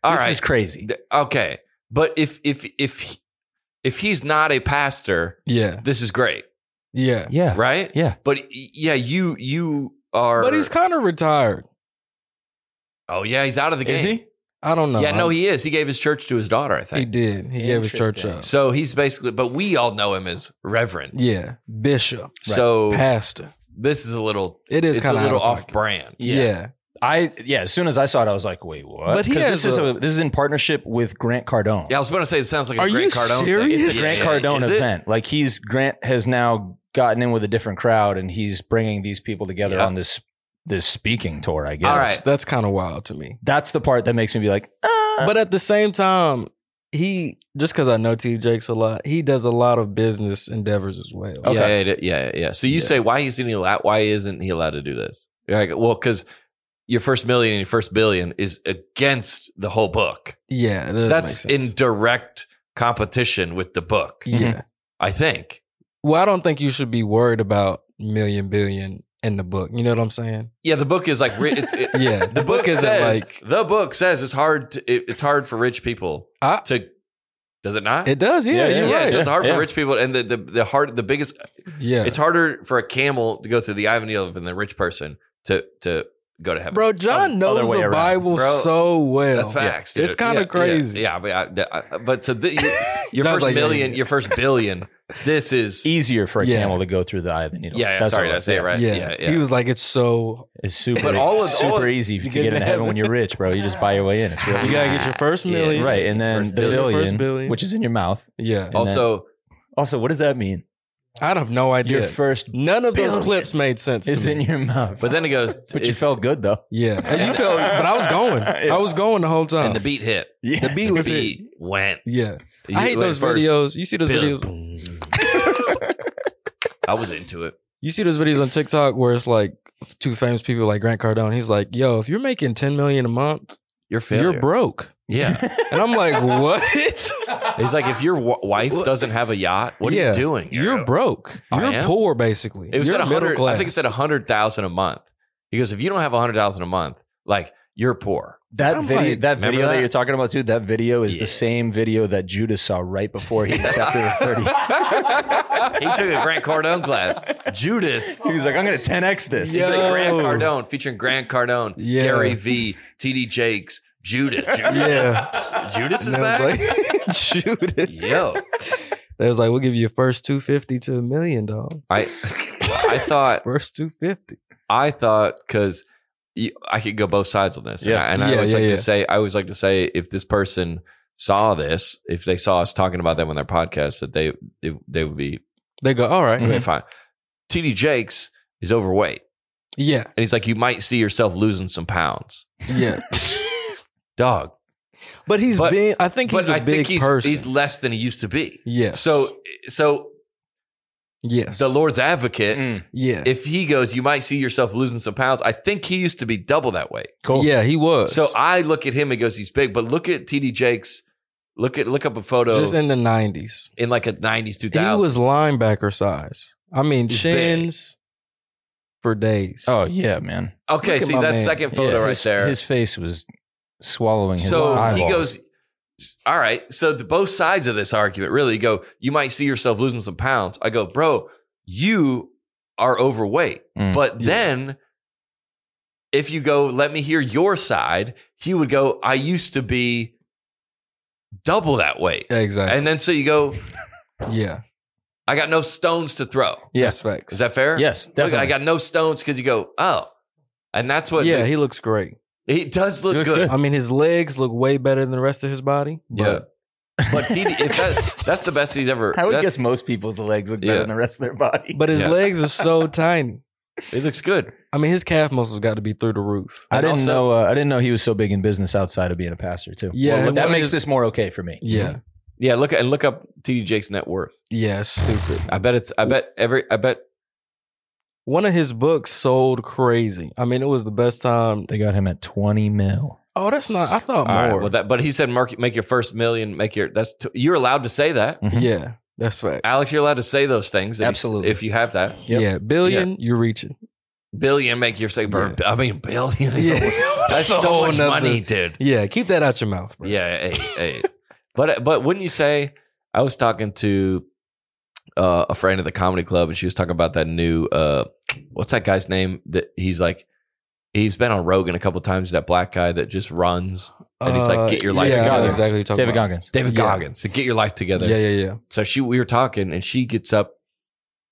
B: all
E: this
B: right.
E: is crazy.
B: Th- okay, but if if if he- if he's not a pastor,
D: yeah,
B: this is great,
D: yeah.
E: Yeah.
B: right?
E: Yeah.
B: But y- yeah, you you are.
D: But he's kind of retired.
B: oh yeah, he's out of the game.
E: Is he?
D: I don't know.
B: yeah, no,
D: I-
B: he is. He gave his church to his daughter, I
D: he
B: think.
D: did. He gave his church up.
B: So he's basically, but we all know him as Reverend.
D: Yeah, bishop,
B: So
D: pastor.
B: this is a little,
D: It is
B: it's a
D: kind of
B: little off brand.
D: Yeah.
E: I yeah, as soon as I saw it, I was like, wait, what?
D: But he
E: 'Cause
D: has
E: this is
D: a-
E: a this is in partnership with Grant Cardone.
B: Yeah, I was going to say it sounds like a
D: Are you
B: Grant Cardone. Thing.
D: serious?
E: It's a Grant
B: Yeah.
E: Cardone
B: Is it?
E: event. Like he's Grant has now gotten in with a different crowd and he's bringing these people together
B: Yeah.
E: on this this speaking tour, I guess.
B: All
D: That's-
B: right.
D: that's kind of wild to me.
E: That's the part that makes me be like,
B: Uh.
E: ah.
D: But at the same time, he just because I know T. Jakes a lot, he does a lot of business endeavors as well.
E: Okay.
B: Yeah, yeah, yeah, yeah, yeah. So you
D: Yeah.
B: say why isn't he allowed? Why isn't he allowed to do this? You're like, well, because your first million and your first billion is against the whole book.
D: Yeah, it does
B: That's
D: make
B: in
D: sense.
B: direct competition with the book.
D: yeah.
B: I think.
D: Well, I don't think you should be worried about million billion in the book. You know what I'm saying?
B: Yeah, the book is like ri- it's, it,
D: Yeah,
B: the book,
D: isn't
B: says
D: like
B: the book says it's hard. To, it, it's hard for rich people
D: I-
B: to. Does it not?
D: it does. Yeah,
E: Yeah,
D: you're
B: yeah,
D: right.
B: so it's hard
E: Yeah.
B: for rich people, and the the, the hard the biggest
D: yeah,
B: It's harder for a camel to go through the eye of a needle than the rich person to to go to heaven.
D: bro. John knows
E: way
D: the
E: around.
D: Bible
B: Bro,
D: so well.
B: that's facts.
D: It's
B: dude.
D: kinda
B: Yeah,
D: crazy.
B: Yeah, yeah, but, I, I- but to the, your, your
D: That's
B: first
D: like-
B: million, your first billion, this is yeah.
E: easier for a
D: Yeah.
E: camel to go through the eye of the needle.
B: yeah
E: That's
B: sorry,
E: all
B: did I say it right?
D: Yeah.
B: yeah.
D: he was like, it's so.
E: It's super,
B: But all of-
E: super
B: all of-
E: easy to
D: get
E: get
D: into
E: into heaven
D: heaven.
E: when you're rich, bro. You just buy your way in. It's
D: You
E: really
D: gotta get your first
B: Yeah,
D: million,
E: right. And then
B: First
E: the
B: billion.
E: billion,
D: First billion.
E: which is in your mouth.
D: Yeah,
E: Oh.
B: Also,
E: Also, what does that mean?
D: I'd have no idea.
E: Your first
D: None of those
E: billion
D: clips made sense.
E: is
D: to
E: in
D: me.
E: your mouth.
B: but then it goes,
E: But you
B: if-
E: felt good though.
D: yeah, and you felt, but I was going. I was going the whole time.
B: and the beat hit.
E: Yeah.
D: The beat was
B: The
D: it.
B: beat went.
D: Yeah,
B: You
D: I hate
B: went
D: those
B: first,
D: videos. You see those
B: billion.
D: videos.
B: I was into it.
D: You see those videos on TikTok where it's like two famous people like Grant Cardone. He's like, "Yo, if you're making ten million a month,
B: You're failure.
D: you're broke."
B: yeah.
D: And I'm like, "What?
B: He's like, if your w- wife doesn't have a yacht, what are
D: Yeah.
B: you doing?
D: you're broke.
B: I
D: You're
B: am?
D: poor, basically.
B: It was
D: you're
B: at a
D: middle
B: hundred.
D: class."
B: I think it said a hundred thousand a month. He goes, if you don't have a hundred thousand a month, like you're poor.
E: That
D: I'm
E: video,
D: like-
E: that
B: Remember
E: video that?
B: that?
E: you're talking about, dude. That video is
B: Yeah.
E: the same video that Judas saw right before he accepted the thirty.
B: He took a Grant Cardone class. Judas.
C: He was like, I'm gonna 10x this.
B: He's like Grant
D: Yo.
B: Cardone, featuring Grant Cardone,
D: Yeah.
B: Gary V, TD Jakes, Judas.
D: Yeah.
B: Judas is
D: And I
B: back.
D: was like, Judas.
B: Yo,
D: They was like, we'll give you your first 250 to a million, dog.
B: I I thought
D: First 250.
B: I thought because I could go both sides on this.
E: Yeah.
B: Yeah. And I,
D: Yeah,
B: always
D: yeah,
B: like
D: yeah.
B: to say, I always like to say, if this person saw this, if they saw us talking about them on their podcast, that they they, they would be
D: They go, all right.
B: okay, fine. TD Jakes is overweight, Mm-hmm.
D: Yeah.
B: and he's like, you might see yourself losing some pounds,
D: Yeah.
B: dog.
D: but he's
B: But-
D: been, I think he's
B: But
D: a
B: I
D: big
B: think he's
D: person.
B: he's less than he used to be.
D: yes.
B: So so
D: yes. Mm.
B: the Lord's advocate.
E: Mm.
D: Yeah.
B: If he goes, you might see yourself losing some pounds. I think he used to be double that weight.
D: Yeah, he was.
B: Oh. So I look at him and goes, he's big. But look at TD Jakes. Look at look up a photo
D: just
B: in,
D: in the 90s.
B: like a nineties, two
D: He
B: thousand.
D: was linebacker size. I mean,
B: He's
D: shins for days.
E: Oh yeah, man.
B: okay.
D: look at
B: See
D: my
B: that
D: man.
B: second photo
E: Yeah,
B: right
E: his,
B: there.
E: His face was swallowing his
B: so he
E: eyeballs.
B: goes. All right. So the both sides of this argument really go. You might see yourself losing some pounds. I go, bro. You are overweight.
E: Mm.
B: but
D: Yeah.
B: then, if you go, let me hear your side. He would go. I used to be double that weight.
D: exactly.
B: And then so you go.
D: yeah.
B: I got no stones to throw.
D: Yes, facts.
B: Is that fair?
E: yes,
B: Look,
E: definitely.
B: I got no stones because you go, oh. And that's what
D: yeah,
B: the-
D: he looks great.
B: he, does look
E: Looks
B: good.
D: I mean, his legs look way better than the rest of his body.
B: Yeah.
D: But
B: But TD, if that, that's the best he's ever.
E: I would
B: that's-
E: guess most people's legs look better
B: Yeah.
E: than the rest of their body.
D: But his
B: Yeah.
D: legs are so tiny.
B: It looks good.
D: I mean, his calf muscles got to be through the roof.
E: I
B: And
E: didn't
B: also-
E: know. Uh, I didn't know he was so big in business outside of being a pastor too.
D: Yeah,
E: Well,
D: and
E: that
D: what
E: makes
D: is-
E: this more okay for me.
B: Mm-hmm.
D: Yeah.
B: Yeah, look and look up TD Jake's net worth.
D: Yeah, it's stupid.
B: I bet it's. I bet every. I bet
D: One of his books sold crazy. I mean, it was the best time.
E: they got him at twenty mil.
D: Oh, that's not. I thought
B: all
D: more.
B: right. Well, that. But he said, "Mark, make your first million. Make your. That's. T- you're allowed to say that,
D: yeah, that's fact.
B: Alex. You're allowed to say those things. if you-
F: Absolutely.
B: If you have that
D: Yeah, billion, you reach it.
B: billion, make your say. burn. I mean, billion. Is
D: Yeah.
B: a- that's
D: That's
B: so
D: a whole
B: much
D: nother-
B: money, dude.
D: Yeah, keep that out your mouth, bro.
B: Yeah, hey, hey. but uh, but wouldn't you say I was talking to uh, a friend at the comedy club and she was talking about that new uh, what's that guy's name that he's like he's been on Rogan a couple times that black guy that just runs And he's like,
D: Uh,
B: get your life
D: yeah, I know
B: together.
D: Exactly. what you're talking
E: David
D: about.
E: Goggins.
B: David
D: Yeah.
B: Goggins to get your life together.
D: Yeah, yeah, yeah.
B: So she we were talking and she gets up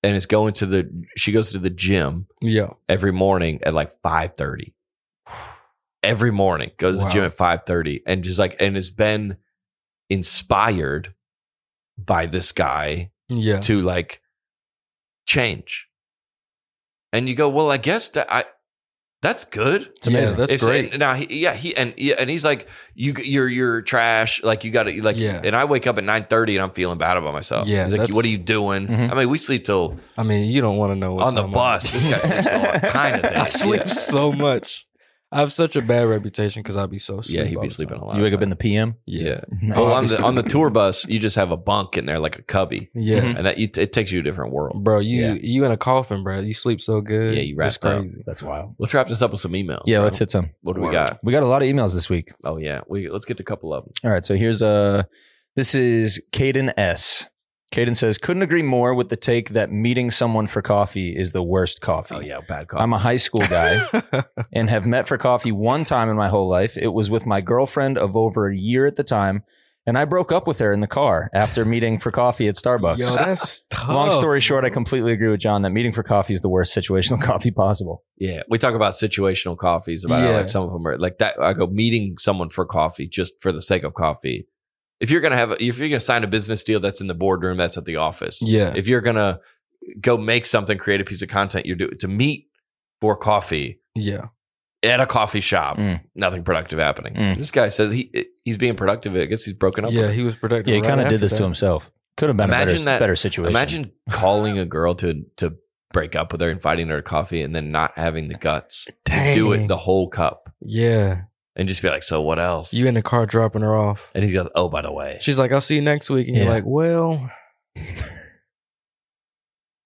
B: and is going to the she goes to the gym
D: Yeah.
B: every morning at like 5.30 every morning goes to the gym
D: Wow.
B: at 5.30 and just like and has been inspired by this guy
D: Yeah.
B: to like change and you go well i guess that i that's good
E: It's amazing.
D: Yeah, that's
B: It's-
D: great.
B: and now he, yeah he and yeah, and he's like you you're you're trash like you gotta like
D: Yeah.
B: and i wake up at 9.30 and i'm feeling bad about myself
D: Yeah,
B: he's like
D: that's- Mm-hmm.
B: what are you doing
E: Mhm.
B: i mean we sleep till
D: I mean, you don't want to know what
B: on the
D: time I'm-
B: bus this guy sleeps till like kind of
D: I sleep so much. I have such a bad reputation because I be so sleep.
B: yeah he'd
D: all
B: be
D: the
B: sleeping
D: time.
B: a lot
E: You
B: of
E: wake up
B: time.
E: in the PM.
B: Yeah.
E: Nice.
B: Oh, on the on the tour bus, you just have a bunk in there like a cubby,
D: Yeah.
E: Mhm.
B: and that you, it takes you to a different world.
D: Bro, you
E: Yeah.
D: you in a coffin, bro. You sleep so good.
B: Yeah, you
D: It's
B: wrapped up.
D: crazy.
E: That's wild.
B: Let's wrap this up with some emails.
E: Yeah,
B: bro.
E: let's hit some.
B: What do we got?
E: We got a lot of emails this week.
B: Oh yeah, we let's get to a couple of them.
E: All right, so here's uh this is Caden S. Caden says, couldn't agree more with the take that meeting someone for coffee is the worst coffee.
B: Oh yeah, bad call.
E: I'm a high school guy and have met for coffee one time in my whole life. It was with my girlfriend of over a year at the time, and I broke up with her in the car after meeting for coffee at Starbucks.
D: Yo, that's tough.
B: Oh.
E: Long story short, I
D: bro.
E: completely agree with John that meeting for coffee is the worst situational coffee possible.
B: yeah, we talk about situational coffees about how
D: Yeah.
B: like some of them are like that. I go meeting someone for coffee just for the sake of coffee. If you're gonna have, a, if you're gonna sign a business deal, that's in the boardroom, that's at the office.
D: Yeah.
B: If you're gonna go make something, create a piece of content, you're doing to meet for coffee.
D: Yeah.
B: at a coffee shop.
E: Mm.
B: Nothing productive happening.
E: Mm.
B: This guy says he he's being productive. I guess he's broken up.
D: Yeah,
B: with her.
D: he was productive.
E: Yeah, he
D: right
E: kind of
D: after
E: did this
D: that.
E: to himself. Could have been a
B: Imagine
E: better,
B: that-
E: better situation.
B: Imagine calling a girl to to break up with her and fighting her to coffee, and then not having the guts to
D: Dang.
B: do it the whole cup,
D: yeah.
B: and just be like, "So what else?"
D: You in the car dropping her off.
B: and he goes, "Oh, by the way,
D: She's like, I'll see you next week. And
E: Yeah.
D: you're like, well,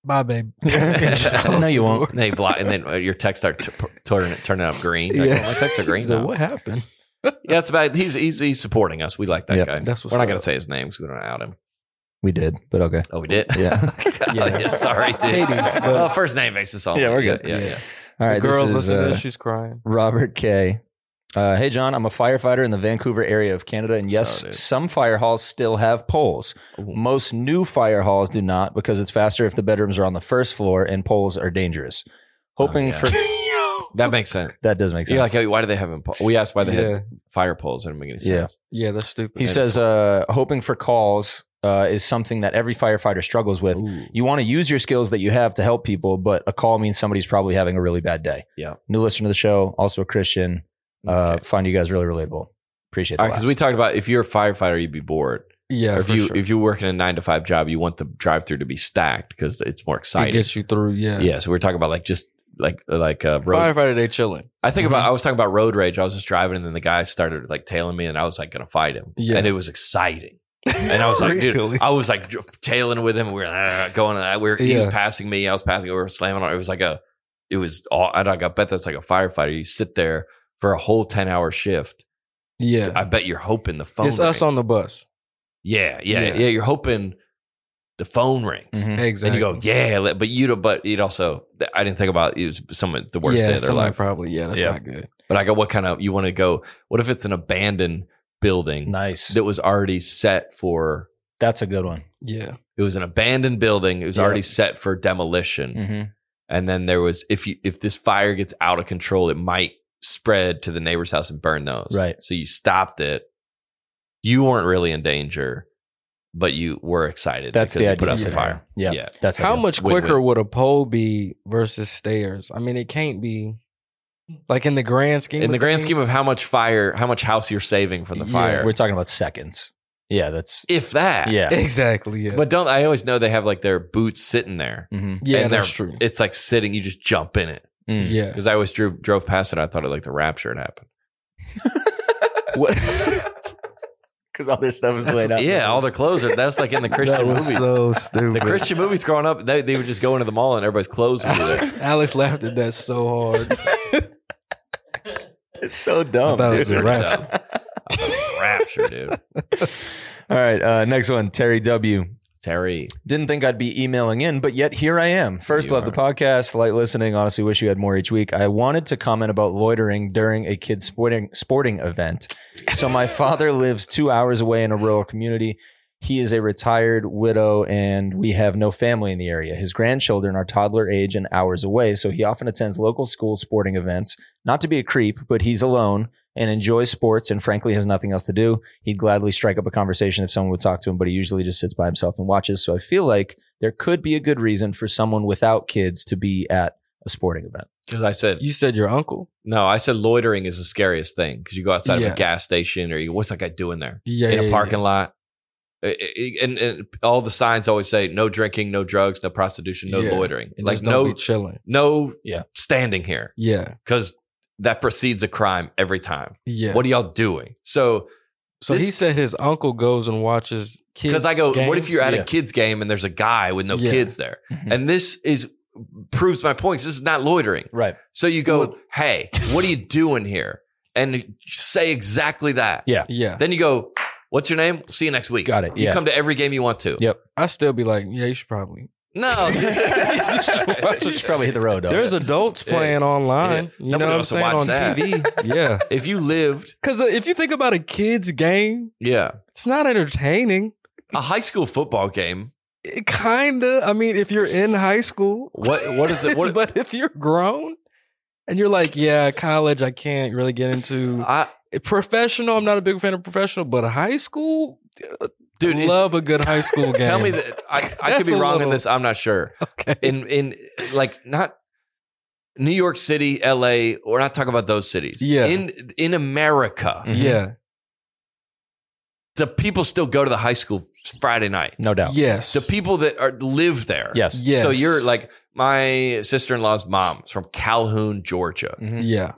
D: Bye, babe.
E: No, you won't.
B: And they block, and then uh, your text start t- p- turning turning up green. You're Like,
D: Yeah.
B: oh, my texts are green.
D: So
B: now."
D: what happened?
B: Yeah, it's about he's he's he's supporting us. We like that
E: Yep,
B: guy.
D: that's what's
B: We're not
D: up.
B: gonna say his name because we don't out him.
E: We did, but okay.
B: Oh, we did.
E: Yeah.
B: God,
E: Yeah.
B: yeah, Sorry, dude.
D: Katie, but-
B: well, first name basis only.
E: Yeah, we're good.
B: Yeah, yeah. yeah.
E: All right.
D: the girls
E: this is,
D: listen to
E: uh,
D: this. She's crying.
E: Robert K. Uh, hey, John, I'm a firefighter in the Vancouver area of Canada. And yes,
B: Sorry, dude.
E: some fire halls still have poles.
B: Ooh.
E: Most new fire halls do not because it's faster if the bedrooms are on the first floor and poles are dangerous. Hoping
B: yeah.
E: for
B: That makes sense.
E: that does make sense.
B: You're like, "Hey, why do they have him? Po-? We asked why they
D: Yeah,
B: had fire poles. That didn't make any
E: Yeah.
B: sense.
D: yeah, that's stupid.
E: he says, uh, hoping for calls uh, is something that every firefighter struggles with.
B: Ooh.
E: You want to use your skills that you have to help people, but a call means somebody's probably having a really bad day.
B: Yeah.
E: New listener to the show, also a Christian. Uh,
B: Okay.
E: Find you guys really relatable. Appreciate
B: All
E: that.
B: right, because we talked about if you're a firefighter, you'd be bored.
D: yeah,
B: Or if
D: for
B: you
D: sure.
B: if you work in a nine to five job, you want the drive through to be stacked because it's more
D: it
B: exciting.
D: gets you through. Yeah,
B: Yeah, so we're talking about like just like like uh, road
D: Firefighter day chilling.
B: I think
D: Mm-hmm.
B: about I was talking about road rage. I was just driving, and then the guy started like tailing me, and I was like gonna fight him,
D: Yeah.
B: and it was exciting. And I was like,
D: Really?
B: dude, I was like dr- tailing with him. and We were uh, going, uh, we were, he was
D: Yeah.
B: passing me, I was passing, we were slamming on. It was like a, it was all. I like, I bet that's like a firefighter. You sit there for a whole ten hour shift.
D: Yeah,
B: I bet you're hoping the phone.
D: it's us
B: rings.
D: on the Mm-hmm. bus.
B: Yeah, yeah, yeah,
D: Yeah. Mm-hmm.
B: You're hoping the phone rings.
E: Mhm.
B: And
D: Exactly.
B: you go, yeah, let- but you, don't- but it also, I didn't think about it was someone the worst
D: yeah,
B: day of their
D: somebody
B: life.
D: Probably. Yeah, that's
B: Yeah.
D: not good.
B: But I go, what kind of you want to go? What if it's an abandoned building
E: Nice.
B: that was already set for?
E: That's a good one.
D: Yeah,
B: It was an abandoned building. It was
E: Yeah.
B: already set for demolition,
E: Mm.
B: and then there was if you if this fire gets out of control, it might spread to the neighbor's house and burn those.
E: Right.
B: So you stopped it. You weren't really in danger, but you were excited.
E: That's
B: because
E: the
B: you put out
E: idea.
B: the
E: Yeah.
B: fire.
E: Yeah.
B: Yeah.
E: That's
D: how
E: good.
D: much
B: Win-win.
D: quicker would a pole be versus stairs? I mean, it can't be like in the grand scheme.
B: In
D: of
B: the grand
D: things,
B: scheme of how much fire, how much house you're saving from the
D: Yeah,
B: fire,
E: We're talking about seconds. Yeah, that's
B: if that.
E: yeah.
D: exactly. Yeah,
B: But don't I always know they have like their boots sitting there.
E: Mhm.
D: yeah,
B: and they're-
D: that's true.
B: It's like sitting, you just jump in it.
E: Mm.
D: yeah,
B: Because I always drove drove past it, I thought it like the rapture had happened.
E: What? Because all their stuff is laid out.
B: yeah, all their clothes are that's like in the Christian movies.
D: so stupid.
B: the Christian movies growing up, they, they would just go into the mall and everybody's clothes would be there.
D: Alex laughed at that so hard.
E: It's so dumb.
D: That was
E: dude.
D: a wrap.
B: No. I thought it was rapture, dude.
E: All right. Uh, next one, Terry W.
B: Terry.
E: Didn't think I'd be emailing in, but yet here I am. First,
B: You
E: love the podcast, like listening. Honestly, wish you had more each week. I wanted to comment about loitering during a kid's sporting sporting event. So my father lives two hours away in a rural community. He is a retired widow, and we have no family in the area. His grandchildren are toddler age and hours away, so he often attends local school sporting events. Not to be a creep, but he's alone and enjoys sports and frankly has nothing else to do. He'd gladly strike up a conversation if someone would talk to him, but he usually just sits by himself and watches. So I feel like there could be a good reason for someone without kids to be at a sporting event.
B: Because I said
D: You said your uncle.
B: no, I said loitering is the scariest thing because you go outside of
D: Yeah.
B: a gas station or you, what's that guy doing there?
D: Yeah,
B: in
D: yeah,
B: a parking lot. I- I- And, and all the signs always say no drinking, no drugs, no prostitution, no
D: Yeah.
B: loitering.
D: yeah.
B: like no
D: chilling.
B: no
E: Yeah.
B: standing here
D: Yeah,
B: because that precedes a crime every time.
D: yeah.
B: What are y'all doing? So
D: so
B: this-
D: he said his uncle goes and watches kids.
B: because I go, what if
D: games?
B: you're at
D: Yeah.
B: a kids game and there's a guy with no
D: Yeah.
B: kids there?
E: Mhm.
B: And this is proves my point. 'cause This is not loitering.
E: Right.
B: So you go, hey, what are you doing here? And say exactly that.
E: Yeah.
D: Yeah,
B: Then you go, what's your name? See you next week.
E: Got it.
B: You
E: Yeah.
B: come to every game you want to.
E: Yeah.
D: I still be like, yeah, you should probably.
B: No.
E: You should probably hit the road. dog.
D: There's adults
B: Yeah.
D: playing online.
B: Nobody
D: You know what I'm
B: wants to
D: saying
B: watch
D: on
B: that.
D: TV. yeah,
B: if you lived,
D: because if you think about a kids game,
B: yeah,
D: it's not entertaining.
B: a high school football game,
D: It kinda. I mean, if you're in high school,
B: what what is it? What,
D: but if you're grown and you're like, yeah, college, I can't really get into.
B: I,
D: professional. I'm not a big fan of professional, but high school,
B: dude, it's-
D: love a good high school game.
B: tell me that I, I could
D: That's
B: be
D: a
B: wrong in
D: little-
B: this. I'm not sure.
D: Okay.
B: In in like not New York City, L.A. We're not talking about those cities.
D: Yeah. Mm.
B: in in America,
E: Mhm.
D: Yeah.
B: the people still go to the high school Friday night.
E: no doubt.
D: Yes.
B: The people that are live there.
E: Yes.
D: Yes.
B: So you're like my sister in law's mom's from Calhoun, Georgia.
E: Mhm.
D: yeah.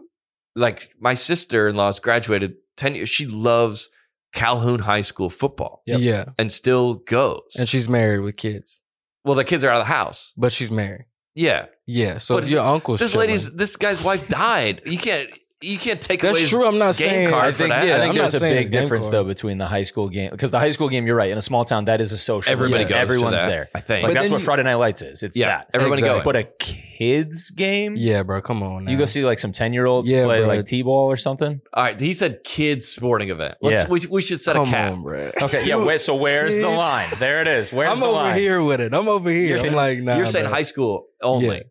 B: like my sister in law's graduated 10 years. She loves Calhoun High School football
E: Yep.
D: Yeah.
B: and still goes.
D: And she's married with kids.
B: Well, the kids are out of the house.
D: but she's married.
B: Yeah,
D: Yeah. So
B: But
D: if your uncle's
B: this
D: chilling-
B: lady's this guy's wife died. You can't you can't take away.
D: that's
B: his-
D: true. I'm not
B: game
D: saying.
B: card
E: I
B: for
E: think,
B: that.
E: yeah,
B: I'm
E: I think
D: not
E: there's a
D: saying it's
E: big
D: game
E: difference
D: card.
E: though between the high school game because the high school game, you're right, in a small town that is a social.
B: Everybody
E: game.
B: goes. to
E: everyone's
B: that,
E: there.
B: I think.
E: Like
D: But
E: that's
D: then
E: what
D: you-
E: Friday Night Lights is. It's
B: yeah,
E: that.
B: everybody
D: Exactly.
B: going.
E: But a kids game,
D: Yeah, bro. Come on. Now.
E: you go see like some ten year olds
D: Yeah,
E: play
D: bro.
E: like t-ball or something.
B: All right, he said kids sporting event. Let's,
E: Yeah.
B: we, we should set
D: Come
B: a cap.
D: on, bro.
E: Okay, yeah. Wait, so where's the
D: kids.
E: line? There it is. Where's
D: I'm
E: the
D: over
E: line?
D: here with it. I'm over here.
E: You're
D: I'm
E: saying-
D: like, nah,
B: You're saying
D: bro.
B: high school only.
D: Yeah.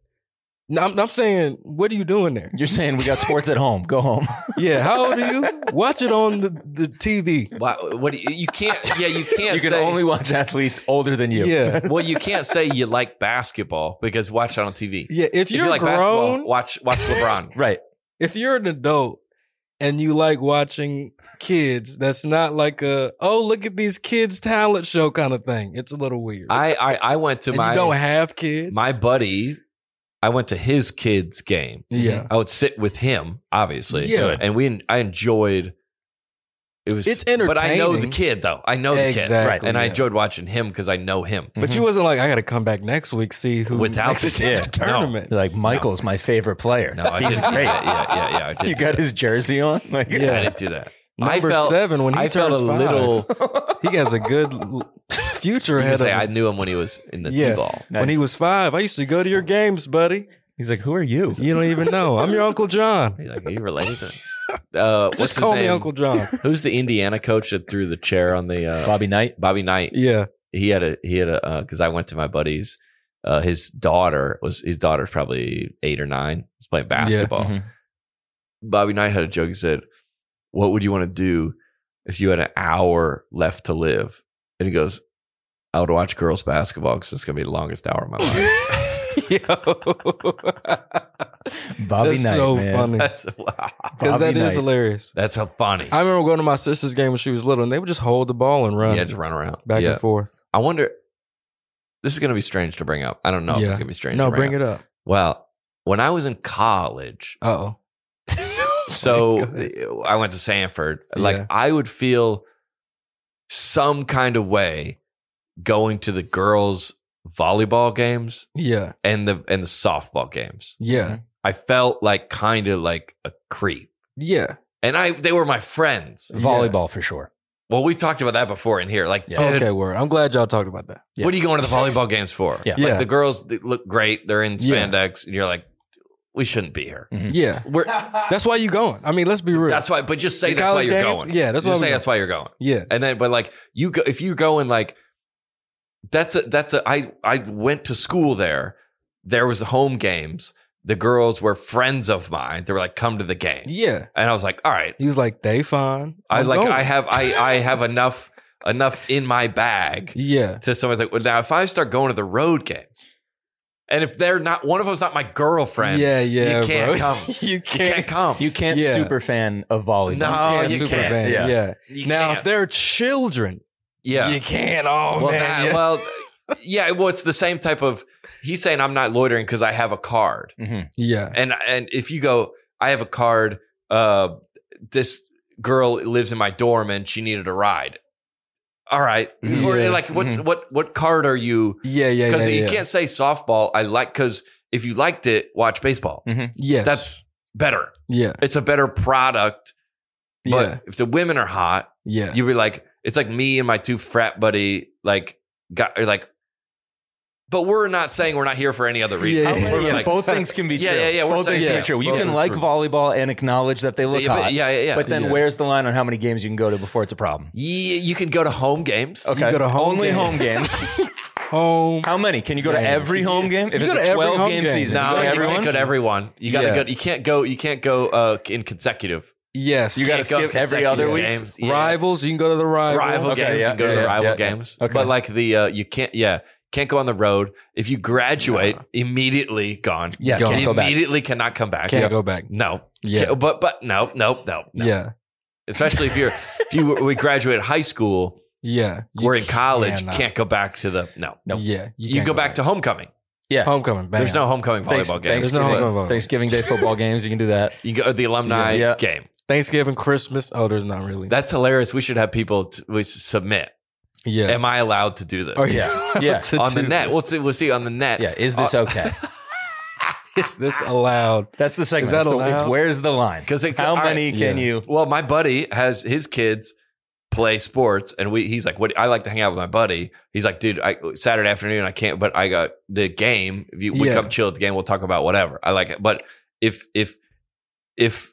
D: No, I'm, I'm saying, what are you doing there?
E: You're saying we got sports at home. Go home.
D: Yeah, how old are you? Watch it on the, the TV.
B: Why, what do you, you can't? Yeah, you can't.
E: you can
B: say,
E: only watch athletes older than you.
D: Yeah,
B: Well, you can't say you like basketball because watch it on TV.
D: yeah. If
B: If you
D: you're
B: like
D: grown,
B: basketball, watch watch LeBron.
E: Right.
D: if you're an adult and you like watching kids, that's not like a oh look at these kids talent show kind of thing. It's a little weird.
B: I I, I went to
D: and
B: my
D: you don't have kids.
B: my buddy. I went to his kids' game.
D: yeah,
B: I would sit with him, obviously.
D: Yeah.
B: And we I enjoyed it was
D: It's
B: But I know the
D: entertaining.
B: kid though. I know the kid.
D: Exactly,
B: Right. And I
D: yeah.
B: enjoyed watching him because I know him.
D: but you wasn't like I got to come back next week see who
B: Without
D: makes it
B: the-
D: to
B: yeah,
D: the tournament.
E: Like Michael's my favorite player.
B: No, I
E: He's
B: didn't do
E: great.
B: that. Yeah, yeah, yeah. I did
E: You
B: do
E: got
B: that.
E: his jersey on. Like,
B: Yeah, I didn't do that. I
D: Number
B: felt-
D: seven when he
B: I felt
D: turns
B: a
D: five,
B: little
D: He has a good l- future
B: you could
D: ahead of
B: say
D: him.
B: I knew him when he was in the
D: Yeah.
B: T ball.
D: When he was five, I used to go to your games, buddy.
E: He's like, who are you?
D: You don't even know. I'm your Uncle John.
B: He's like, Are you related to uh what's
D: Just
B: his
D: call
B: name?
D: me Uncle John.
B: Who's the Indiana coach that threw the chair on the uh,
E: Bobby Knight.
B: Bobby Knight?
D: Yeah.
B: he had a he had a because I went to my buddy's. Uh, his daughter was his daughter's probably eight or nine. Was playing basketball.
D: mm-hmm.
E: Mhm.
B: Bobby Knight had a joke. He said, "What would you want to do if you had an hour left to live?" And he goes, "I would watch girls basketball because it's gonna be the longest hour of my life."
E: Bobby
D: That's
E: Knight.
D: so
E: man.
D: funny.
B: that's wow.
D: Because that
E: Bobby
D: is
E: Knight.
D: hilarious.
B: That's how funny.
D: I remember going to my sister's game when she was little, and they would just hold the ball and run
B: yeah, just run around
D: back
B: Yeah.
D: and forth.
B: I wonder. This is gonna be strange to bring up. I don't know if
D: Yeah.
B: it's gonna be strange.
D: No,
B: to bring,
D: bring
B: up.
D: it up.
B: Well, when I was in college,
D: Uh oh.
B: So
D: Go ahead.
B: uh, I went to Sanford. Like
D: Yeah.
B: I would feel some kind of way going to the girls volleyball games
D: Yeah.
B: and the and the softball games.
D: Yeah.
B: I felt like kind of like a creep.
D: Yeah.
B: And I they were my friends.
E: Volleyball for sure.
B: Well, we talked about that before in here. Like, dude,
D: Okay, word. I'm glad y'all talked about that.
B: what are you going to the volleyball games for?
E: Yeah.
B: Like
D: Yeah.
B: the girls they look great. They're in
D: Yeah.
B: spandex and you're like we shouldn't be here.
D: Yeah.
B: We're
D: Mm-hmm. That's why you going. I mean, let's be real.
B: that's why but just say
D: The
B: that's why
D: college
B: you're
D: games?
B: going.
D: Yeah, that's
B: just
D: why
B: say
D: we
B: that's why you're going.
D: Yeah.
B: And then, but like you go, if you go and like, that's a, that's a, I, I went to school there. There was home games. The girls were friends of mine. They were like, come to the game.
D: Yeah.
B: And I was like, all right.
D: He was like, they fine.
B: I
D: I'm
B: like,
D: going.
B: I have, I, I have enough, enough in my bag
D: Yeah.
B: to someone's like, well, now if I start going to the road games and if they're not, one of them's not my girlfriend,
D: Yeah, yeah.
B: you can't
D: bro.
B: come.
D: you
B: You can't
D: can't.
B: come.
E: You can't
D: Yeah.
E: super fan of volleyball.
B: No, you
D: super
B: can't.
D: fan. Yeah.
B: You
D: Now,
B: can't.
D: if they're children,
B: yeah.
D: you can't. Oh
B: well,
D: man.
B: nah,
D: yeah.
B: well, yeah. Well, it's the same type of. He's saying I'm not loitering because I have a card,
D: yeah.
B: and and if you go, I have a card. Uh, this girl lives in my dorm, and she needed a ride. All right, or
D: Mm-hmm. Yeah.
B: like what
E: Mhm.
B: what what card are you?
D: Yeah, yeah,
B: Because
D: yeah,
B: you
D: yeah.
B: can't say softball. I like because if you liked it, watch baseball.
D: Yes.
B: That's better.
D: yeah,
B: It's a better product. But
D: yeah,
B: if the women are hot,
D: yeah,
B: you'd be like, it's like me and my two frat buddy, like, got or like, but we're not saying we're not here for any other reason.
D: Yeah, yeah,
B: We're
E: Yeah,
B: like-
E: both things can be
B: Yeah,
E: true.
B: yeah, yeah, we're
E: Both
B: saying
E: things can be
B: yes,
E: true. You
B: both
E: can
B: are
E: like
B: true.
E: volleyball and acknowledge that they look
B: yeah,
E: hot.
B: but, yeah, yeah, yeah.
E: But then
D: Yeah.
E: where's the line on how many games you can go to before it's a problem?
B: Yeah, you can go to home games.
E: Okay.
D: go to home
E: Only
D: games.
E: home games.
D: home.
E: how many? Can you go to
D: Games.
E: every home game? If
D: You
E: it's
D: go to
E: a
D: every
E: 12
D: home
E: game
D: game.
E: season,
B: No,
E: you go to
B: you
E: everyone.
B: can't go to everyone. You gotta
D: Yeah.
B: go. You can't go. You can't go uh, in consecutive.
D: Yes,
E: You gotta
B: Can't go
E: skip every other week.
B: consecutive games. Yeah.
D: rivals. You can go to the rival.
B: rival
E: Okay,
B: games
E: yeah,
B: and go to
E: yeah,
B: the
E: yeah,
B: rival
E: yeah, yeah.
B: games.
E: Okay.
B: But like the uh, you can't yeah can't go on the road. If you graduate,
D: No.
B: immediately gone.
E: Yeah,
D: Go.
E: can't go back.
B: immediately cannot come back.
D: Can't
B: Yeah.
D: go back.
B: No.
D: Yeah.
B: Can't- But but no no no no.
D: Yeah,
B: Especially if you're if you were- we graduated high school,
D: yeah. You
B: we're in college,
D: cannot.
B: can't go back to the no.
E: Nope.
D: Yeah,
B: You, go, back, to homecoming.
D: homecoming. Bam.
B: There's no homecoming
E: Thanks-
B: volleyball games.
E: thanks-
D: There's no
E: Thanksgiving.
D: homecoming. Thanks-
E: Thanksgiving Day football games, you can do that.
B: You go the alumni
E: Yeah.
B: game.
D: Thanksgiving, Christmas. Oh, there's not really.
B: That's hilarious. We should have people t- we s- submit.
D: Yeah. Oh,
B: Am I allowed to do this?
D: Are you
E: Yeah.
D: allowed
E: Yeah.
D: to
B: on
D: do
B: the net.
D: this?
B: We'll see. We'll see on the net.
E: Yeah, is this okay?
D: Is this allowed?
E: That's the segment.
D: that
E: It's the- it's
D: allowed?
E: where's the line?
B: Because
E: How many can you?
B: Well, my buddy has his kids play sports, and we. He's like, "What?" I like to hang out with my buddy. He's like, "Dude, I, Saturday afternoon, I can't, but I got the game. If you we
D: Yeah.
B: come chill at the game, we'll talk about whatever. I like it." But if if if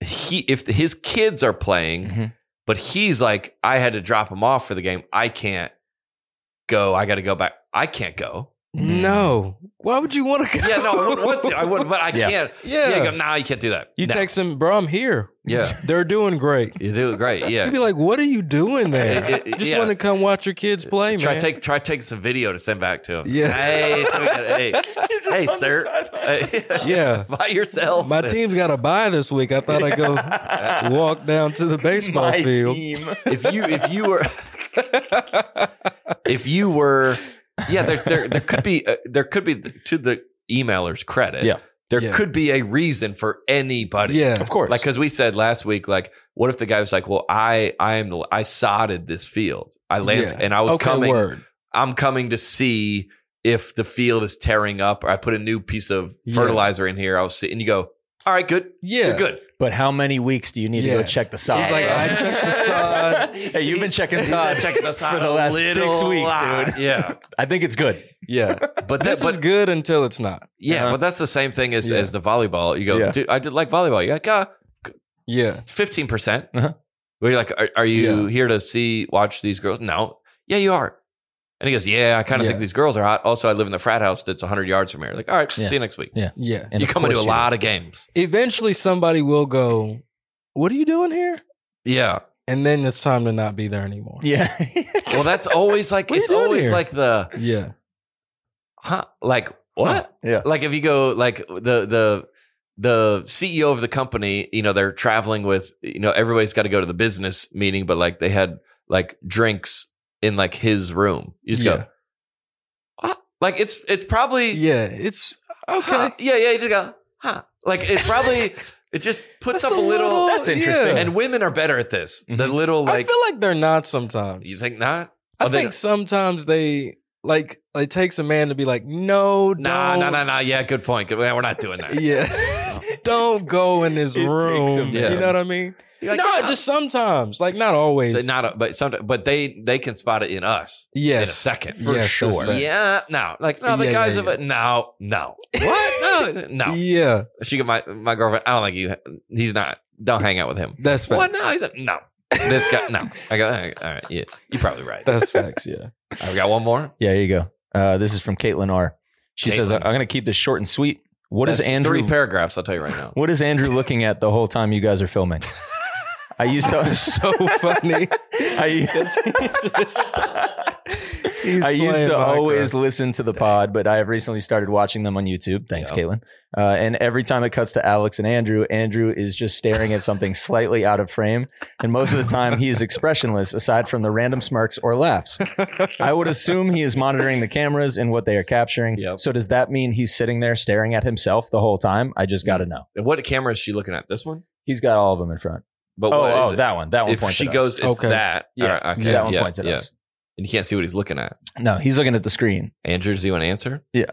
B: he if his kids are playing,
E: Mhm.
B: but he's like, "I had to drop him off for the game. I can't go. I got to go back. I can't go."
D: No. Why would you want to go?
B: Mm-hmm. Yeah, no, I wouldn't want to. I wouldn't, but I
E: Yeah.
B: can't. Yeah,
D: yeah.
B: you go, nah, you can't do that.
D: you
B: No.
D: text him, bro. I'm here.
B: Yeah.
D: They're doing great.
B: You do it great. Yeah.
D: You'd be like, what are you doing there?
B: It- it-
D: just
B: yeah.
D: want to come watch your kids play,
B: try
D: man.
B: take try take some video to send back to him.
D: Yeah.
B: Hey, so we got- hey, hey, sir. Hey.
D: yeah.
B: By yourself.
D: My team's got a bye this week. I thought I'd go walk down to the baseball field.
B: If you if you were if you were yeah, there's there there could be uh, there could be to the emailer's credit.
E: Yeah.
B: There
D: Yeah.
B: could be a reason for anybody.
D: Yeah.
E: Of course.
B: Like because we said last week, like, what if the guy was like, "Well, I, I am, the, I sodded this field, I lands,
D: Yeah.
B: and I was
D: okay,
B: coming,
D: word.
B: I'm coming to see if the field is tearing up, or I put a new piece of
D: Yeah.
B: fertilizer in here. I was see, and you go, all right, good,
D: Yeah.
B: you're good.
F: But how many weeks do you need to
D: Yeah.
F: go check the side?
D: He's like, I checked the sod.
E: Hey, you've been checking
B: He's
E: Todd
B: been checking this
E: for
B: out
E: the
B: a
E: last six
B: little
E: weeks,
B: lot.
E: dude.
B: Yeah,
E: I think it's good.
D: Yeah.
B: but that,
D: this
B: but
D: is good until it's not.
B: yeah,
E: Uh-huh.
B: but that's the same thing as
D: Yeah.
B: as the volleyball. You go,
E: Yeah.
B: dude, I did like volleyball. You're like, ah,
D: Yeah.
B: it's fifteen percent.
E: Uh-huh.
B: Where you're like, are, are you
D: Yeah.
B: here to see watch these girls? No, yeah, you are. And he goes, yeah, I kind of
D: Yeah.
B: think these girls are hot. Also, I live in the frat house that's 100 yards from here. Like, all right,
E: Yeah.
B: see you next week.
D: Yeah.
E: And
B: you
E: of
B: come into a
E: course you
B: lot of games.
D: Eventually somebody will go, What are you doing here?
B: Yeah.
D: And then it's time to not be there anymore.
E: Yeah.
B: Well, that's always like
D: What are you
B: it's
D: doing
B: always
D: here?
B: like the
D: Yeah.
B: huh, like what?
E: Yeah.
B: Like if you go like the the the CEO of the company, you know, they're traveling with you know everybody's got to go to the business meeting, but like they had like drinks in like his room. You just
D: Yeah.
B: go. "Huh?" Like it's it's probably
D: Yeah. It's okay.
B: huh. Yeah, yeah, you just go. Huh. Like it's probably it just puts
D: That's
B: up a little,
E: that's interesting.
D: yeah.
B: and women are better at this. The little like
D: I feel like they're not sometimes.
B: you think not?
D: I
B: Oh, they
D: think sometimes they like it takes a man to be like, no,
B: Nah,
D: don't.
B: nah, nah, nah. Yeah, good point. Good- We're not doing that.
D: Yeah. don't go in this
E: It takes a
D: room.
B: man.
D: You know what I mean?
B: You're like,
D: no,
B: "Ah."
D: just sometimes. Like not always.
B: So not, a- but sometimes, but they they can spot it in us
D: yes.
B: in a second
D: Yes, that's facts.
B: Yeah, no, like no, the
D: Yeah,
B: guys
D: yeah,
B: have it. No, no, what? No, no.
D: Yeah.
B: She got my my girlfriend. I don't like you. He's not. Don't hang out with him.
D: That's facts.
B: What? No, he's like, no. This guy, no. I go. All right, all right, yeah, you're probably right.
D: That's facts. Yeah.
B: I got one more.
E: Yeah, here you go. Uh, this is from Caitlin R. She says,
B: Caitlin.
E: "I'm going to keep this short and sweet. What is
B: That's
E: Andrew?
B: Three paragraphs. I'll tell you right now.
E: what is Andrew looking at the whole time you guys are filming?" I used to.
D: so funny.
E: I,
D: He's
E: I used
D: playing
E: to
D: Minecraft.
E: always listen to the pod, but I have recently started watching them on YouTube. Thanks,
B: Yeah.
E: Caitlin. Uh, and every time it cuts to Alex and Andrew, Andrew is just staring at something slightly out of frame. And most of the time, he is expressionless aside from the random smirks or laughs. I would assume he is monitoring the cameras and what they are capturing.
B: Yep.
E: So, does that mean he's sitting there staring at himself the whole time? I just got to know.
B: And what camera is she looking at? This one.
E: He's got all of them in front.
B: But
E: Oh,
B: what is
E: oh,
B: it?
E: that one. That one
B: if
E: points
B: she
E: at
B: goes,
E: us.
B: it's
D: Okay.
B: that.
E: Yeah.
B: All right, okay,
E: that one
B: yeah,
E: points at
B: yeah.
E: us.
B: And you can't see what he's looking at.
E: No, he's looking at the screen.
B: Andrew, does he want to answer?
E: Yeah,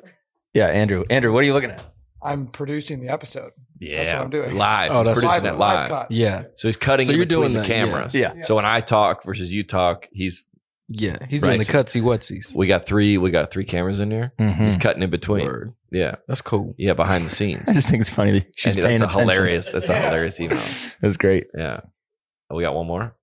E: Andrew. Andrew, what are you looking at?
G: I'm producing the episode.
B: Yeah,
G: what I'm doing.
B: Live.
D: Oh,
B: he's
D: that's
B: producing
D: awesome.
B: it live.
G: cut.
D: Yeah.
B: So he's cutting
D: So
B: in
D: you're
B: between
D: doing
B: the
D: that, yeah.
B: cameras.
E: Yeah.
B: So when I talk versus you talk, he's
D: Yeah. He's
B: Right.
D: doing the cutsy wutsies.
B: we got three we got three cameras in here.
E: Mm-hmm. Hmm.
B: He's cutting in between.
D: Word.
B: Yeah,
D: That's cool.
B: yeah, behind the scenes.
E: I just think it's funny that she's
B: Andy,
E: paying
B: that's
E: attention.
B: a hilarious. That's a
G: Yeah.
B: hilarious email.
E: That's great.
B: Yeah. Oh, we got one more.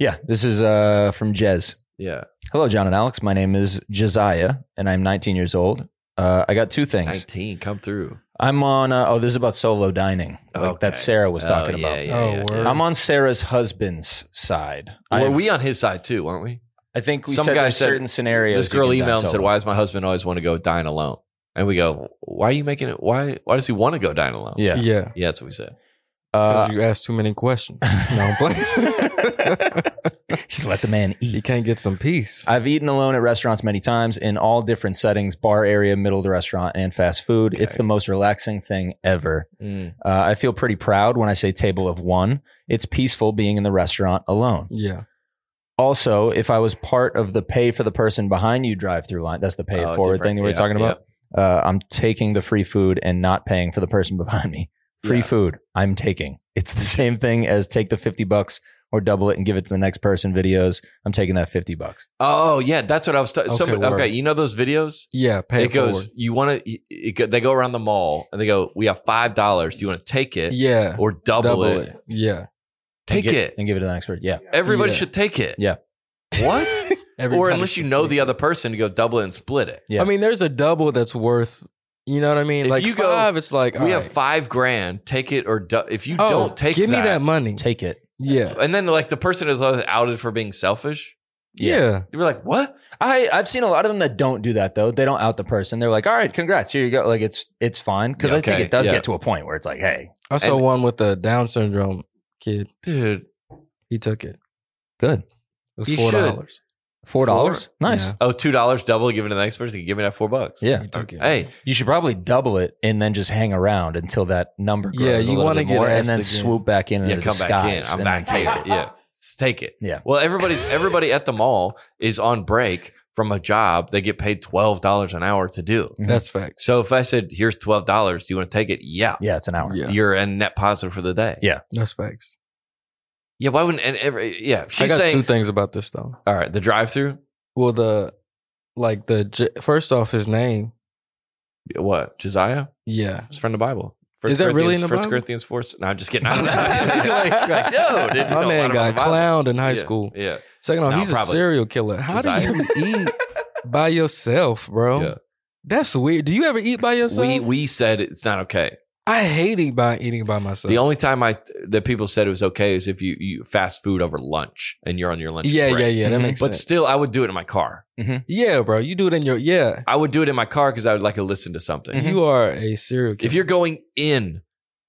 E: Yeah, this is uh, from Jez.
B: Yeah,
E: Hello, John and Alex. My name is Jeziah, and I'm 19 years old. Uh, I got two things.
B: nineteen. Come through.
E: I'm on. Uh, oh, this is about solo dining like
B: Okay.
E: that Sarah was
B: Oh,
E: talking
B: yeah,
E: about.
B: yeah,
D: Oh,
B: yeah,
D: word.
B: yeah.
E: I'm on Sarah's husband's side.
B: Were
E: I've-
B: we on his side too? Weren't we?
E: I think we
B: some
E: said
B: guy
E: there's
B: said-
E: certain scenarios.
B: This girl
E: you can dine
B: emailed and said,
E: solo.
B: "Why does my husband always want to go dine alone?" And we go, "Why are you making it? Why? Why does he want to go dine alone?"
E: Yeah.
D: Yeah.
B: yeah, that's what we said.
E: Uh,
D: Because you asked too many questions. No, I'm playing.
E: just let the man
D: you
E: eat.
D: can't get some peace.
E: I've eaten alone at restaurants many times in all different settings bar area, middle of the restaurant, and fast food. It's
B: Okay.
E: the most relaxing thing ever. Uh, I feel pretty proud when I say table of one. It's peaceful being in the restaurant alone.
D: yeah.
E: Also, if I was part of the pay for the person behind you drive through line, that's the pay
B: Oh,
E: it forward
B: different.
E: thing that we were
B: Yeah,
E: talking about. Uh, I'm taking the free food and not paying for the person behind me. Free
B: Yeah.
E: food, I'm taking. It's the same thing as take the 50 bucks or double it and give it to the next person videos. I'm taking that 50 bucks.
B: Oh yeah, that's what I was. Ta-
D: Okay,
B: somebody,
D: word.
B: okay, you know those videos?
D: Yeah, pay
B: it goes. You want to? It, go- they go around the mall and they go. We have five dollars. Do you want to take it
D: Yeah,
B: or double, it?
D: Yeah,
B: Take
E: and
B: it.
E: and give it to the next person. Yeah.
B: Everybody
D: Yeah.
B: should take it.
E: Yeah.
B: What? or
D: Everybody
B: unless you
D: should
B: know
D: take
B: the
D: it.
B: other person to go double it and split it.
E: Yeah.
D: I mean, there's a double that's worth. You know what I mean?
B: If
D: like
B: you go,
D: five, it's like
B: we
D: all
B: have
D: right.
B: five grand. Take it or du- if you
D: Oh,
B: don't take
D: Give
B: that,
D: me that money.
E: Take it.
D: Yeah.
B: And then like the person is outed for being selfish.
D: yeah,
B: You were like, what?
E: I I've seen a lot of them that don't do that though. They don't out the person. They're like, "All right, congrats, here you go." Like it's it's fine because
B: Yeah,
E: I think
B: okay,
E: it does
B: yeah.
E: get to a point where it's like, "Hey,
D: I saw
E: And-
D: one with a Down syndrome kid.
B: Dude.
D: He took it.
E: good,
D: It was
B: You
D: four
B: should.
D: dollars.
E: four dollars, nice."
D: Yeah.
B: Oh, two dollars double given to the next person. Give me that four bucks.
E: Yeah.
D: He took it.
B: Hey,
E: You should probably double it and then just hang around until that number grows.
D: Yeah,
E: Yeah,
D: you
E: you want
D: wanna
E: to
D: get
E: more, and
D: asked
E: then
D: again.
E: swoop back in.
B: yeah,
E: and
B: come back in. I'm back. Take it. Yeah,
D: "Ah."
B: Just take it.
E: Yeah.
B: Well, everybody's everybody at the mall is on break from a job. They get paid twelve dollars an hour to do.
D: That's facts.
B: So if I said, "Here's twelve dollars. Do you want to take it?" Yeah.
E: Yeah, it's an hour.
D: yeah,
B: You're a net positive for the day.
E: Yeah.
D: that's facts.
B: Yeah, why wouldn't and every yeah?
D: I
B: She's
D: got
B: saying
D: two things about this though.
B: all right. The drive-through.
D: Well, the like the J- first off his name.
B: What Josiah?
D: Yeah,
B: It's from the Bible.
D: Is that
B: Corinthians-
D: really in the
B: First
D: Bible?
B: Corinthians four? No, I'm just kidding. I
D: Like,
B: was like, no, dude, you know
D: my
B: a lot
D: man
B: about
D: got
B: the Bible.
D: clowned in high
B: Yeah,
D: school.
B: Yeah,
D: Second off,
B: No,
D: he's
B: probably.
D: a serial killer. How do
B: Josiah.
D: you eat by yourself, bro?
B: Yeah.
D: That's weird. Do you ever eat by yourself?
B: we we said it's not okay.
D: I hate eating by eating by myself.
B: the only time I that people said it was okay is if you you fast food over lunch and you're on your lunch.
D: yeah,
B: break.
D: yeah, yeah. That
E: Mhm.
D: makes
B: But
D: sense.
B: still, I would do it in my car.
D: yeah, bro. You do it in your yeah.
B: I would do it in my car because I would like to listen to something.
D: You are a serial killer.
B: Mm-hmm. If you're going in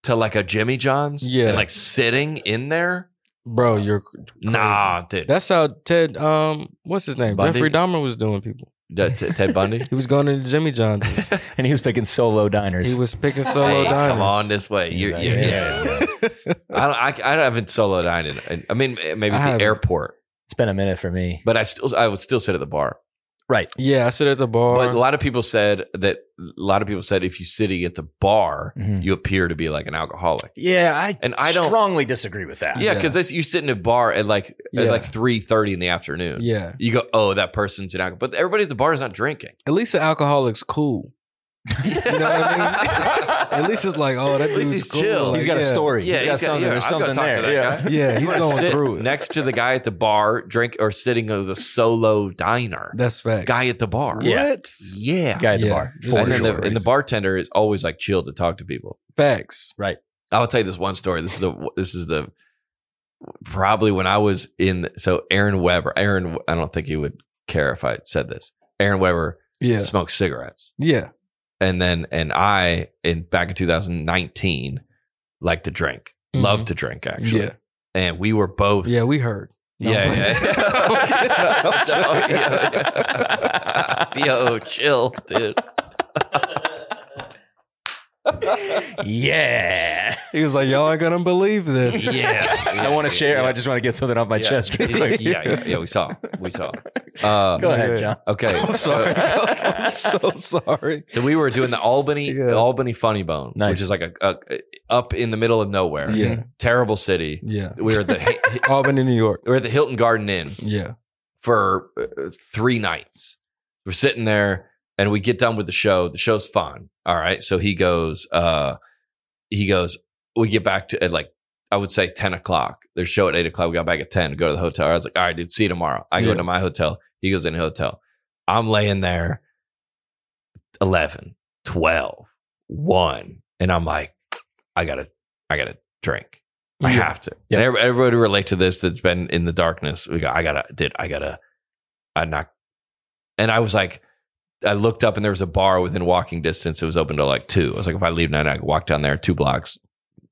B: to like a Jimmy John's,
D: Yeah.
B: and like sitting in there,
D: bro, you're
B: nah, dude.
D: that's how Ted um what's his name?
B: Bundy?
D: Jeffrey Dahmer was doing people.
B: That- Ted Ted Bundy.
D: He was going into Jimmy John's.
E: And he was picking solo diners.
D: he was picking solo
B: Hey,
D: diners.
B: Come on this way.
E: He's
B: You're,
E: like,
B: you're-
E: yeah,
B: yeah. I don't. I, I haven't solo dined. In, I mean, maybe at the
D: I haven't.
B: airport,
E: it's been a minute for me.
B: but I still I would still sit at the bar.
E: Right.
D: Yeah, I sit at the bar.
B: But a lot of people said that. A lot of people said if you're sitting at the bar,
D: Mm.
E: Mhm.
B: you appear to be like an alcoholic.
E: Yeah, I
B: And I don't-
E: strongly disagree with that.
B: Yeah, because you sit in a bar at like at
D: Yeah.
B: like three thirty in the afternoon.
D: yeah.
B: You go, oh, that person's an alcoholic. But everybody at the bar is not drinking.
D: At least the alcoholic's cool.
B: you know
D: what I At least it's like, oh, that
B: At least
D: dude's
B: he's
D: cool.
B: chill.
D: Like,
E: He's got a
D: yeah.
E: story.
B: Yeah,
E: he's got something.
B: yeah,
E: There's
B: I'll go
E: something
B: talk to
E: there.
B: that
E: Yeah.
B: guy.
D: Yeah, he's
B: You wanna
D: going
B: sit
D: through it.
B: next to the guy at the bar, drink or sitting at the solo diner
D: That's facts.
B: guy at the bar.
E: Yeah.
D: What?
B: yeah.
E: Guy at the
D: Yeah.
E: bar.
D: Just
B: And,
E: For
B: then
E: sure.
B: the, and the bartender is always like chill to talk to people.
D: Facts.
B: I'll tell you this one story. This is the this is the probably when I was in. So Aaron Weber, Aaron, I don't think he would care if I said this. Aaron Weber
D: Yeah.
B: smoked cigarettes,
D: Yeah.
B: and then and I in back in 2019 liked to drink,
D: Mhm.
B: loved to drink actually,
D: Yeah.
B: and we were both
D: Yeah, we heard. No,
B: yeah,
D: I'm
B: yeah.
D: playing.
B: yeah. Yo, chill, dude.
E: yeah.
D: He was like, y'all ain't gonna believe this.
B: Yeah.
E: I want to share.
B: Yeah.
E: I just want to get something off my
B: yeah.
E: chest.
B: Yeah, yeah, yeah, yeah, we saw. We saw. Uh,
E: Go ahead,
D: ahead.
E: John.
B: okay.
D: I'm sorry.
B: So,
D: I'm so sorry.
B: so we were doing the Albany
D: Yeah.
B: Albany Funny Bone,
E: Nice.
B: which is like a, a up in the middle of nowhere.
D: Yeah.
B: Terrible city.
D: Yeah.
B: We were at the
D: Albany, New York.
B: we were at the Hilton Garden Inn
D: Yeah.
B: for uh, three nights. We're sitting there and we get done with the show. The show's fun. All right. So he goes, uh, he goes, we get back to at like, I would say 10 o'clock. Their show at eight o'clock. We got back at 10 to go to the hotel. I was like, all right, dude, see you tomorrow. I go
D: Yeah.
B: to my hotel. He goes in the hotel. I'm laying there 11, 12, 1. And I'm like, I gotta, I gotta drink. I
D: Yeah.
B: have to. And every- everybody relate to this that's been in the darkness. We got, I gotta, did I gotta, I not. And I was like, I looked up and there was a bar within walking distance. It was open till like two. I was like, if I leave now, I can walk down there two blocks,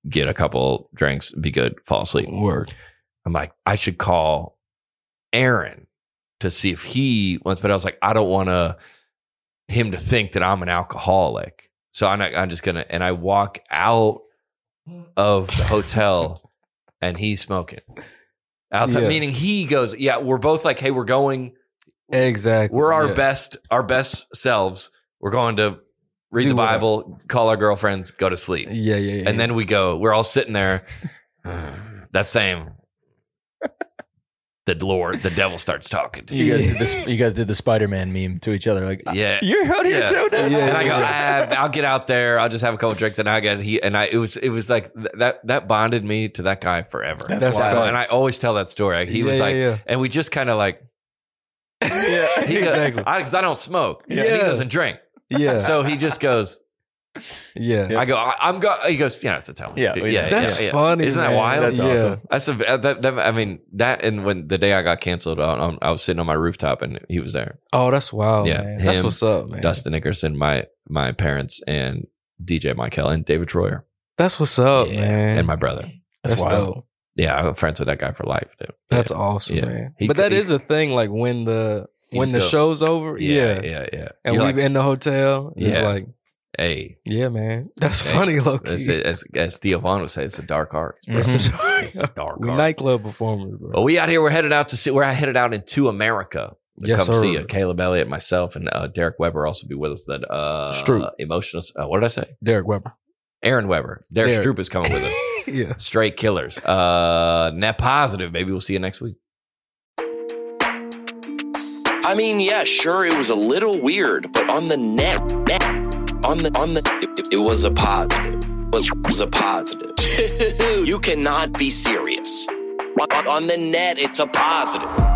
B: get a couple drinks, be good, fall asleep.
D: Word.
B: I'm like, I should call Aaron to see if he wants, but I was like, I don't want to him to think that I'm an alcoholic. So I'm, not, I'm just gonna, and I walk out of the hotel, and he's smoking. outside.
D: Yeah.
B: Meaning he goes, yeah, we're both like, hey, we're going.
D: Exactly.
B: We're our
D: yeah.
B: best, our best selves. We're going to read
D: Do
B: the
D: whatever.
B: Bible, call our girlfriends, go to sleep,
D: Yeah, yeah, yeah.
B: and then we go. We're all sitting there. Uh, that same. The Lord, the devil starts talking to you.
E: You guys did this. You guys did the Spider-Man meme to each other. Like
B: Yeah,
E: you're out here
B: Yeah.
E: too. now?"
D: Yeah.
B: and I go, ah, I'll get out there. I'll just have a couple drinks, and I get he and I. It was it was like th- that that bonded me to that guy forever.
E: That's
D: That's
B: So-
D: facts.
B: and I always tell that story. He
D: Yeah,
B: was
D: yeah,
B: like,
D: yeah.
B: and we just kind of like,
E: Yeah.
B: he goes,
D: Exactly.
B: I, because I don't smoke, yeah. and he
D: Yeah.
B: doesn't drink,
D: yeah,
B: so he just goes.
D: yeah.
B: I go, I, I'm go. He goes, yeah, it's a talent.
E: Yeah,
B: yeah,
E: we
B: yeah.
E: know.
D: That's
B: yeah.
D: funny.
B: Isn't that
D: man.
B: wild?
E: That's
D: yeah.
E: awesome.
B: That's the that, that. I mean that, and when the day I got canceled, I, I'm- I was sitting on my rooftop, and he was there.
D: Oh, that's wild.
B: Yeah,
D: man. that's
B: him,
D: what's up, man.
B: Dustin Nickerson, my my parents, and DJ Michael, and David Troyer,
D: That's what's up,
B: Yeah,
D: Oh, man.
B: and my brother.
D: that's
E: wild.
D: dope.
B: Yeah, I'm friends with that guy for life, dude.
D: That's awesome,
B: Yeah.
D: man.
B: He
D: but
B: c-
D: that
B: he-
D: is a thing. Like when the
B: He
D: when
B: just
D: the
B: go-
D: show's over,
B: yeah,
D: yeah,
B: yeah, yeah.
D: and
B: You're
D: we've
B: like,
D: in the hotel, it's
B: Yeah.
D: like,
B: hey,
D: yeah, man, that's
B: Hey,
D: funny, Loki.
B: as, as, as Theo Vaughn would say, it's a dark art. bro.
E: Mhm.
B: It's a dark
D: we
B: art.
D: nightclub performers, bro.
B: But Oh, we out here. We're headed out to see. We're headed out into America. To
D: Yes,
B: come
D: sir.
B: see you. Caleb Elliott, myself, and uh, Derek Weber also be with us. That uh,
D: Stroop.
B: emotional. Uh, what did I say?
D: Derek Weber.
B: Aaron Weber. Derek,
D: Derek.
B: Stroop is coming with us.
D: yeah.
B: Straight killers. Uh, net positive. Maybe we'll see you next week.
A: I mean, yeah, sure, it was a little weird, but on the net, net on the on the, it, it- it was a positive. Was, was a positive. you cannot be serious. On, on- on the net, it's a positive.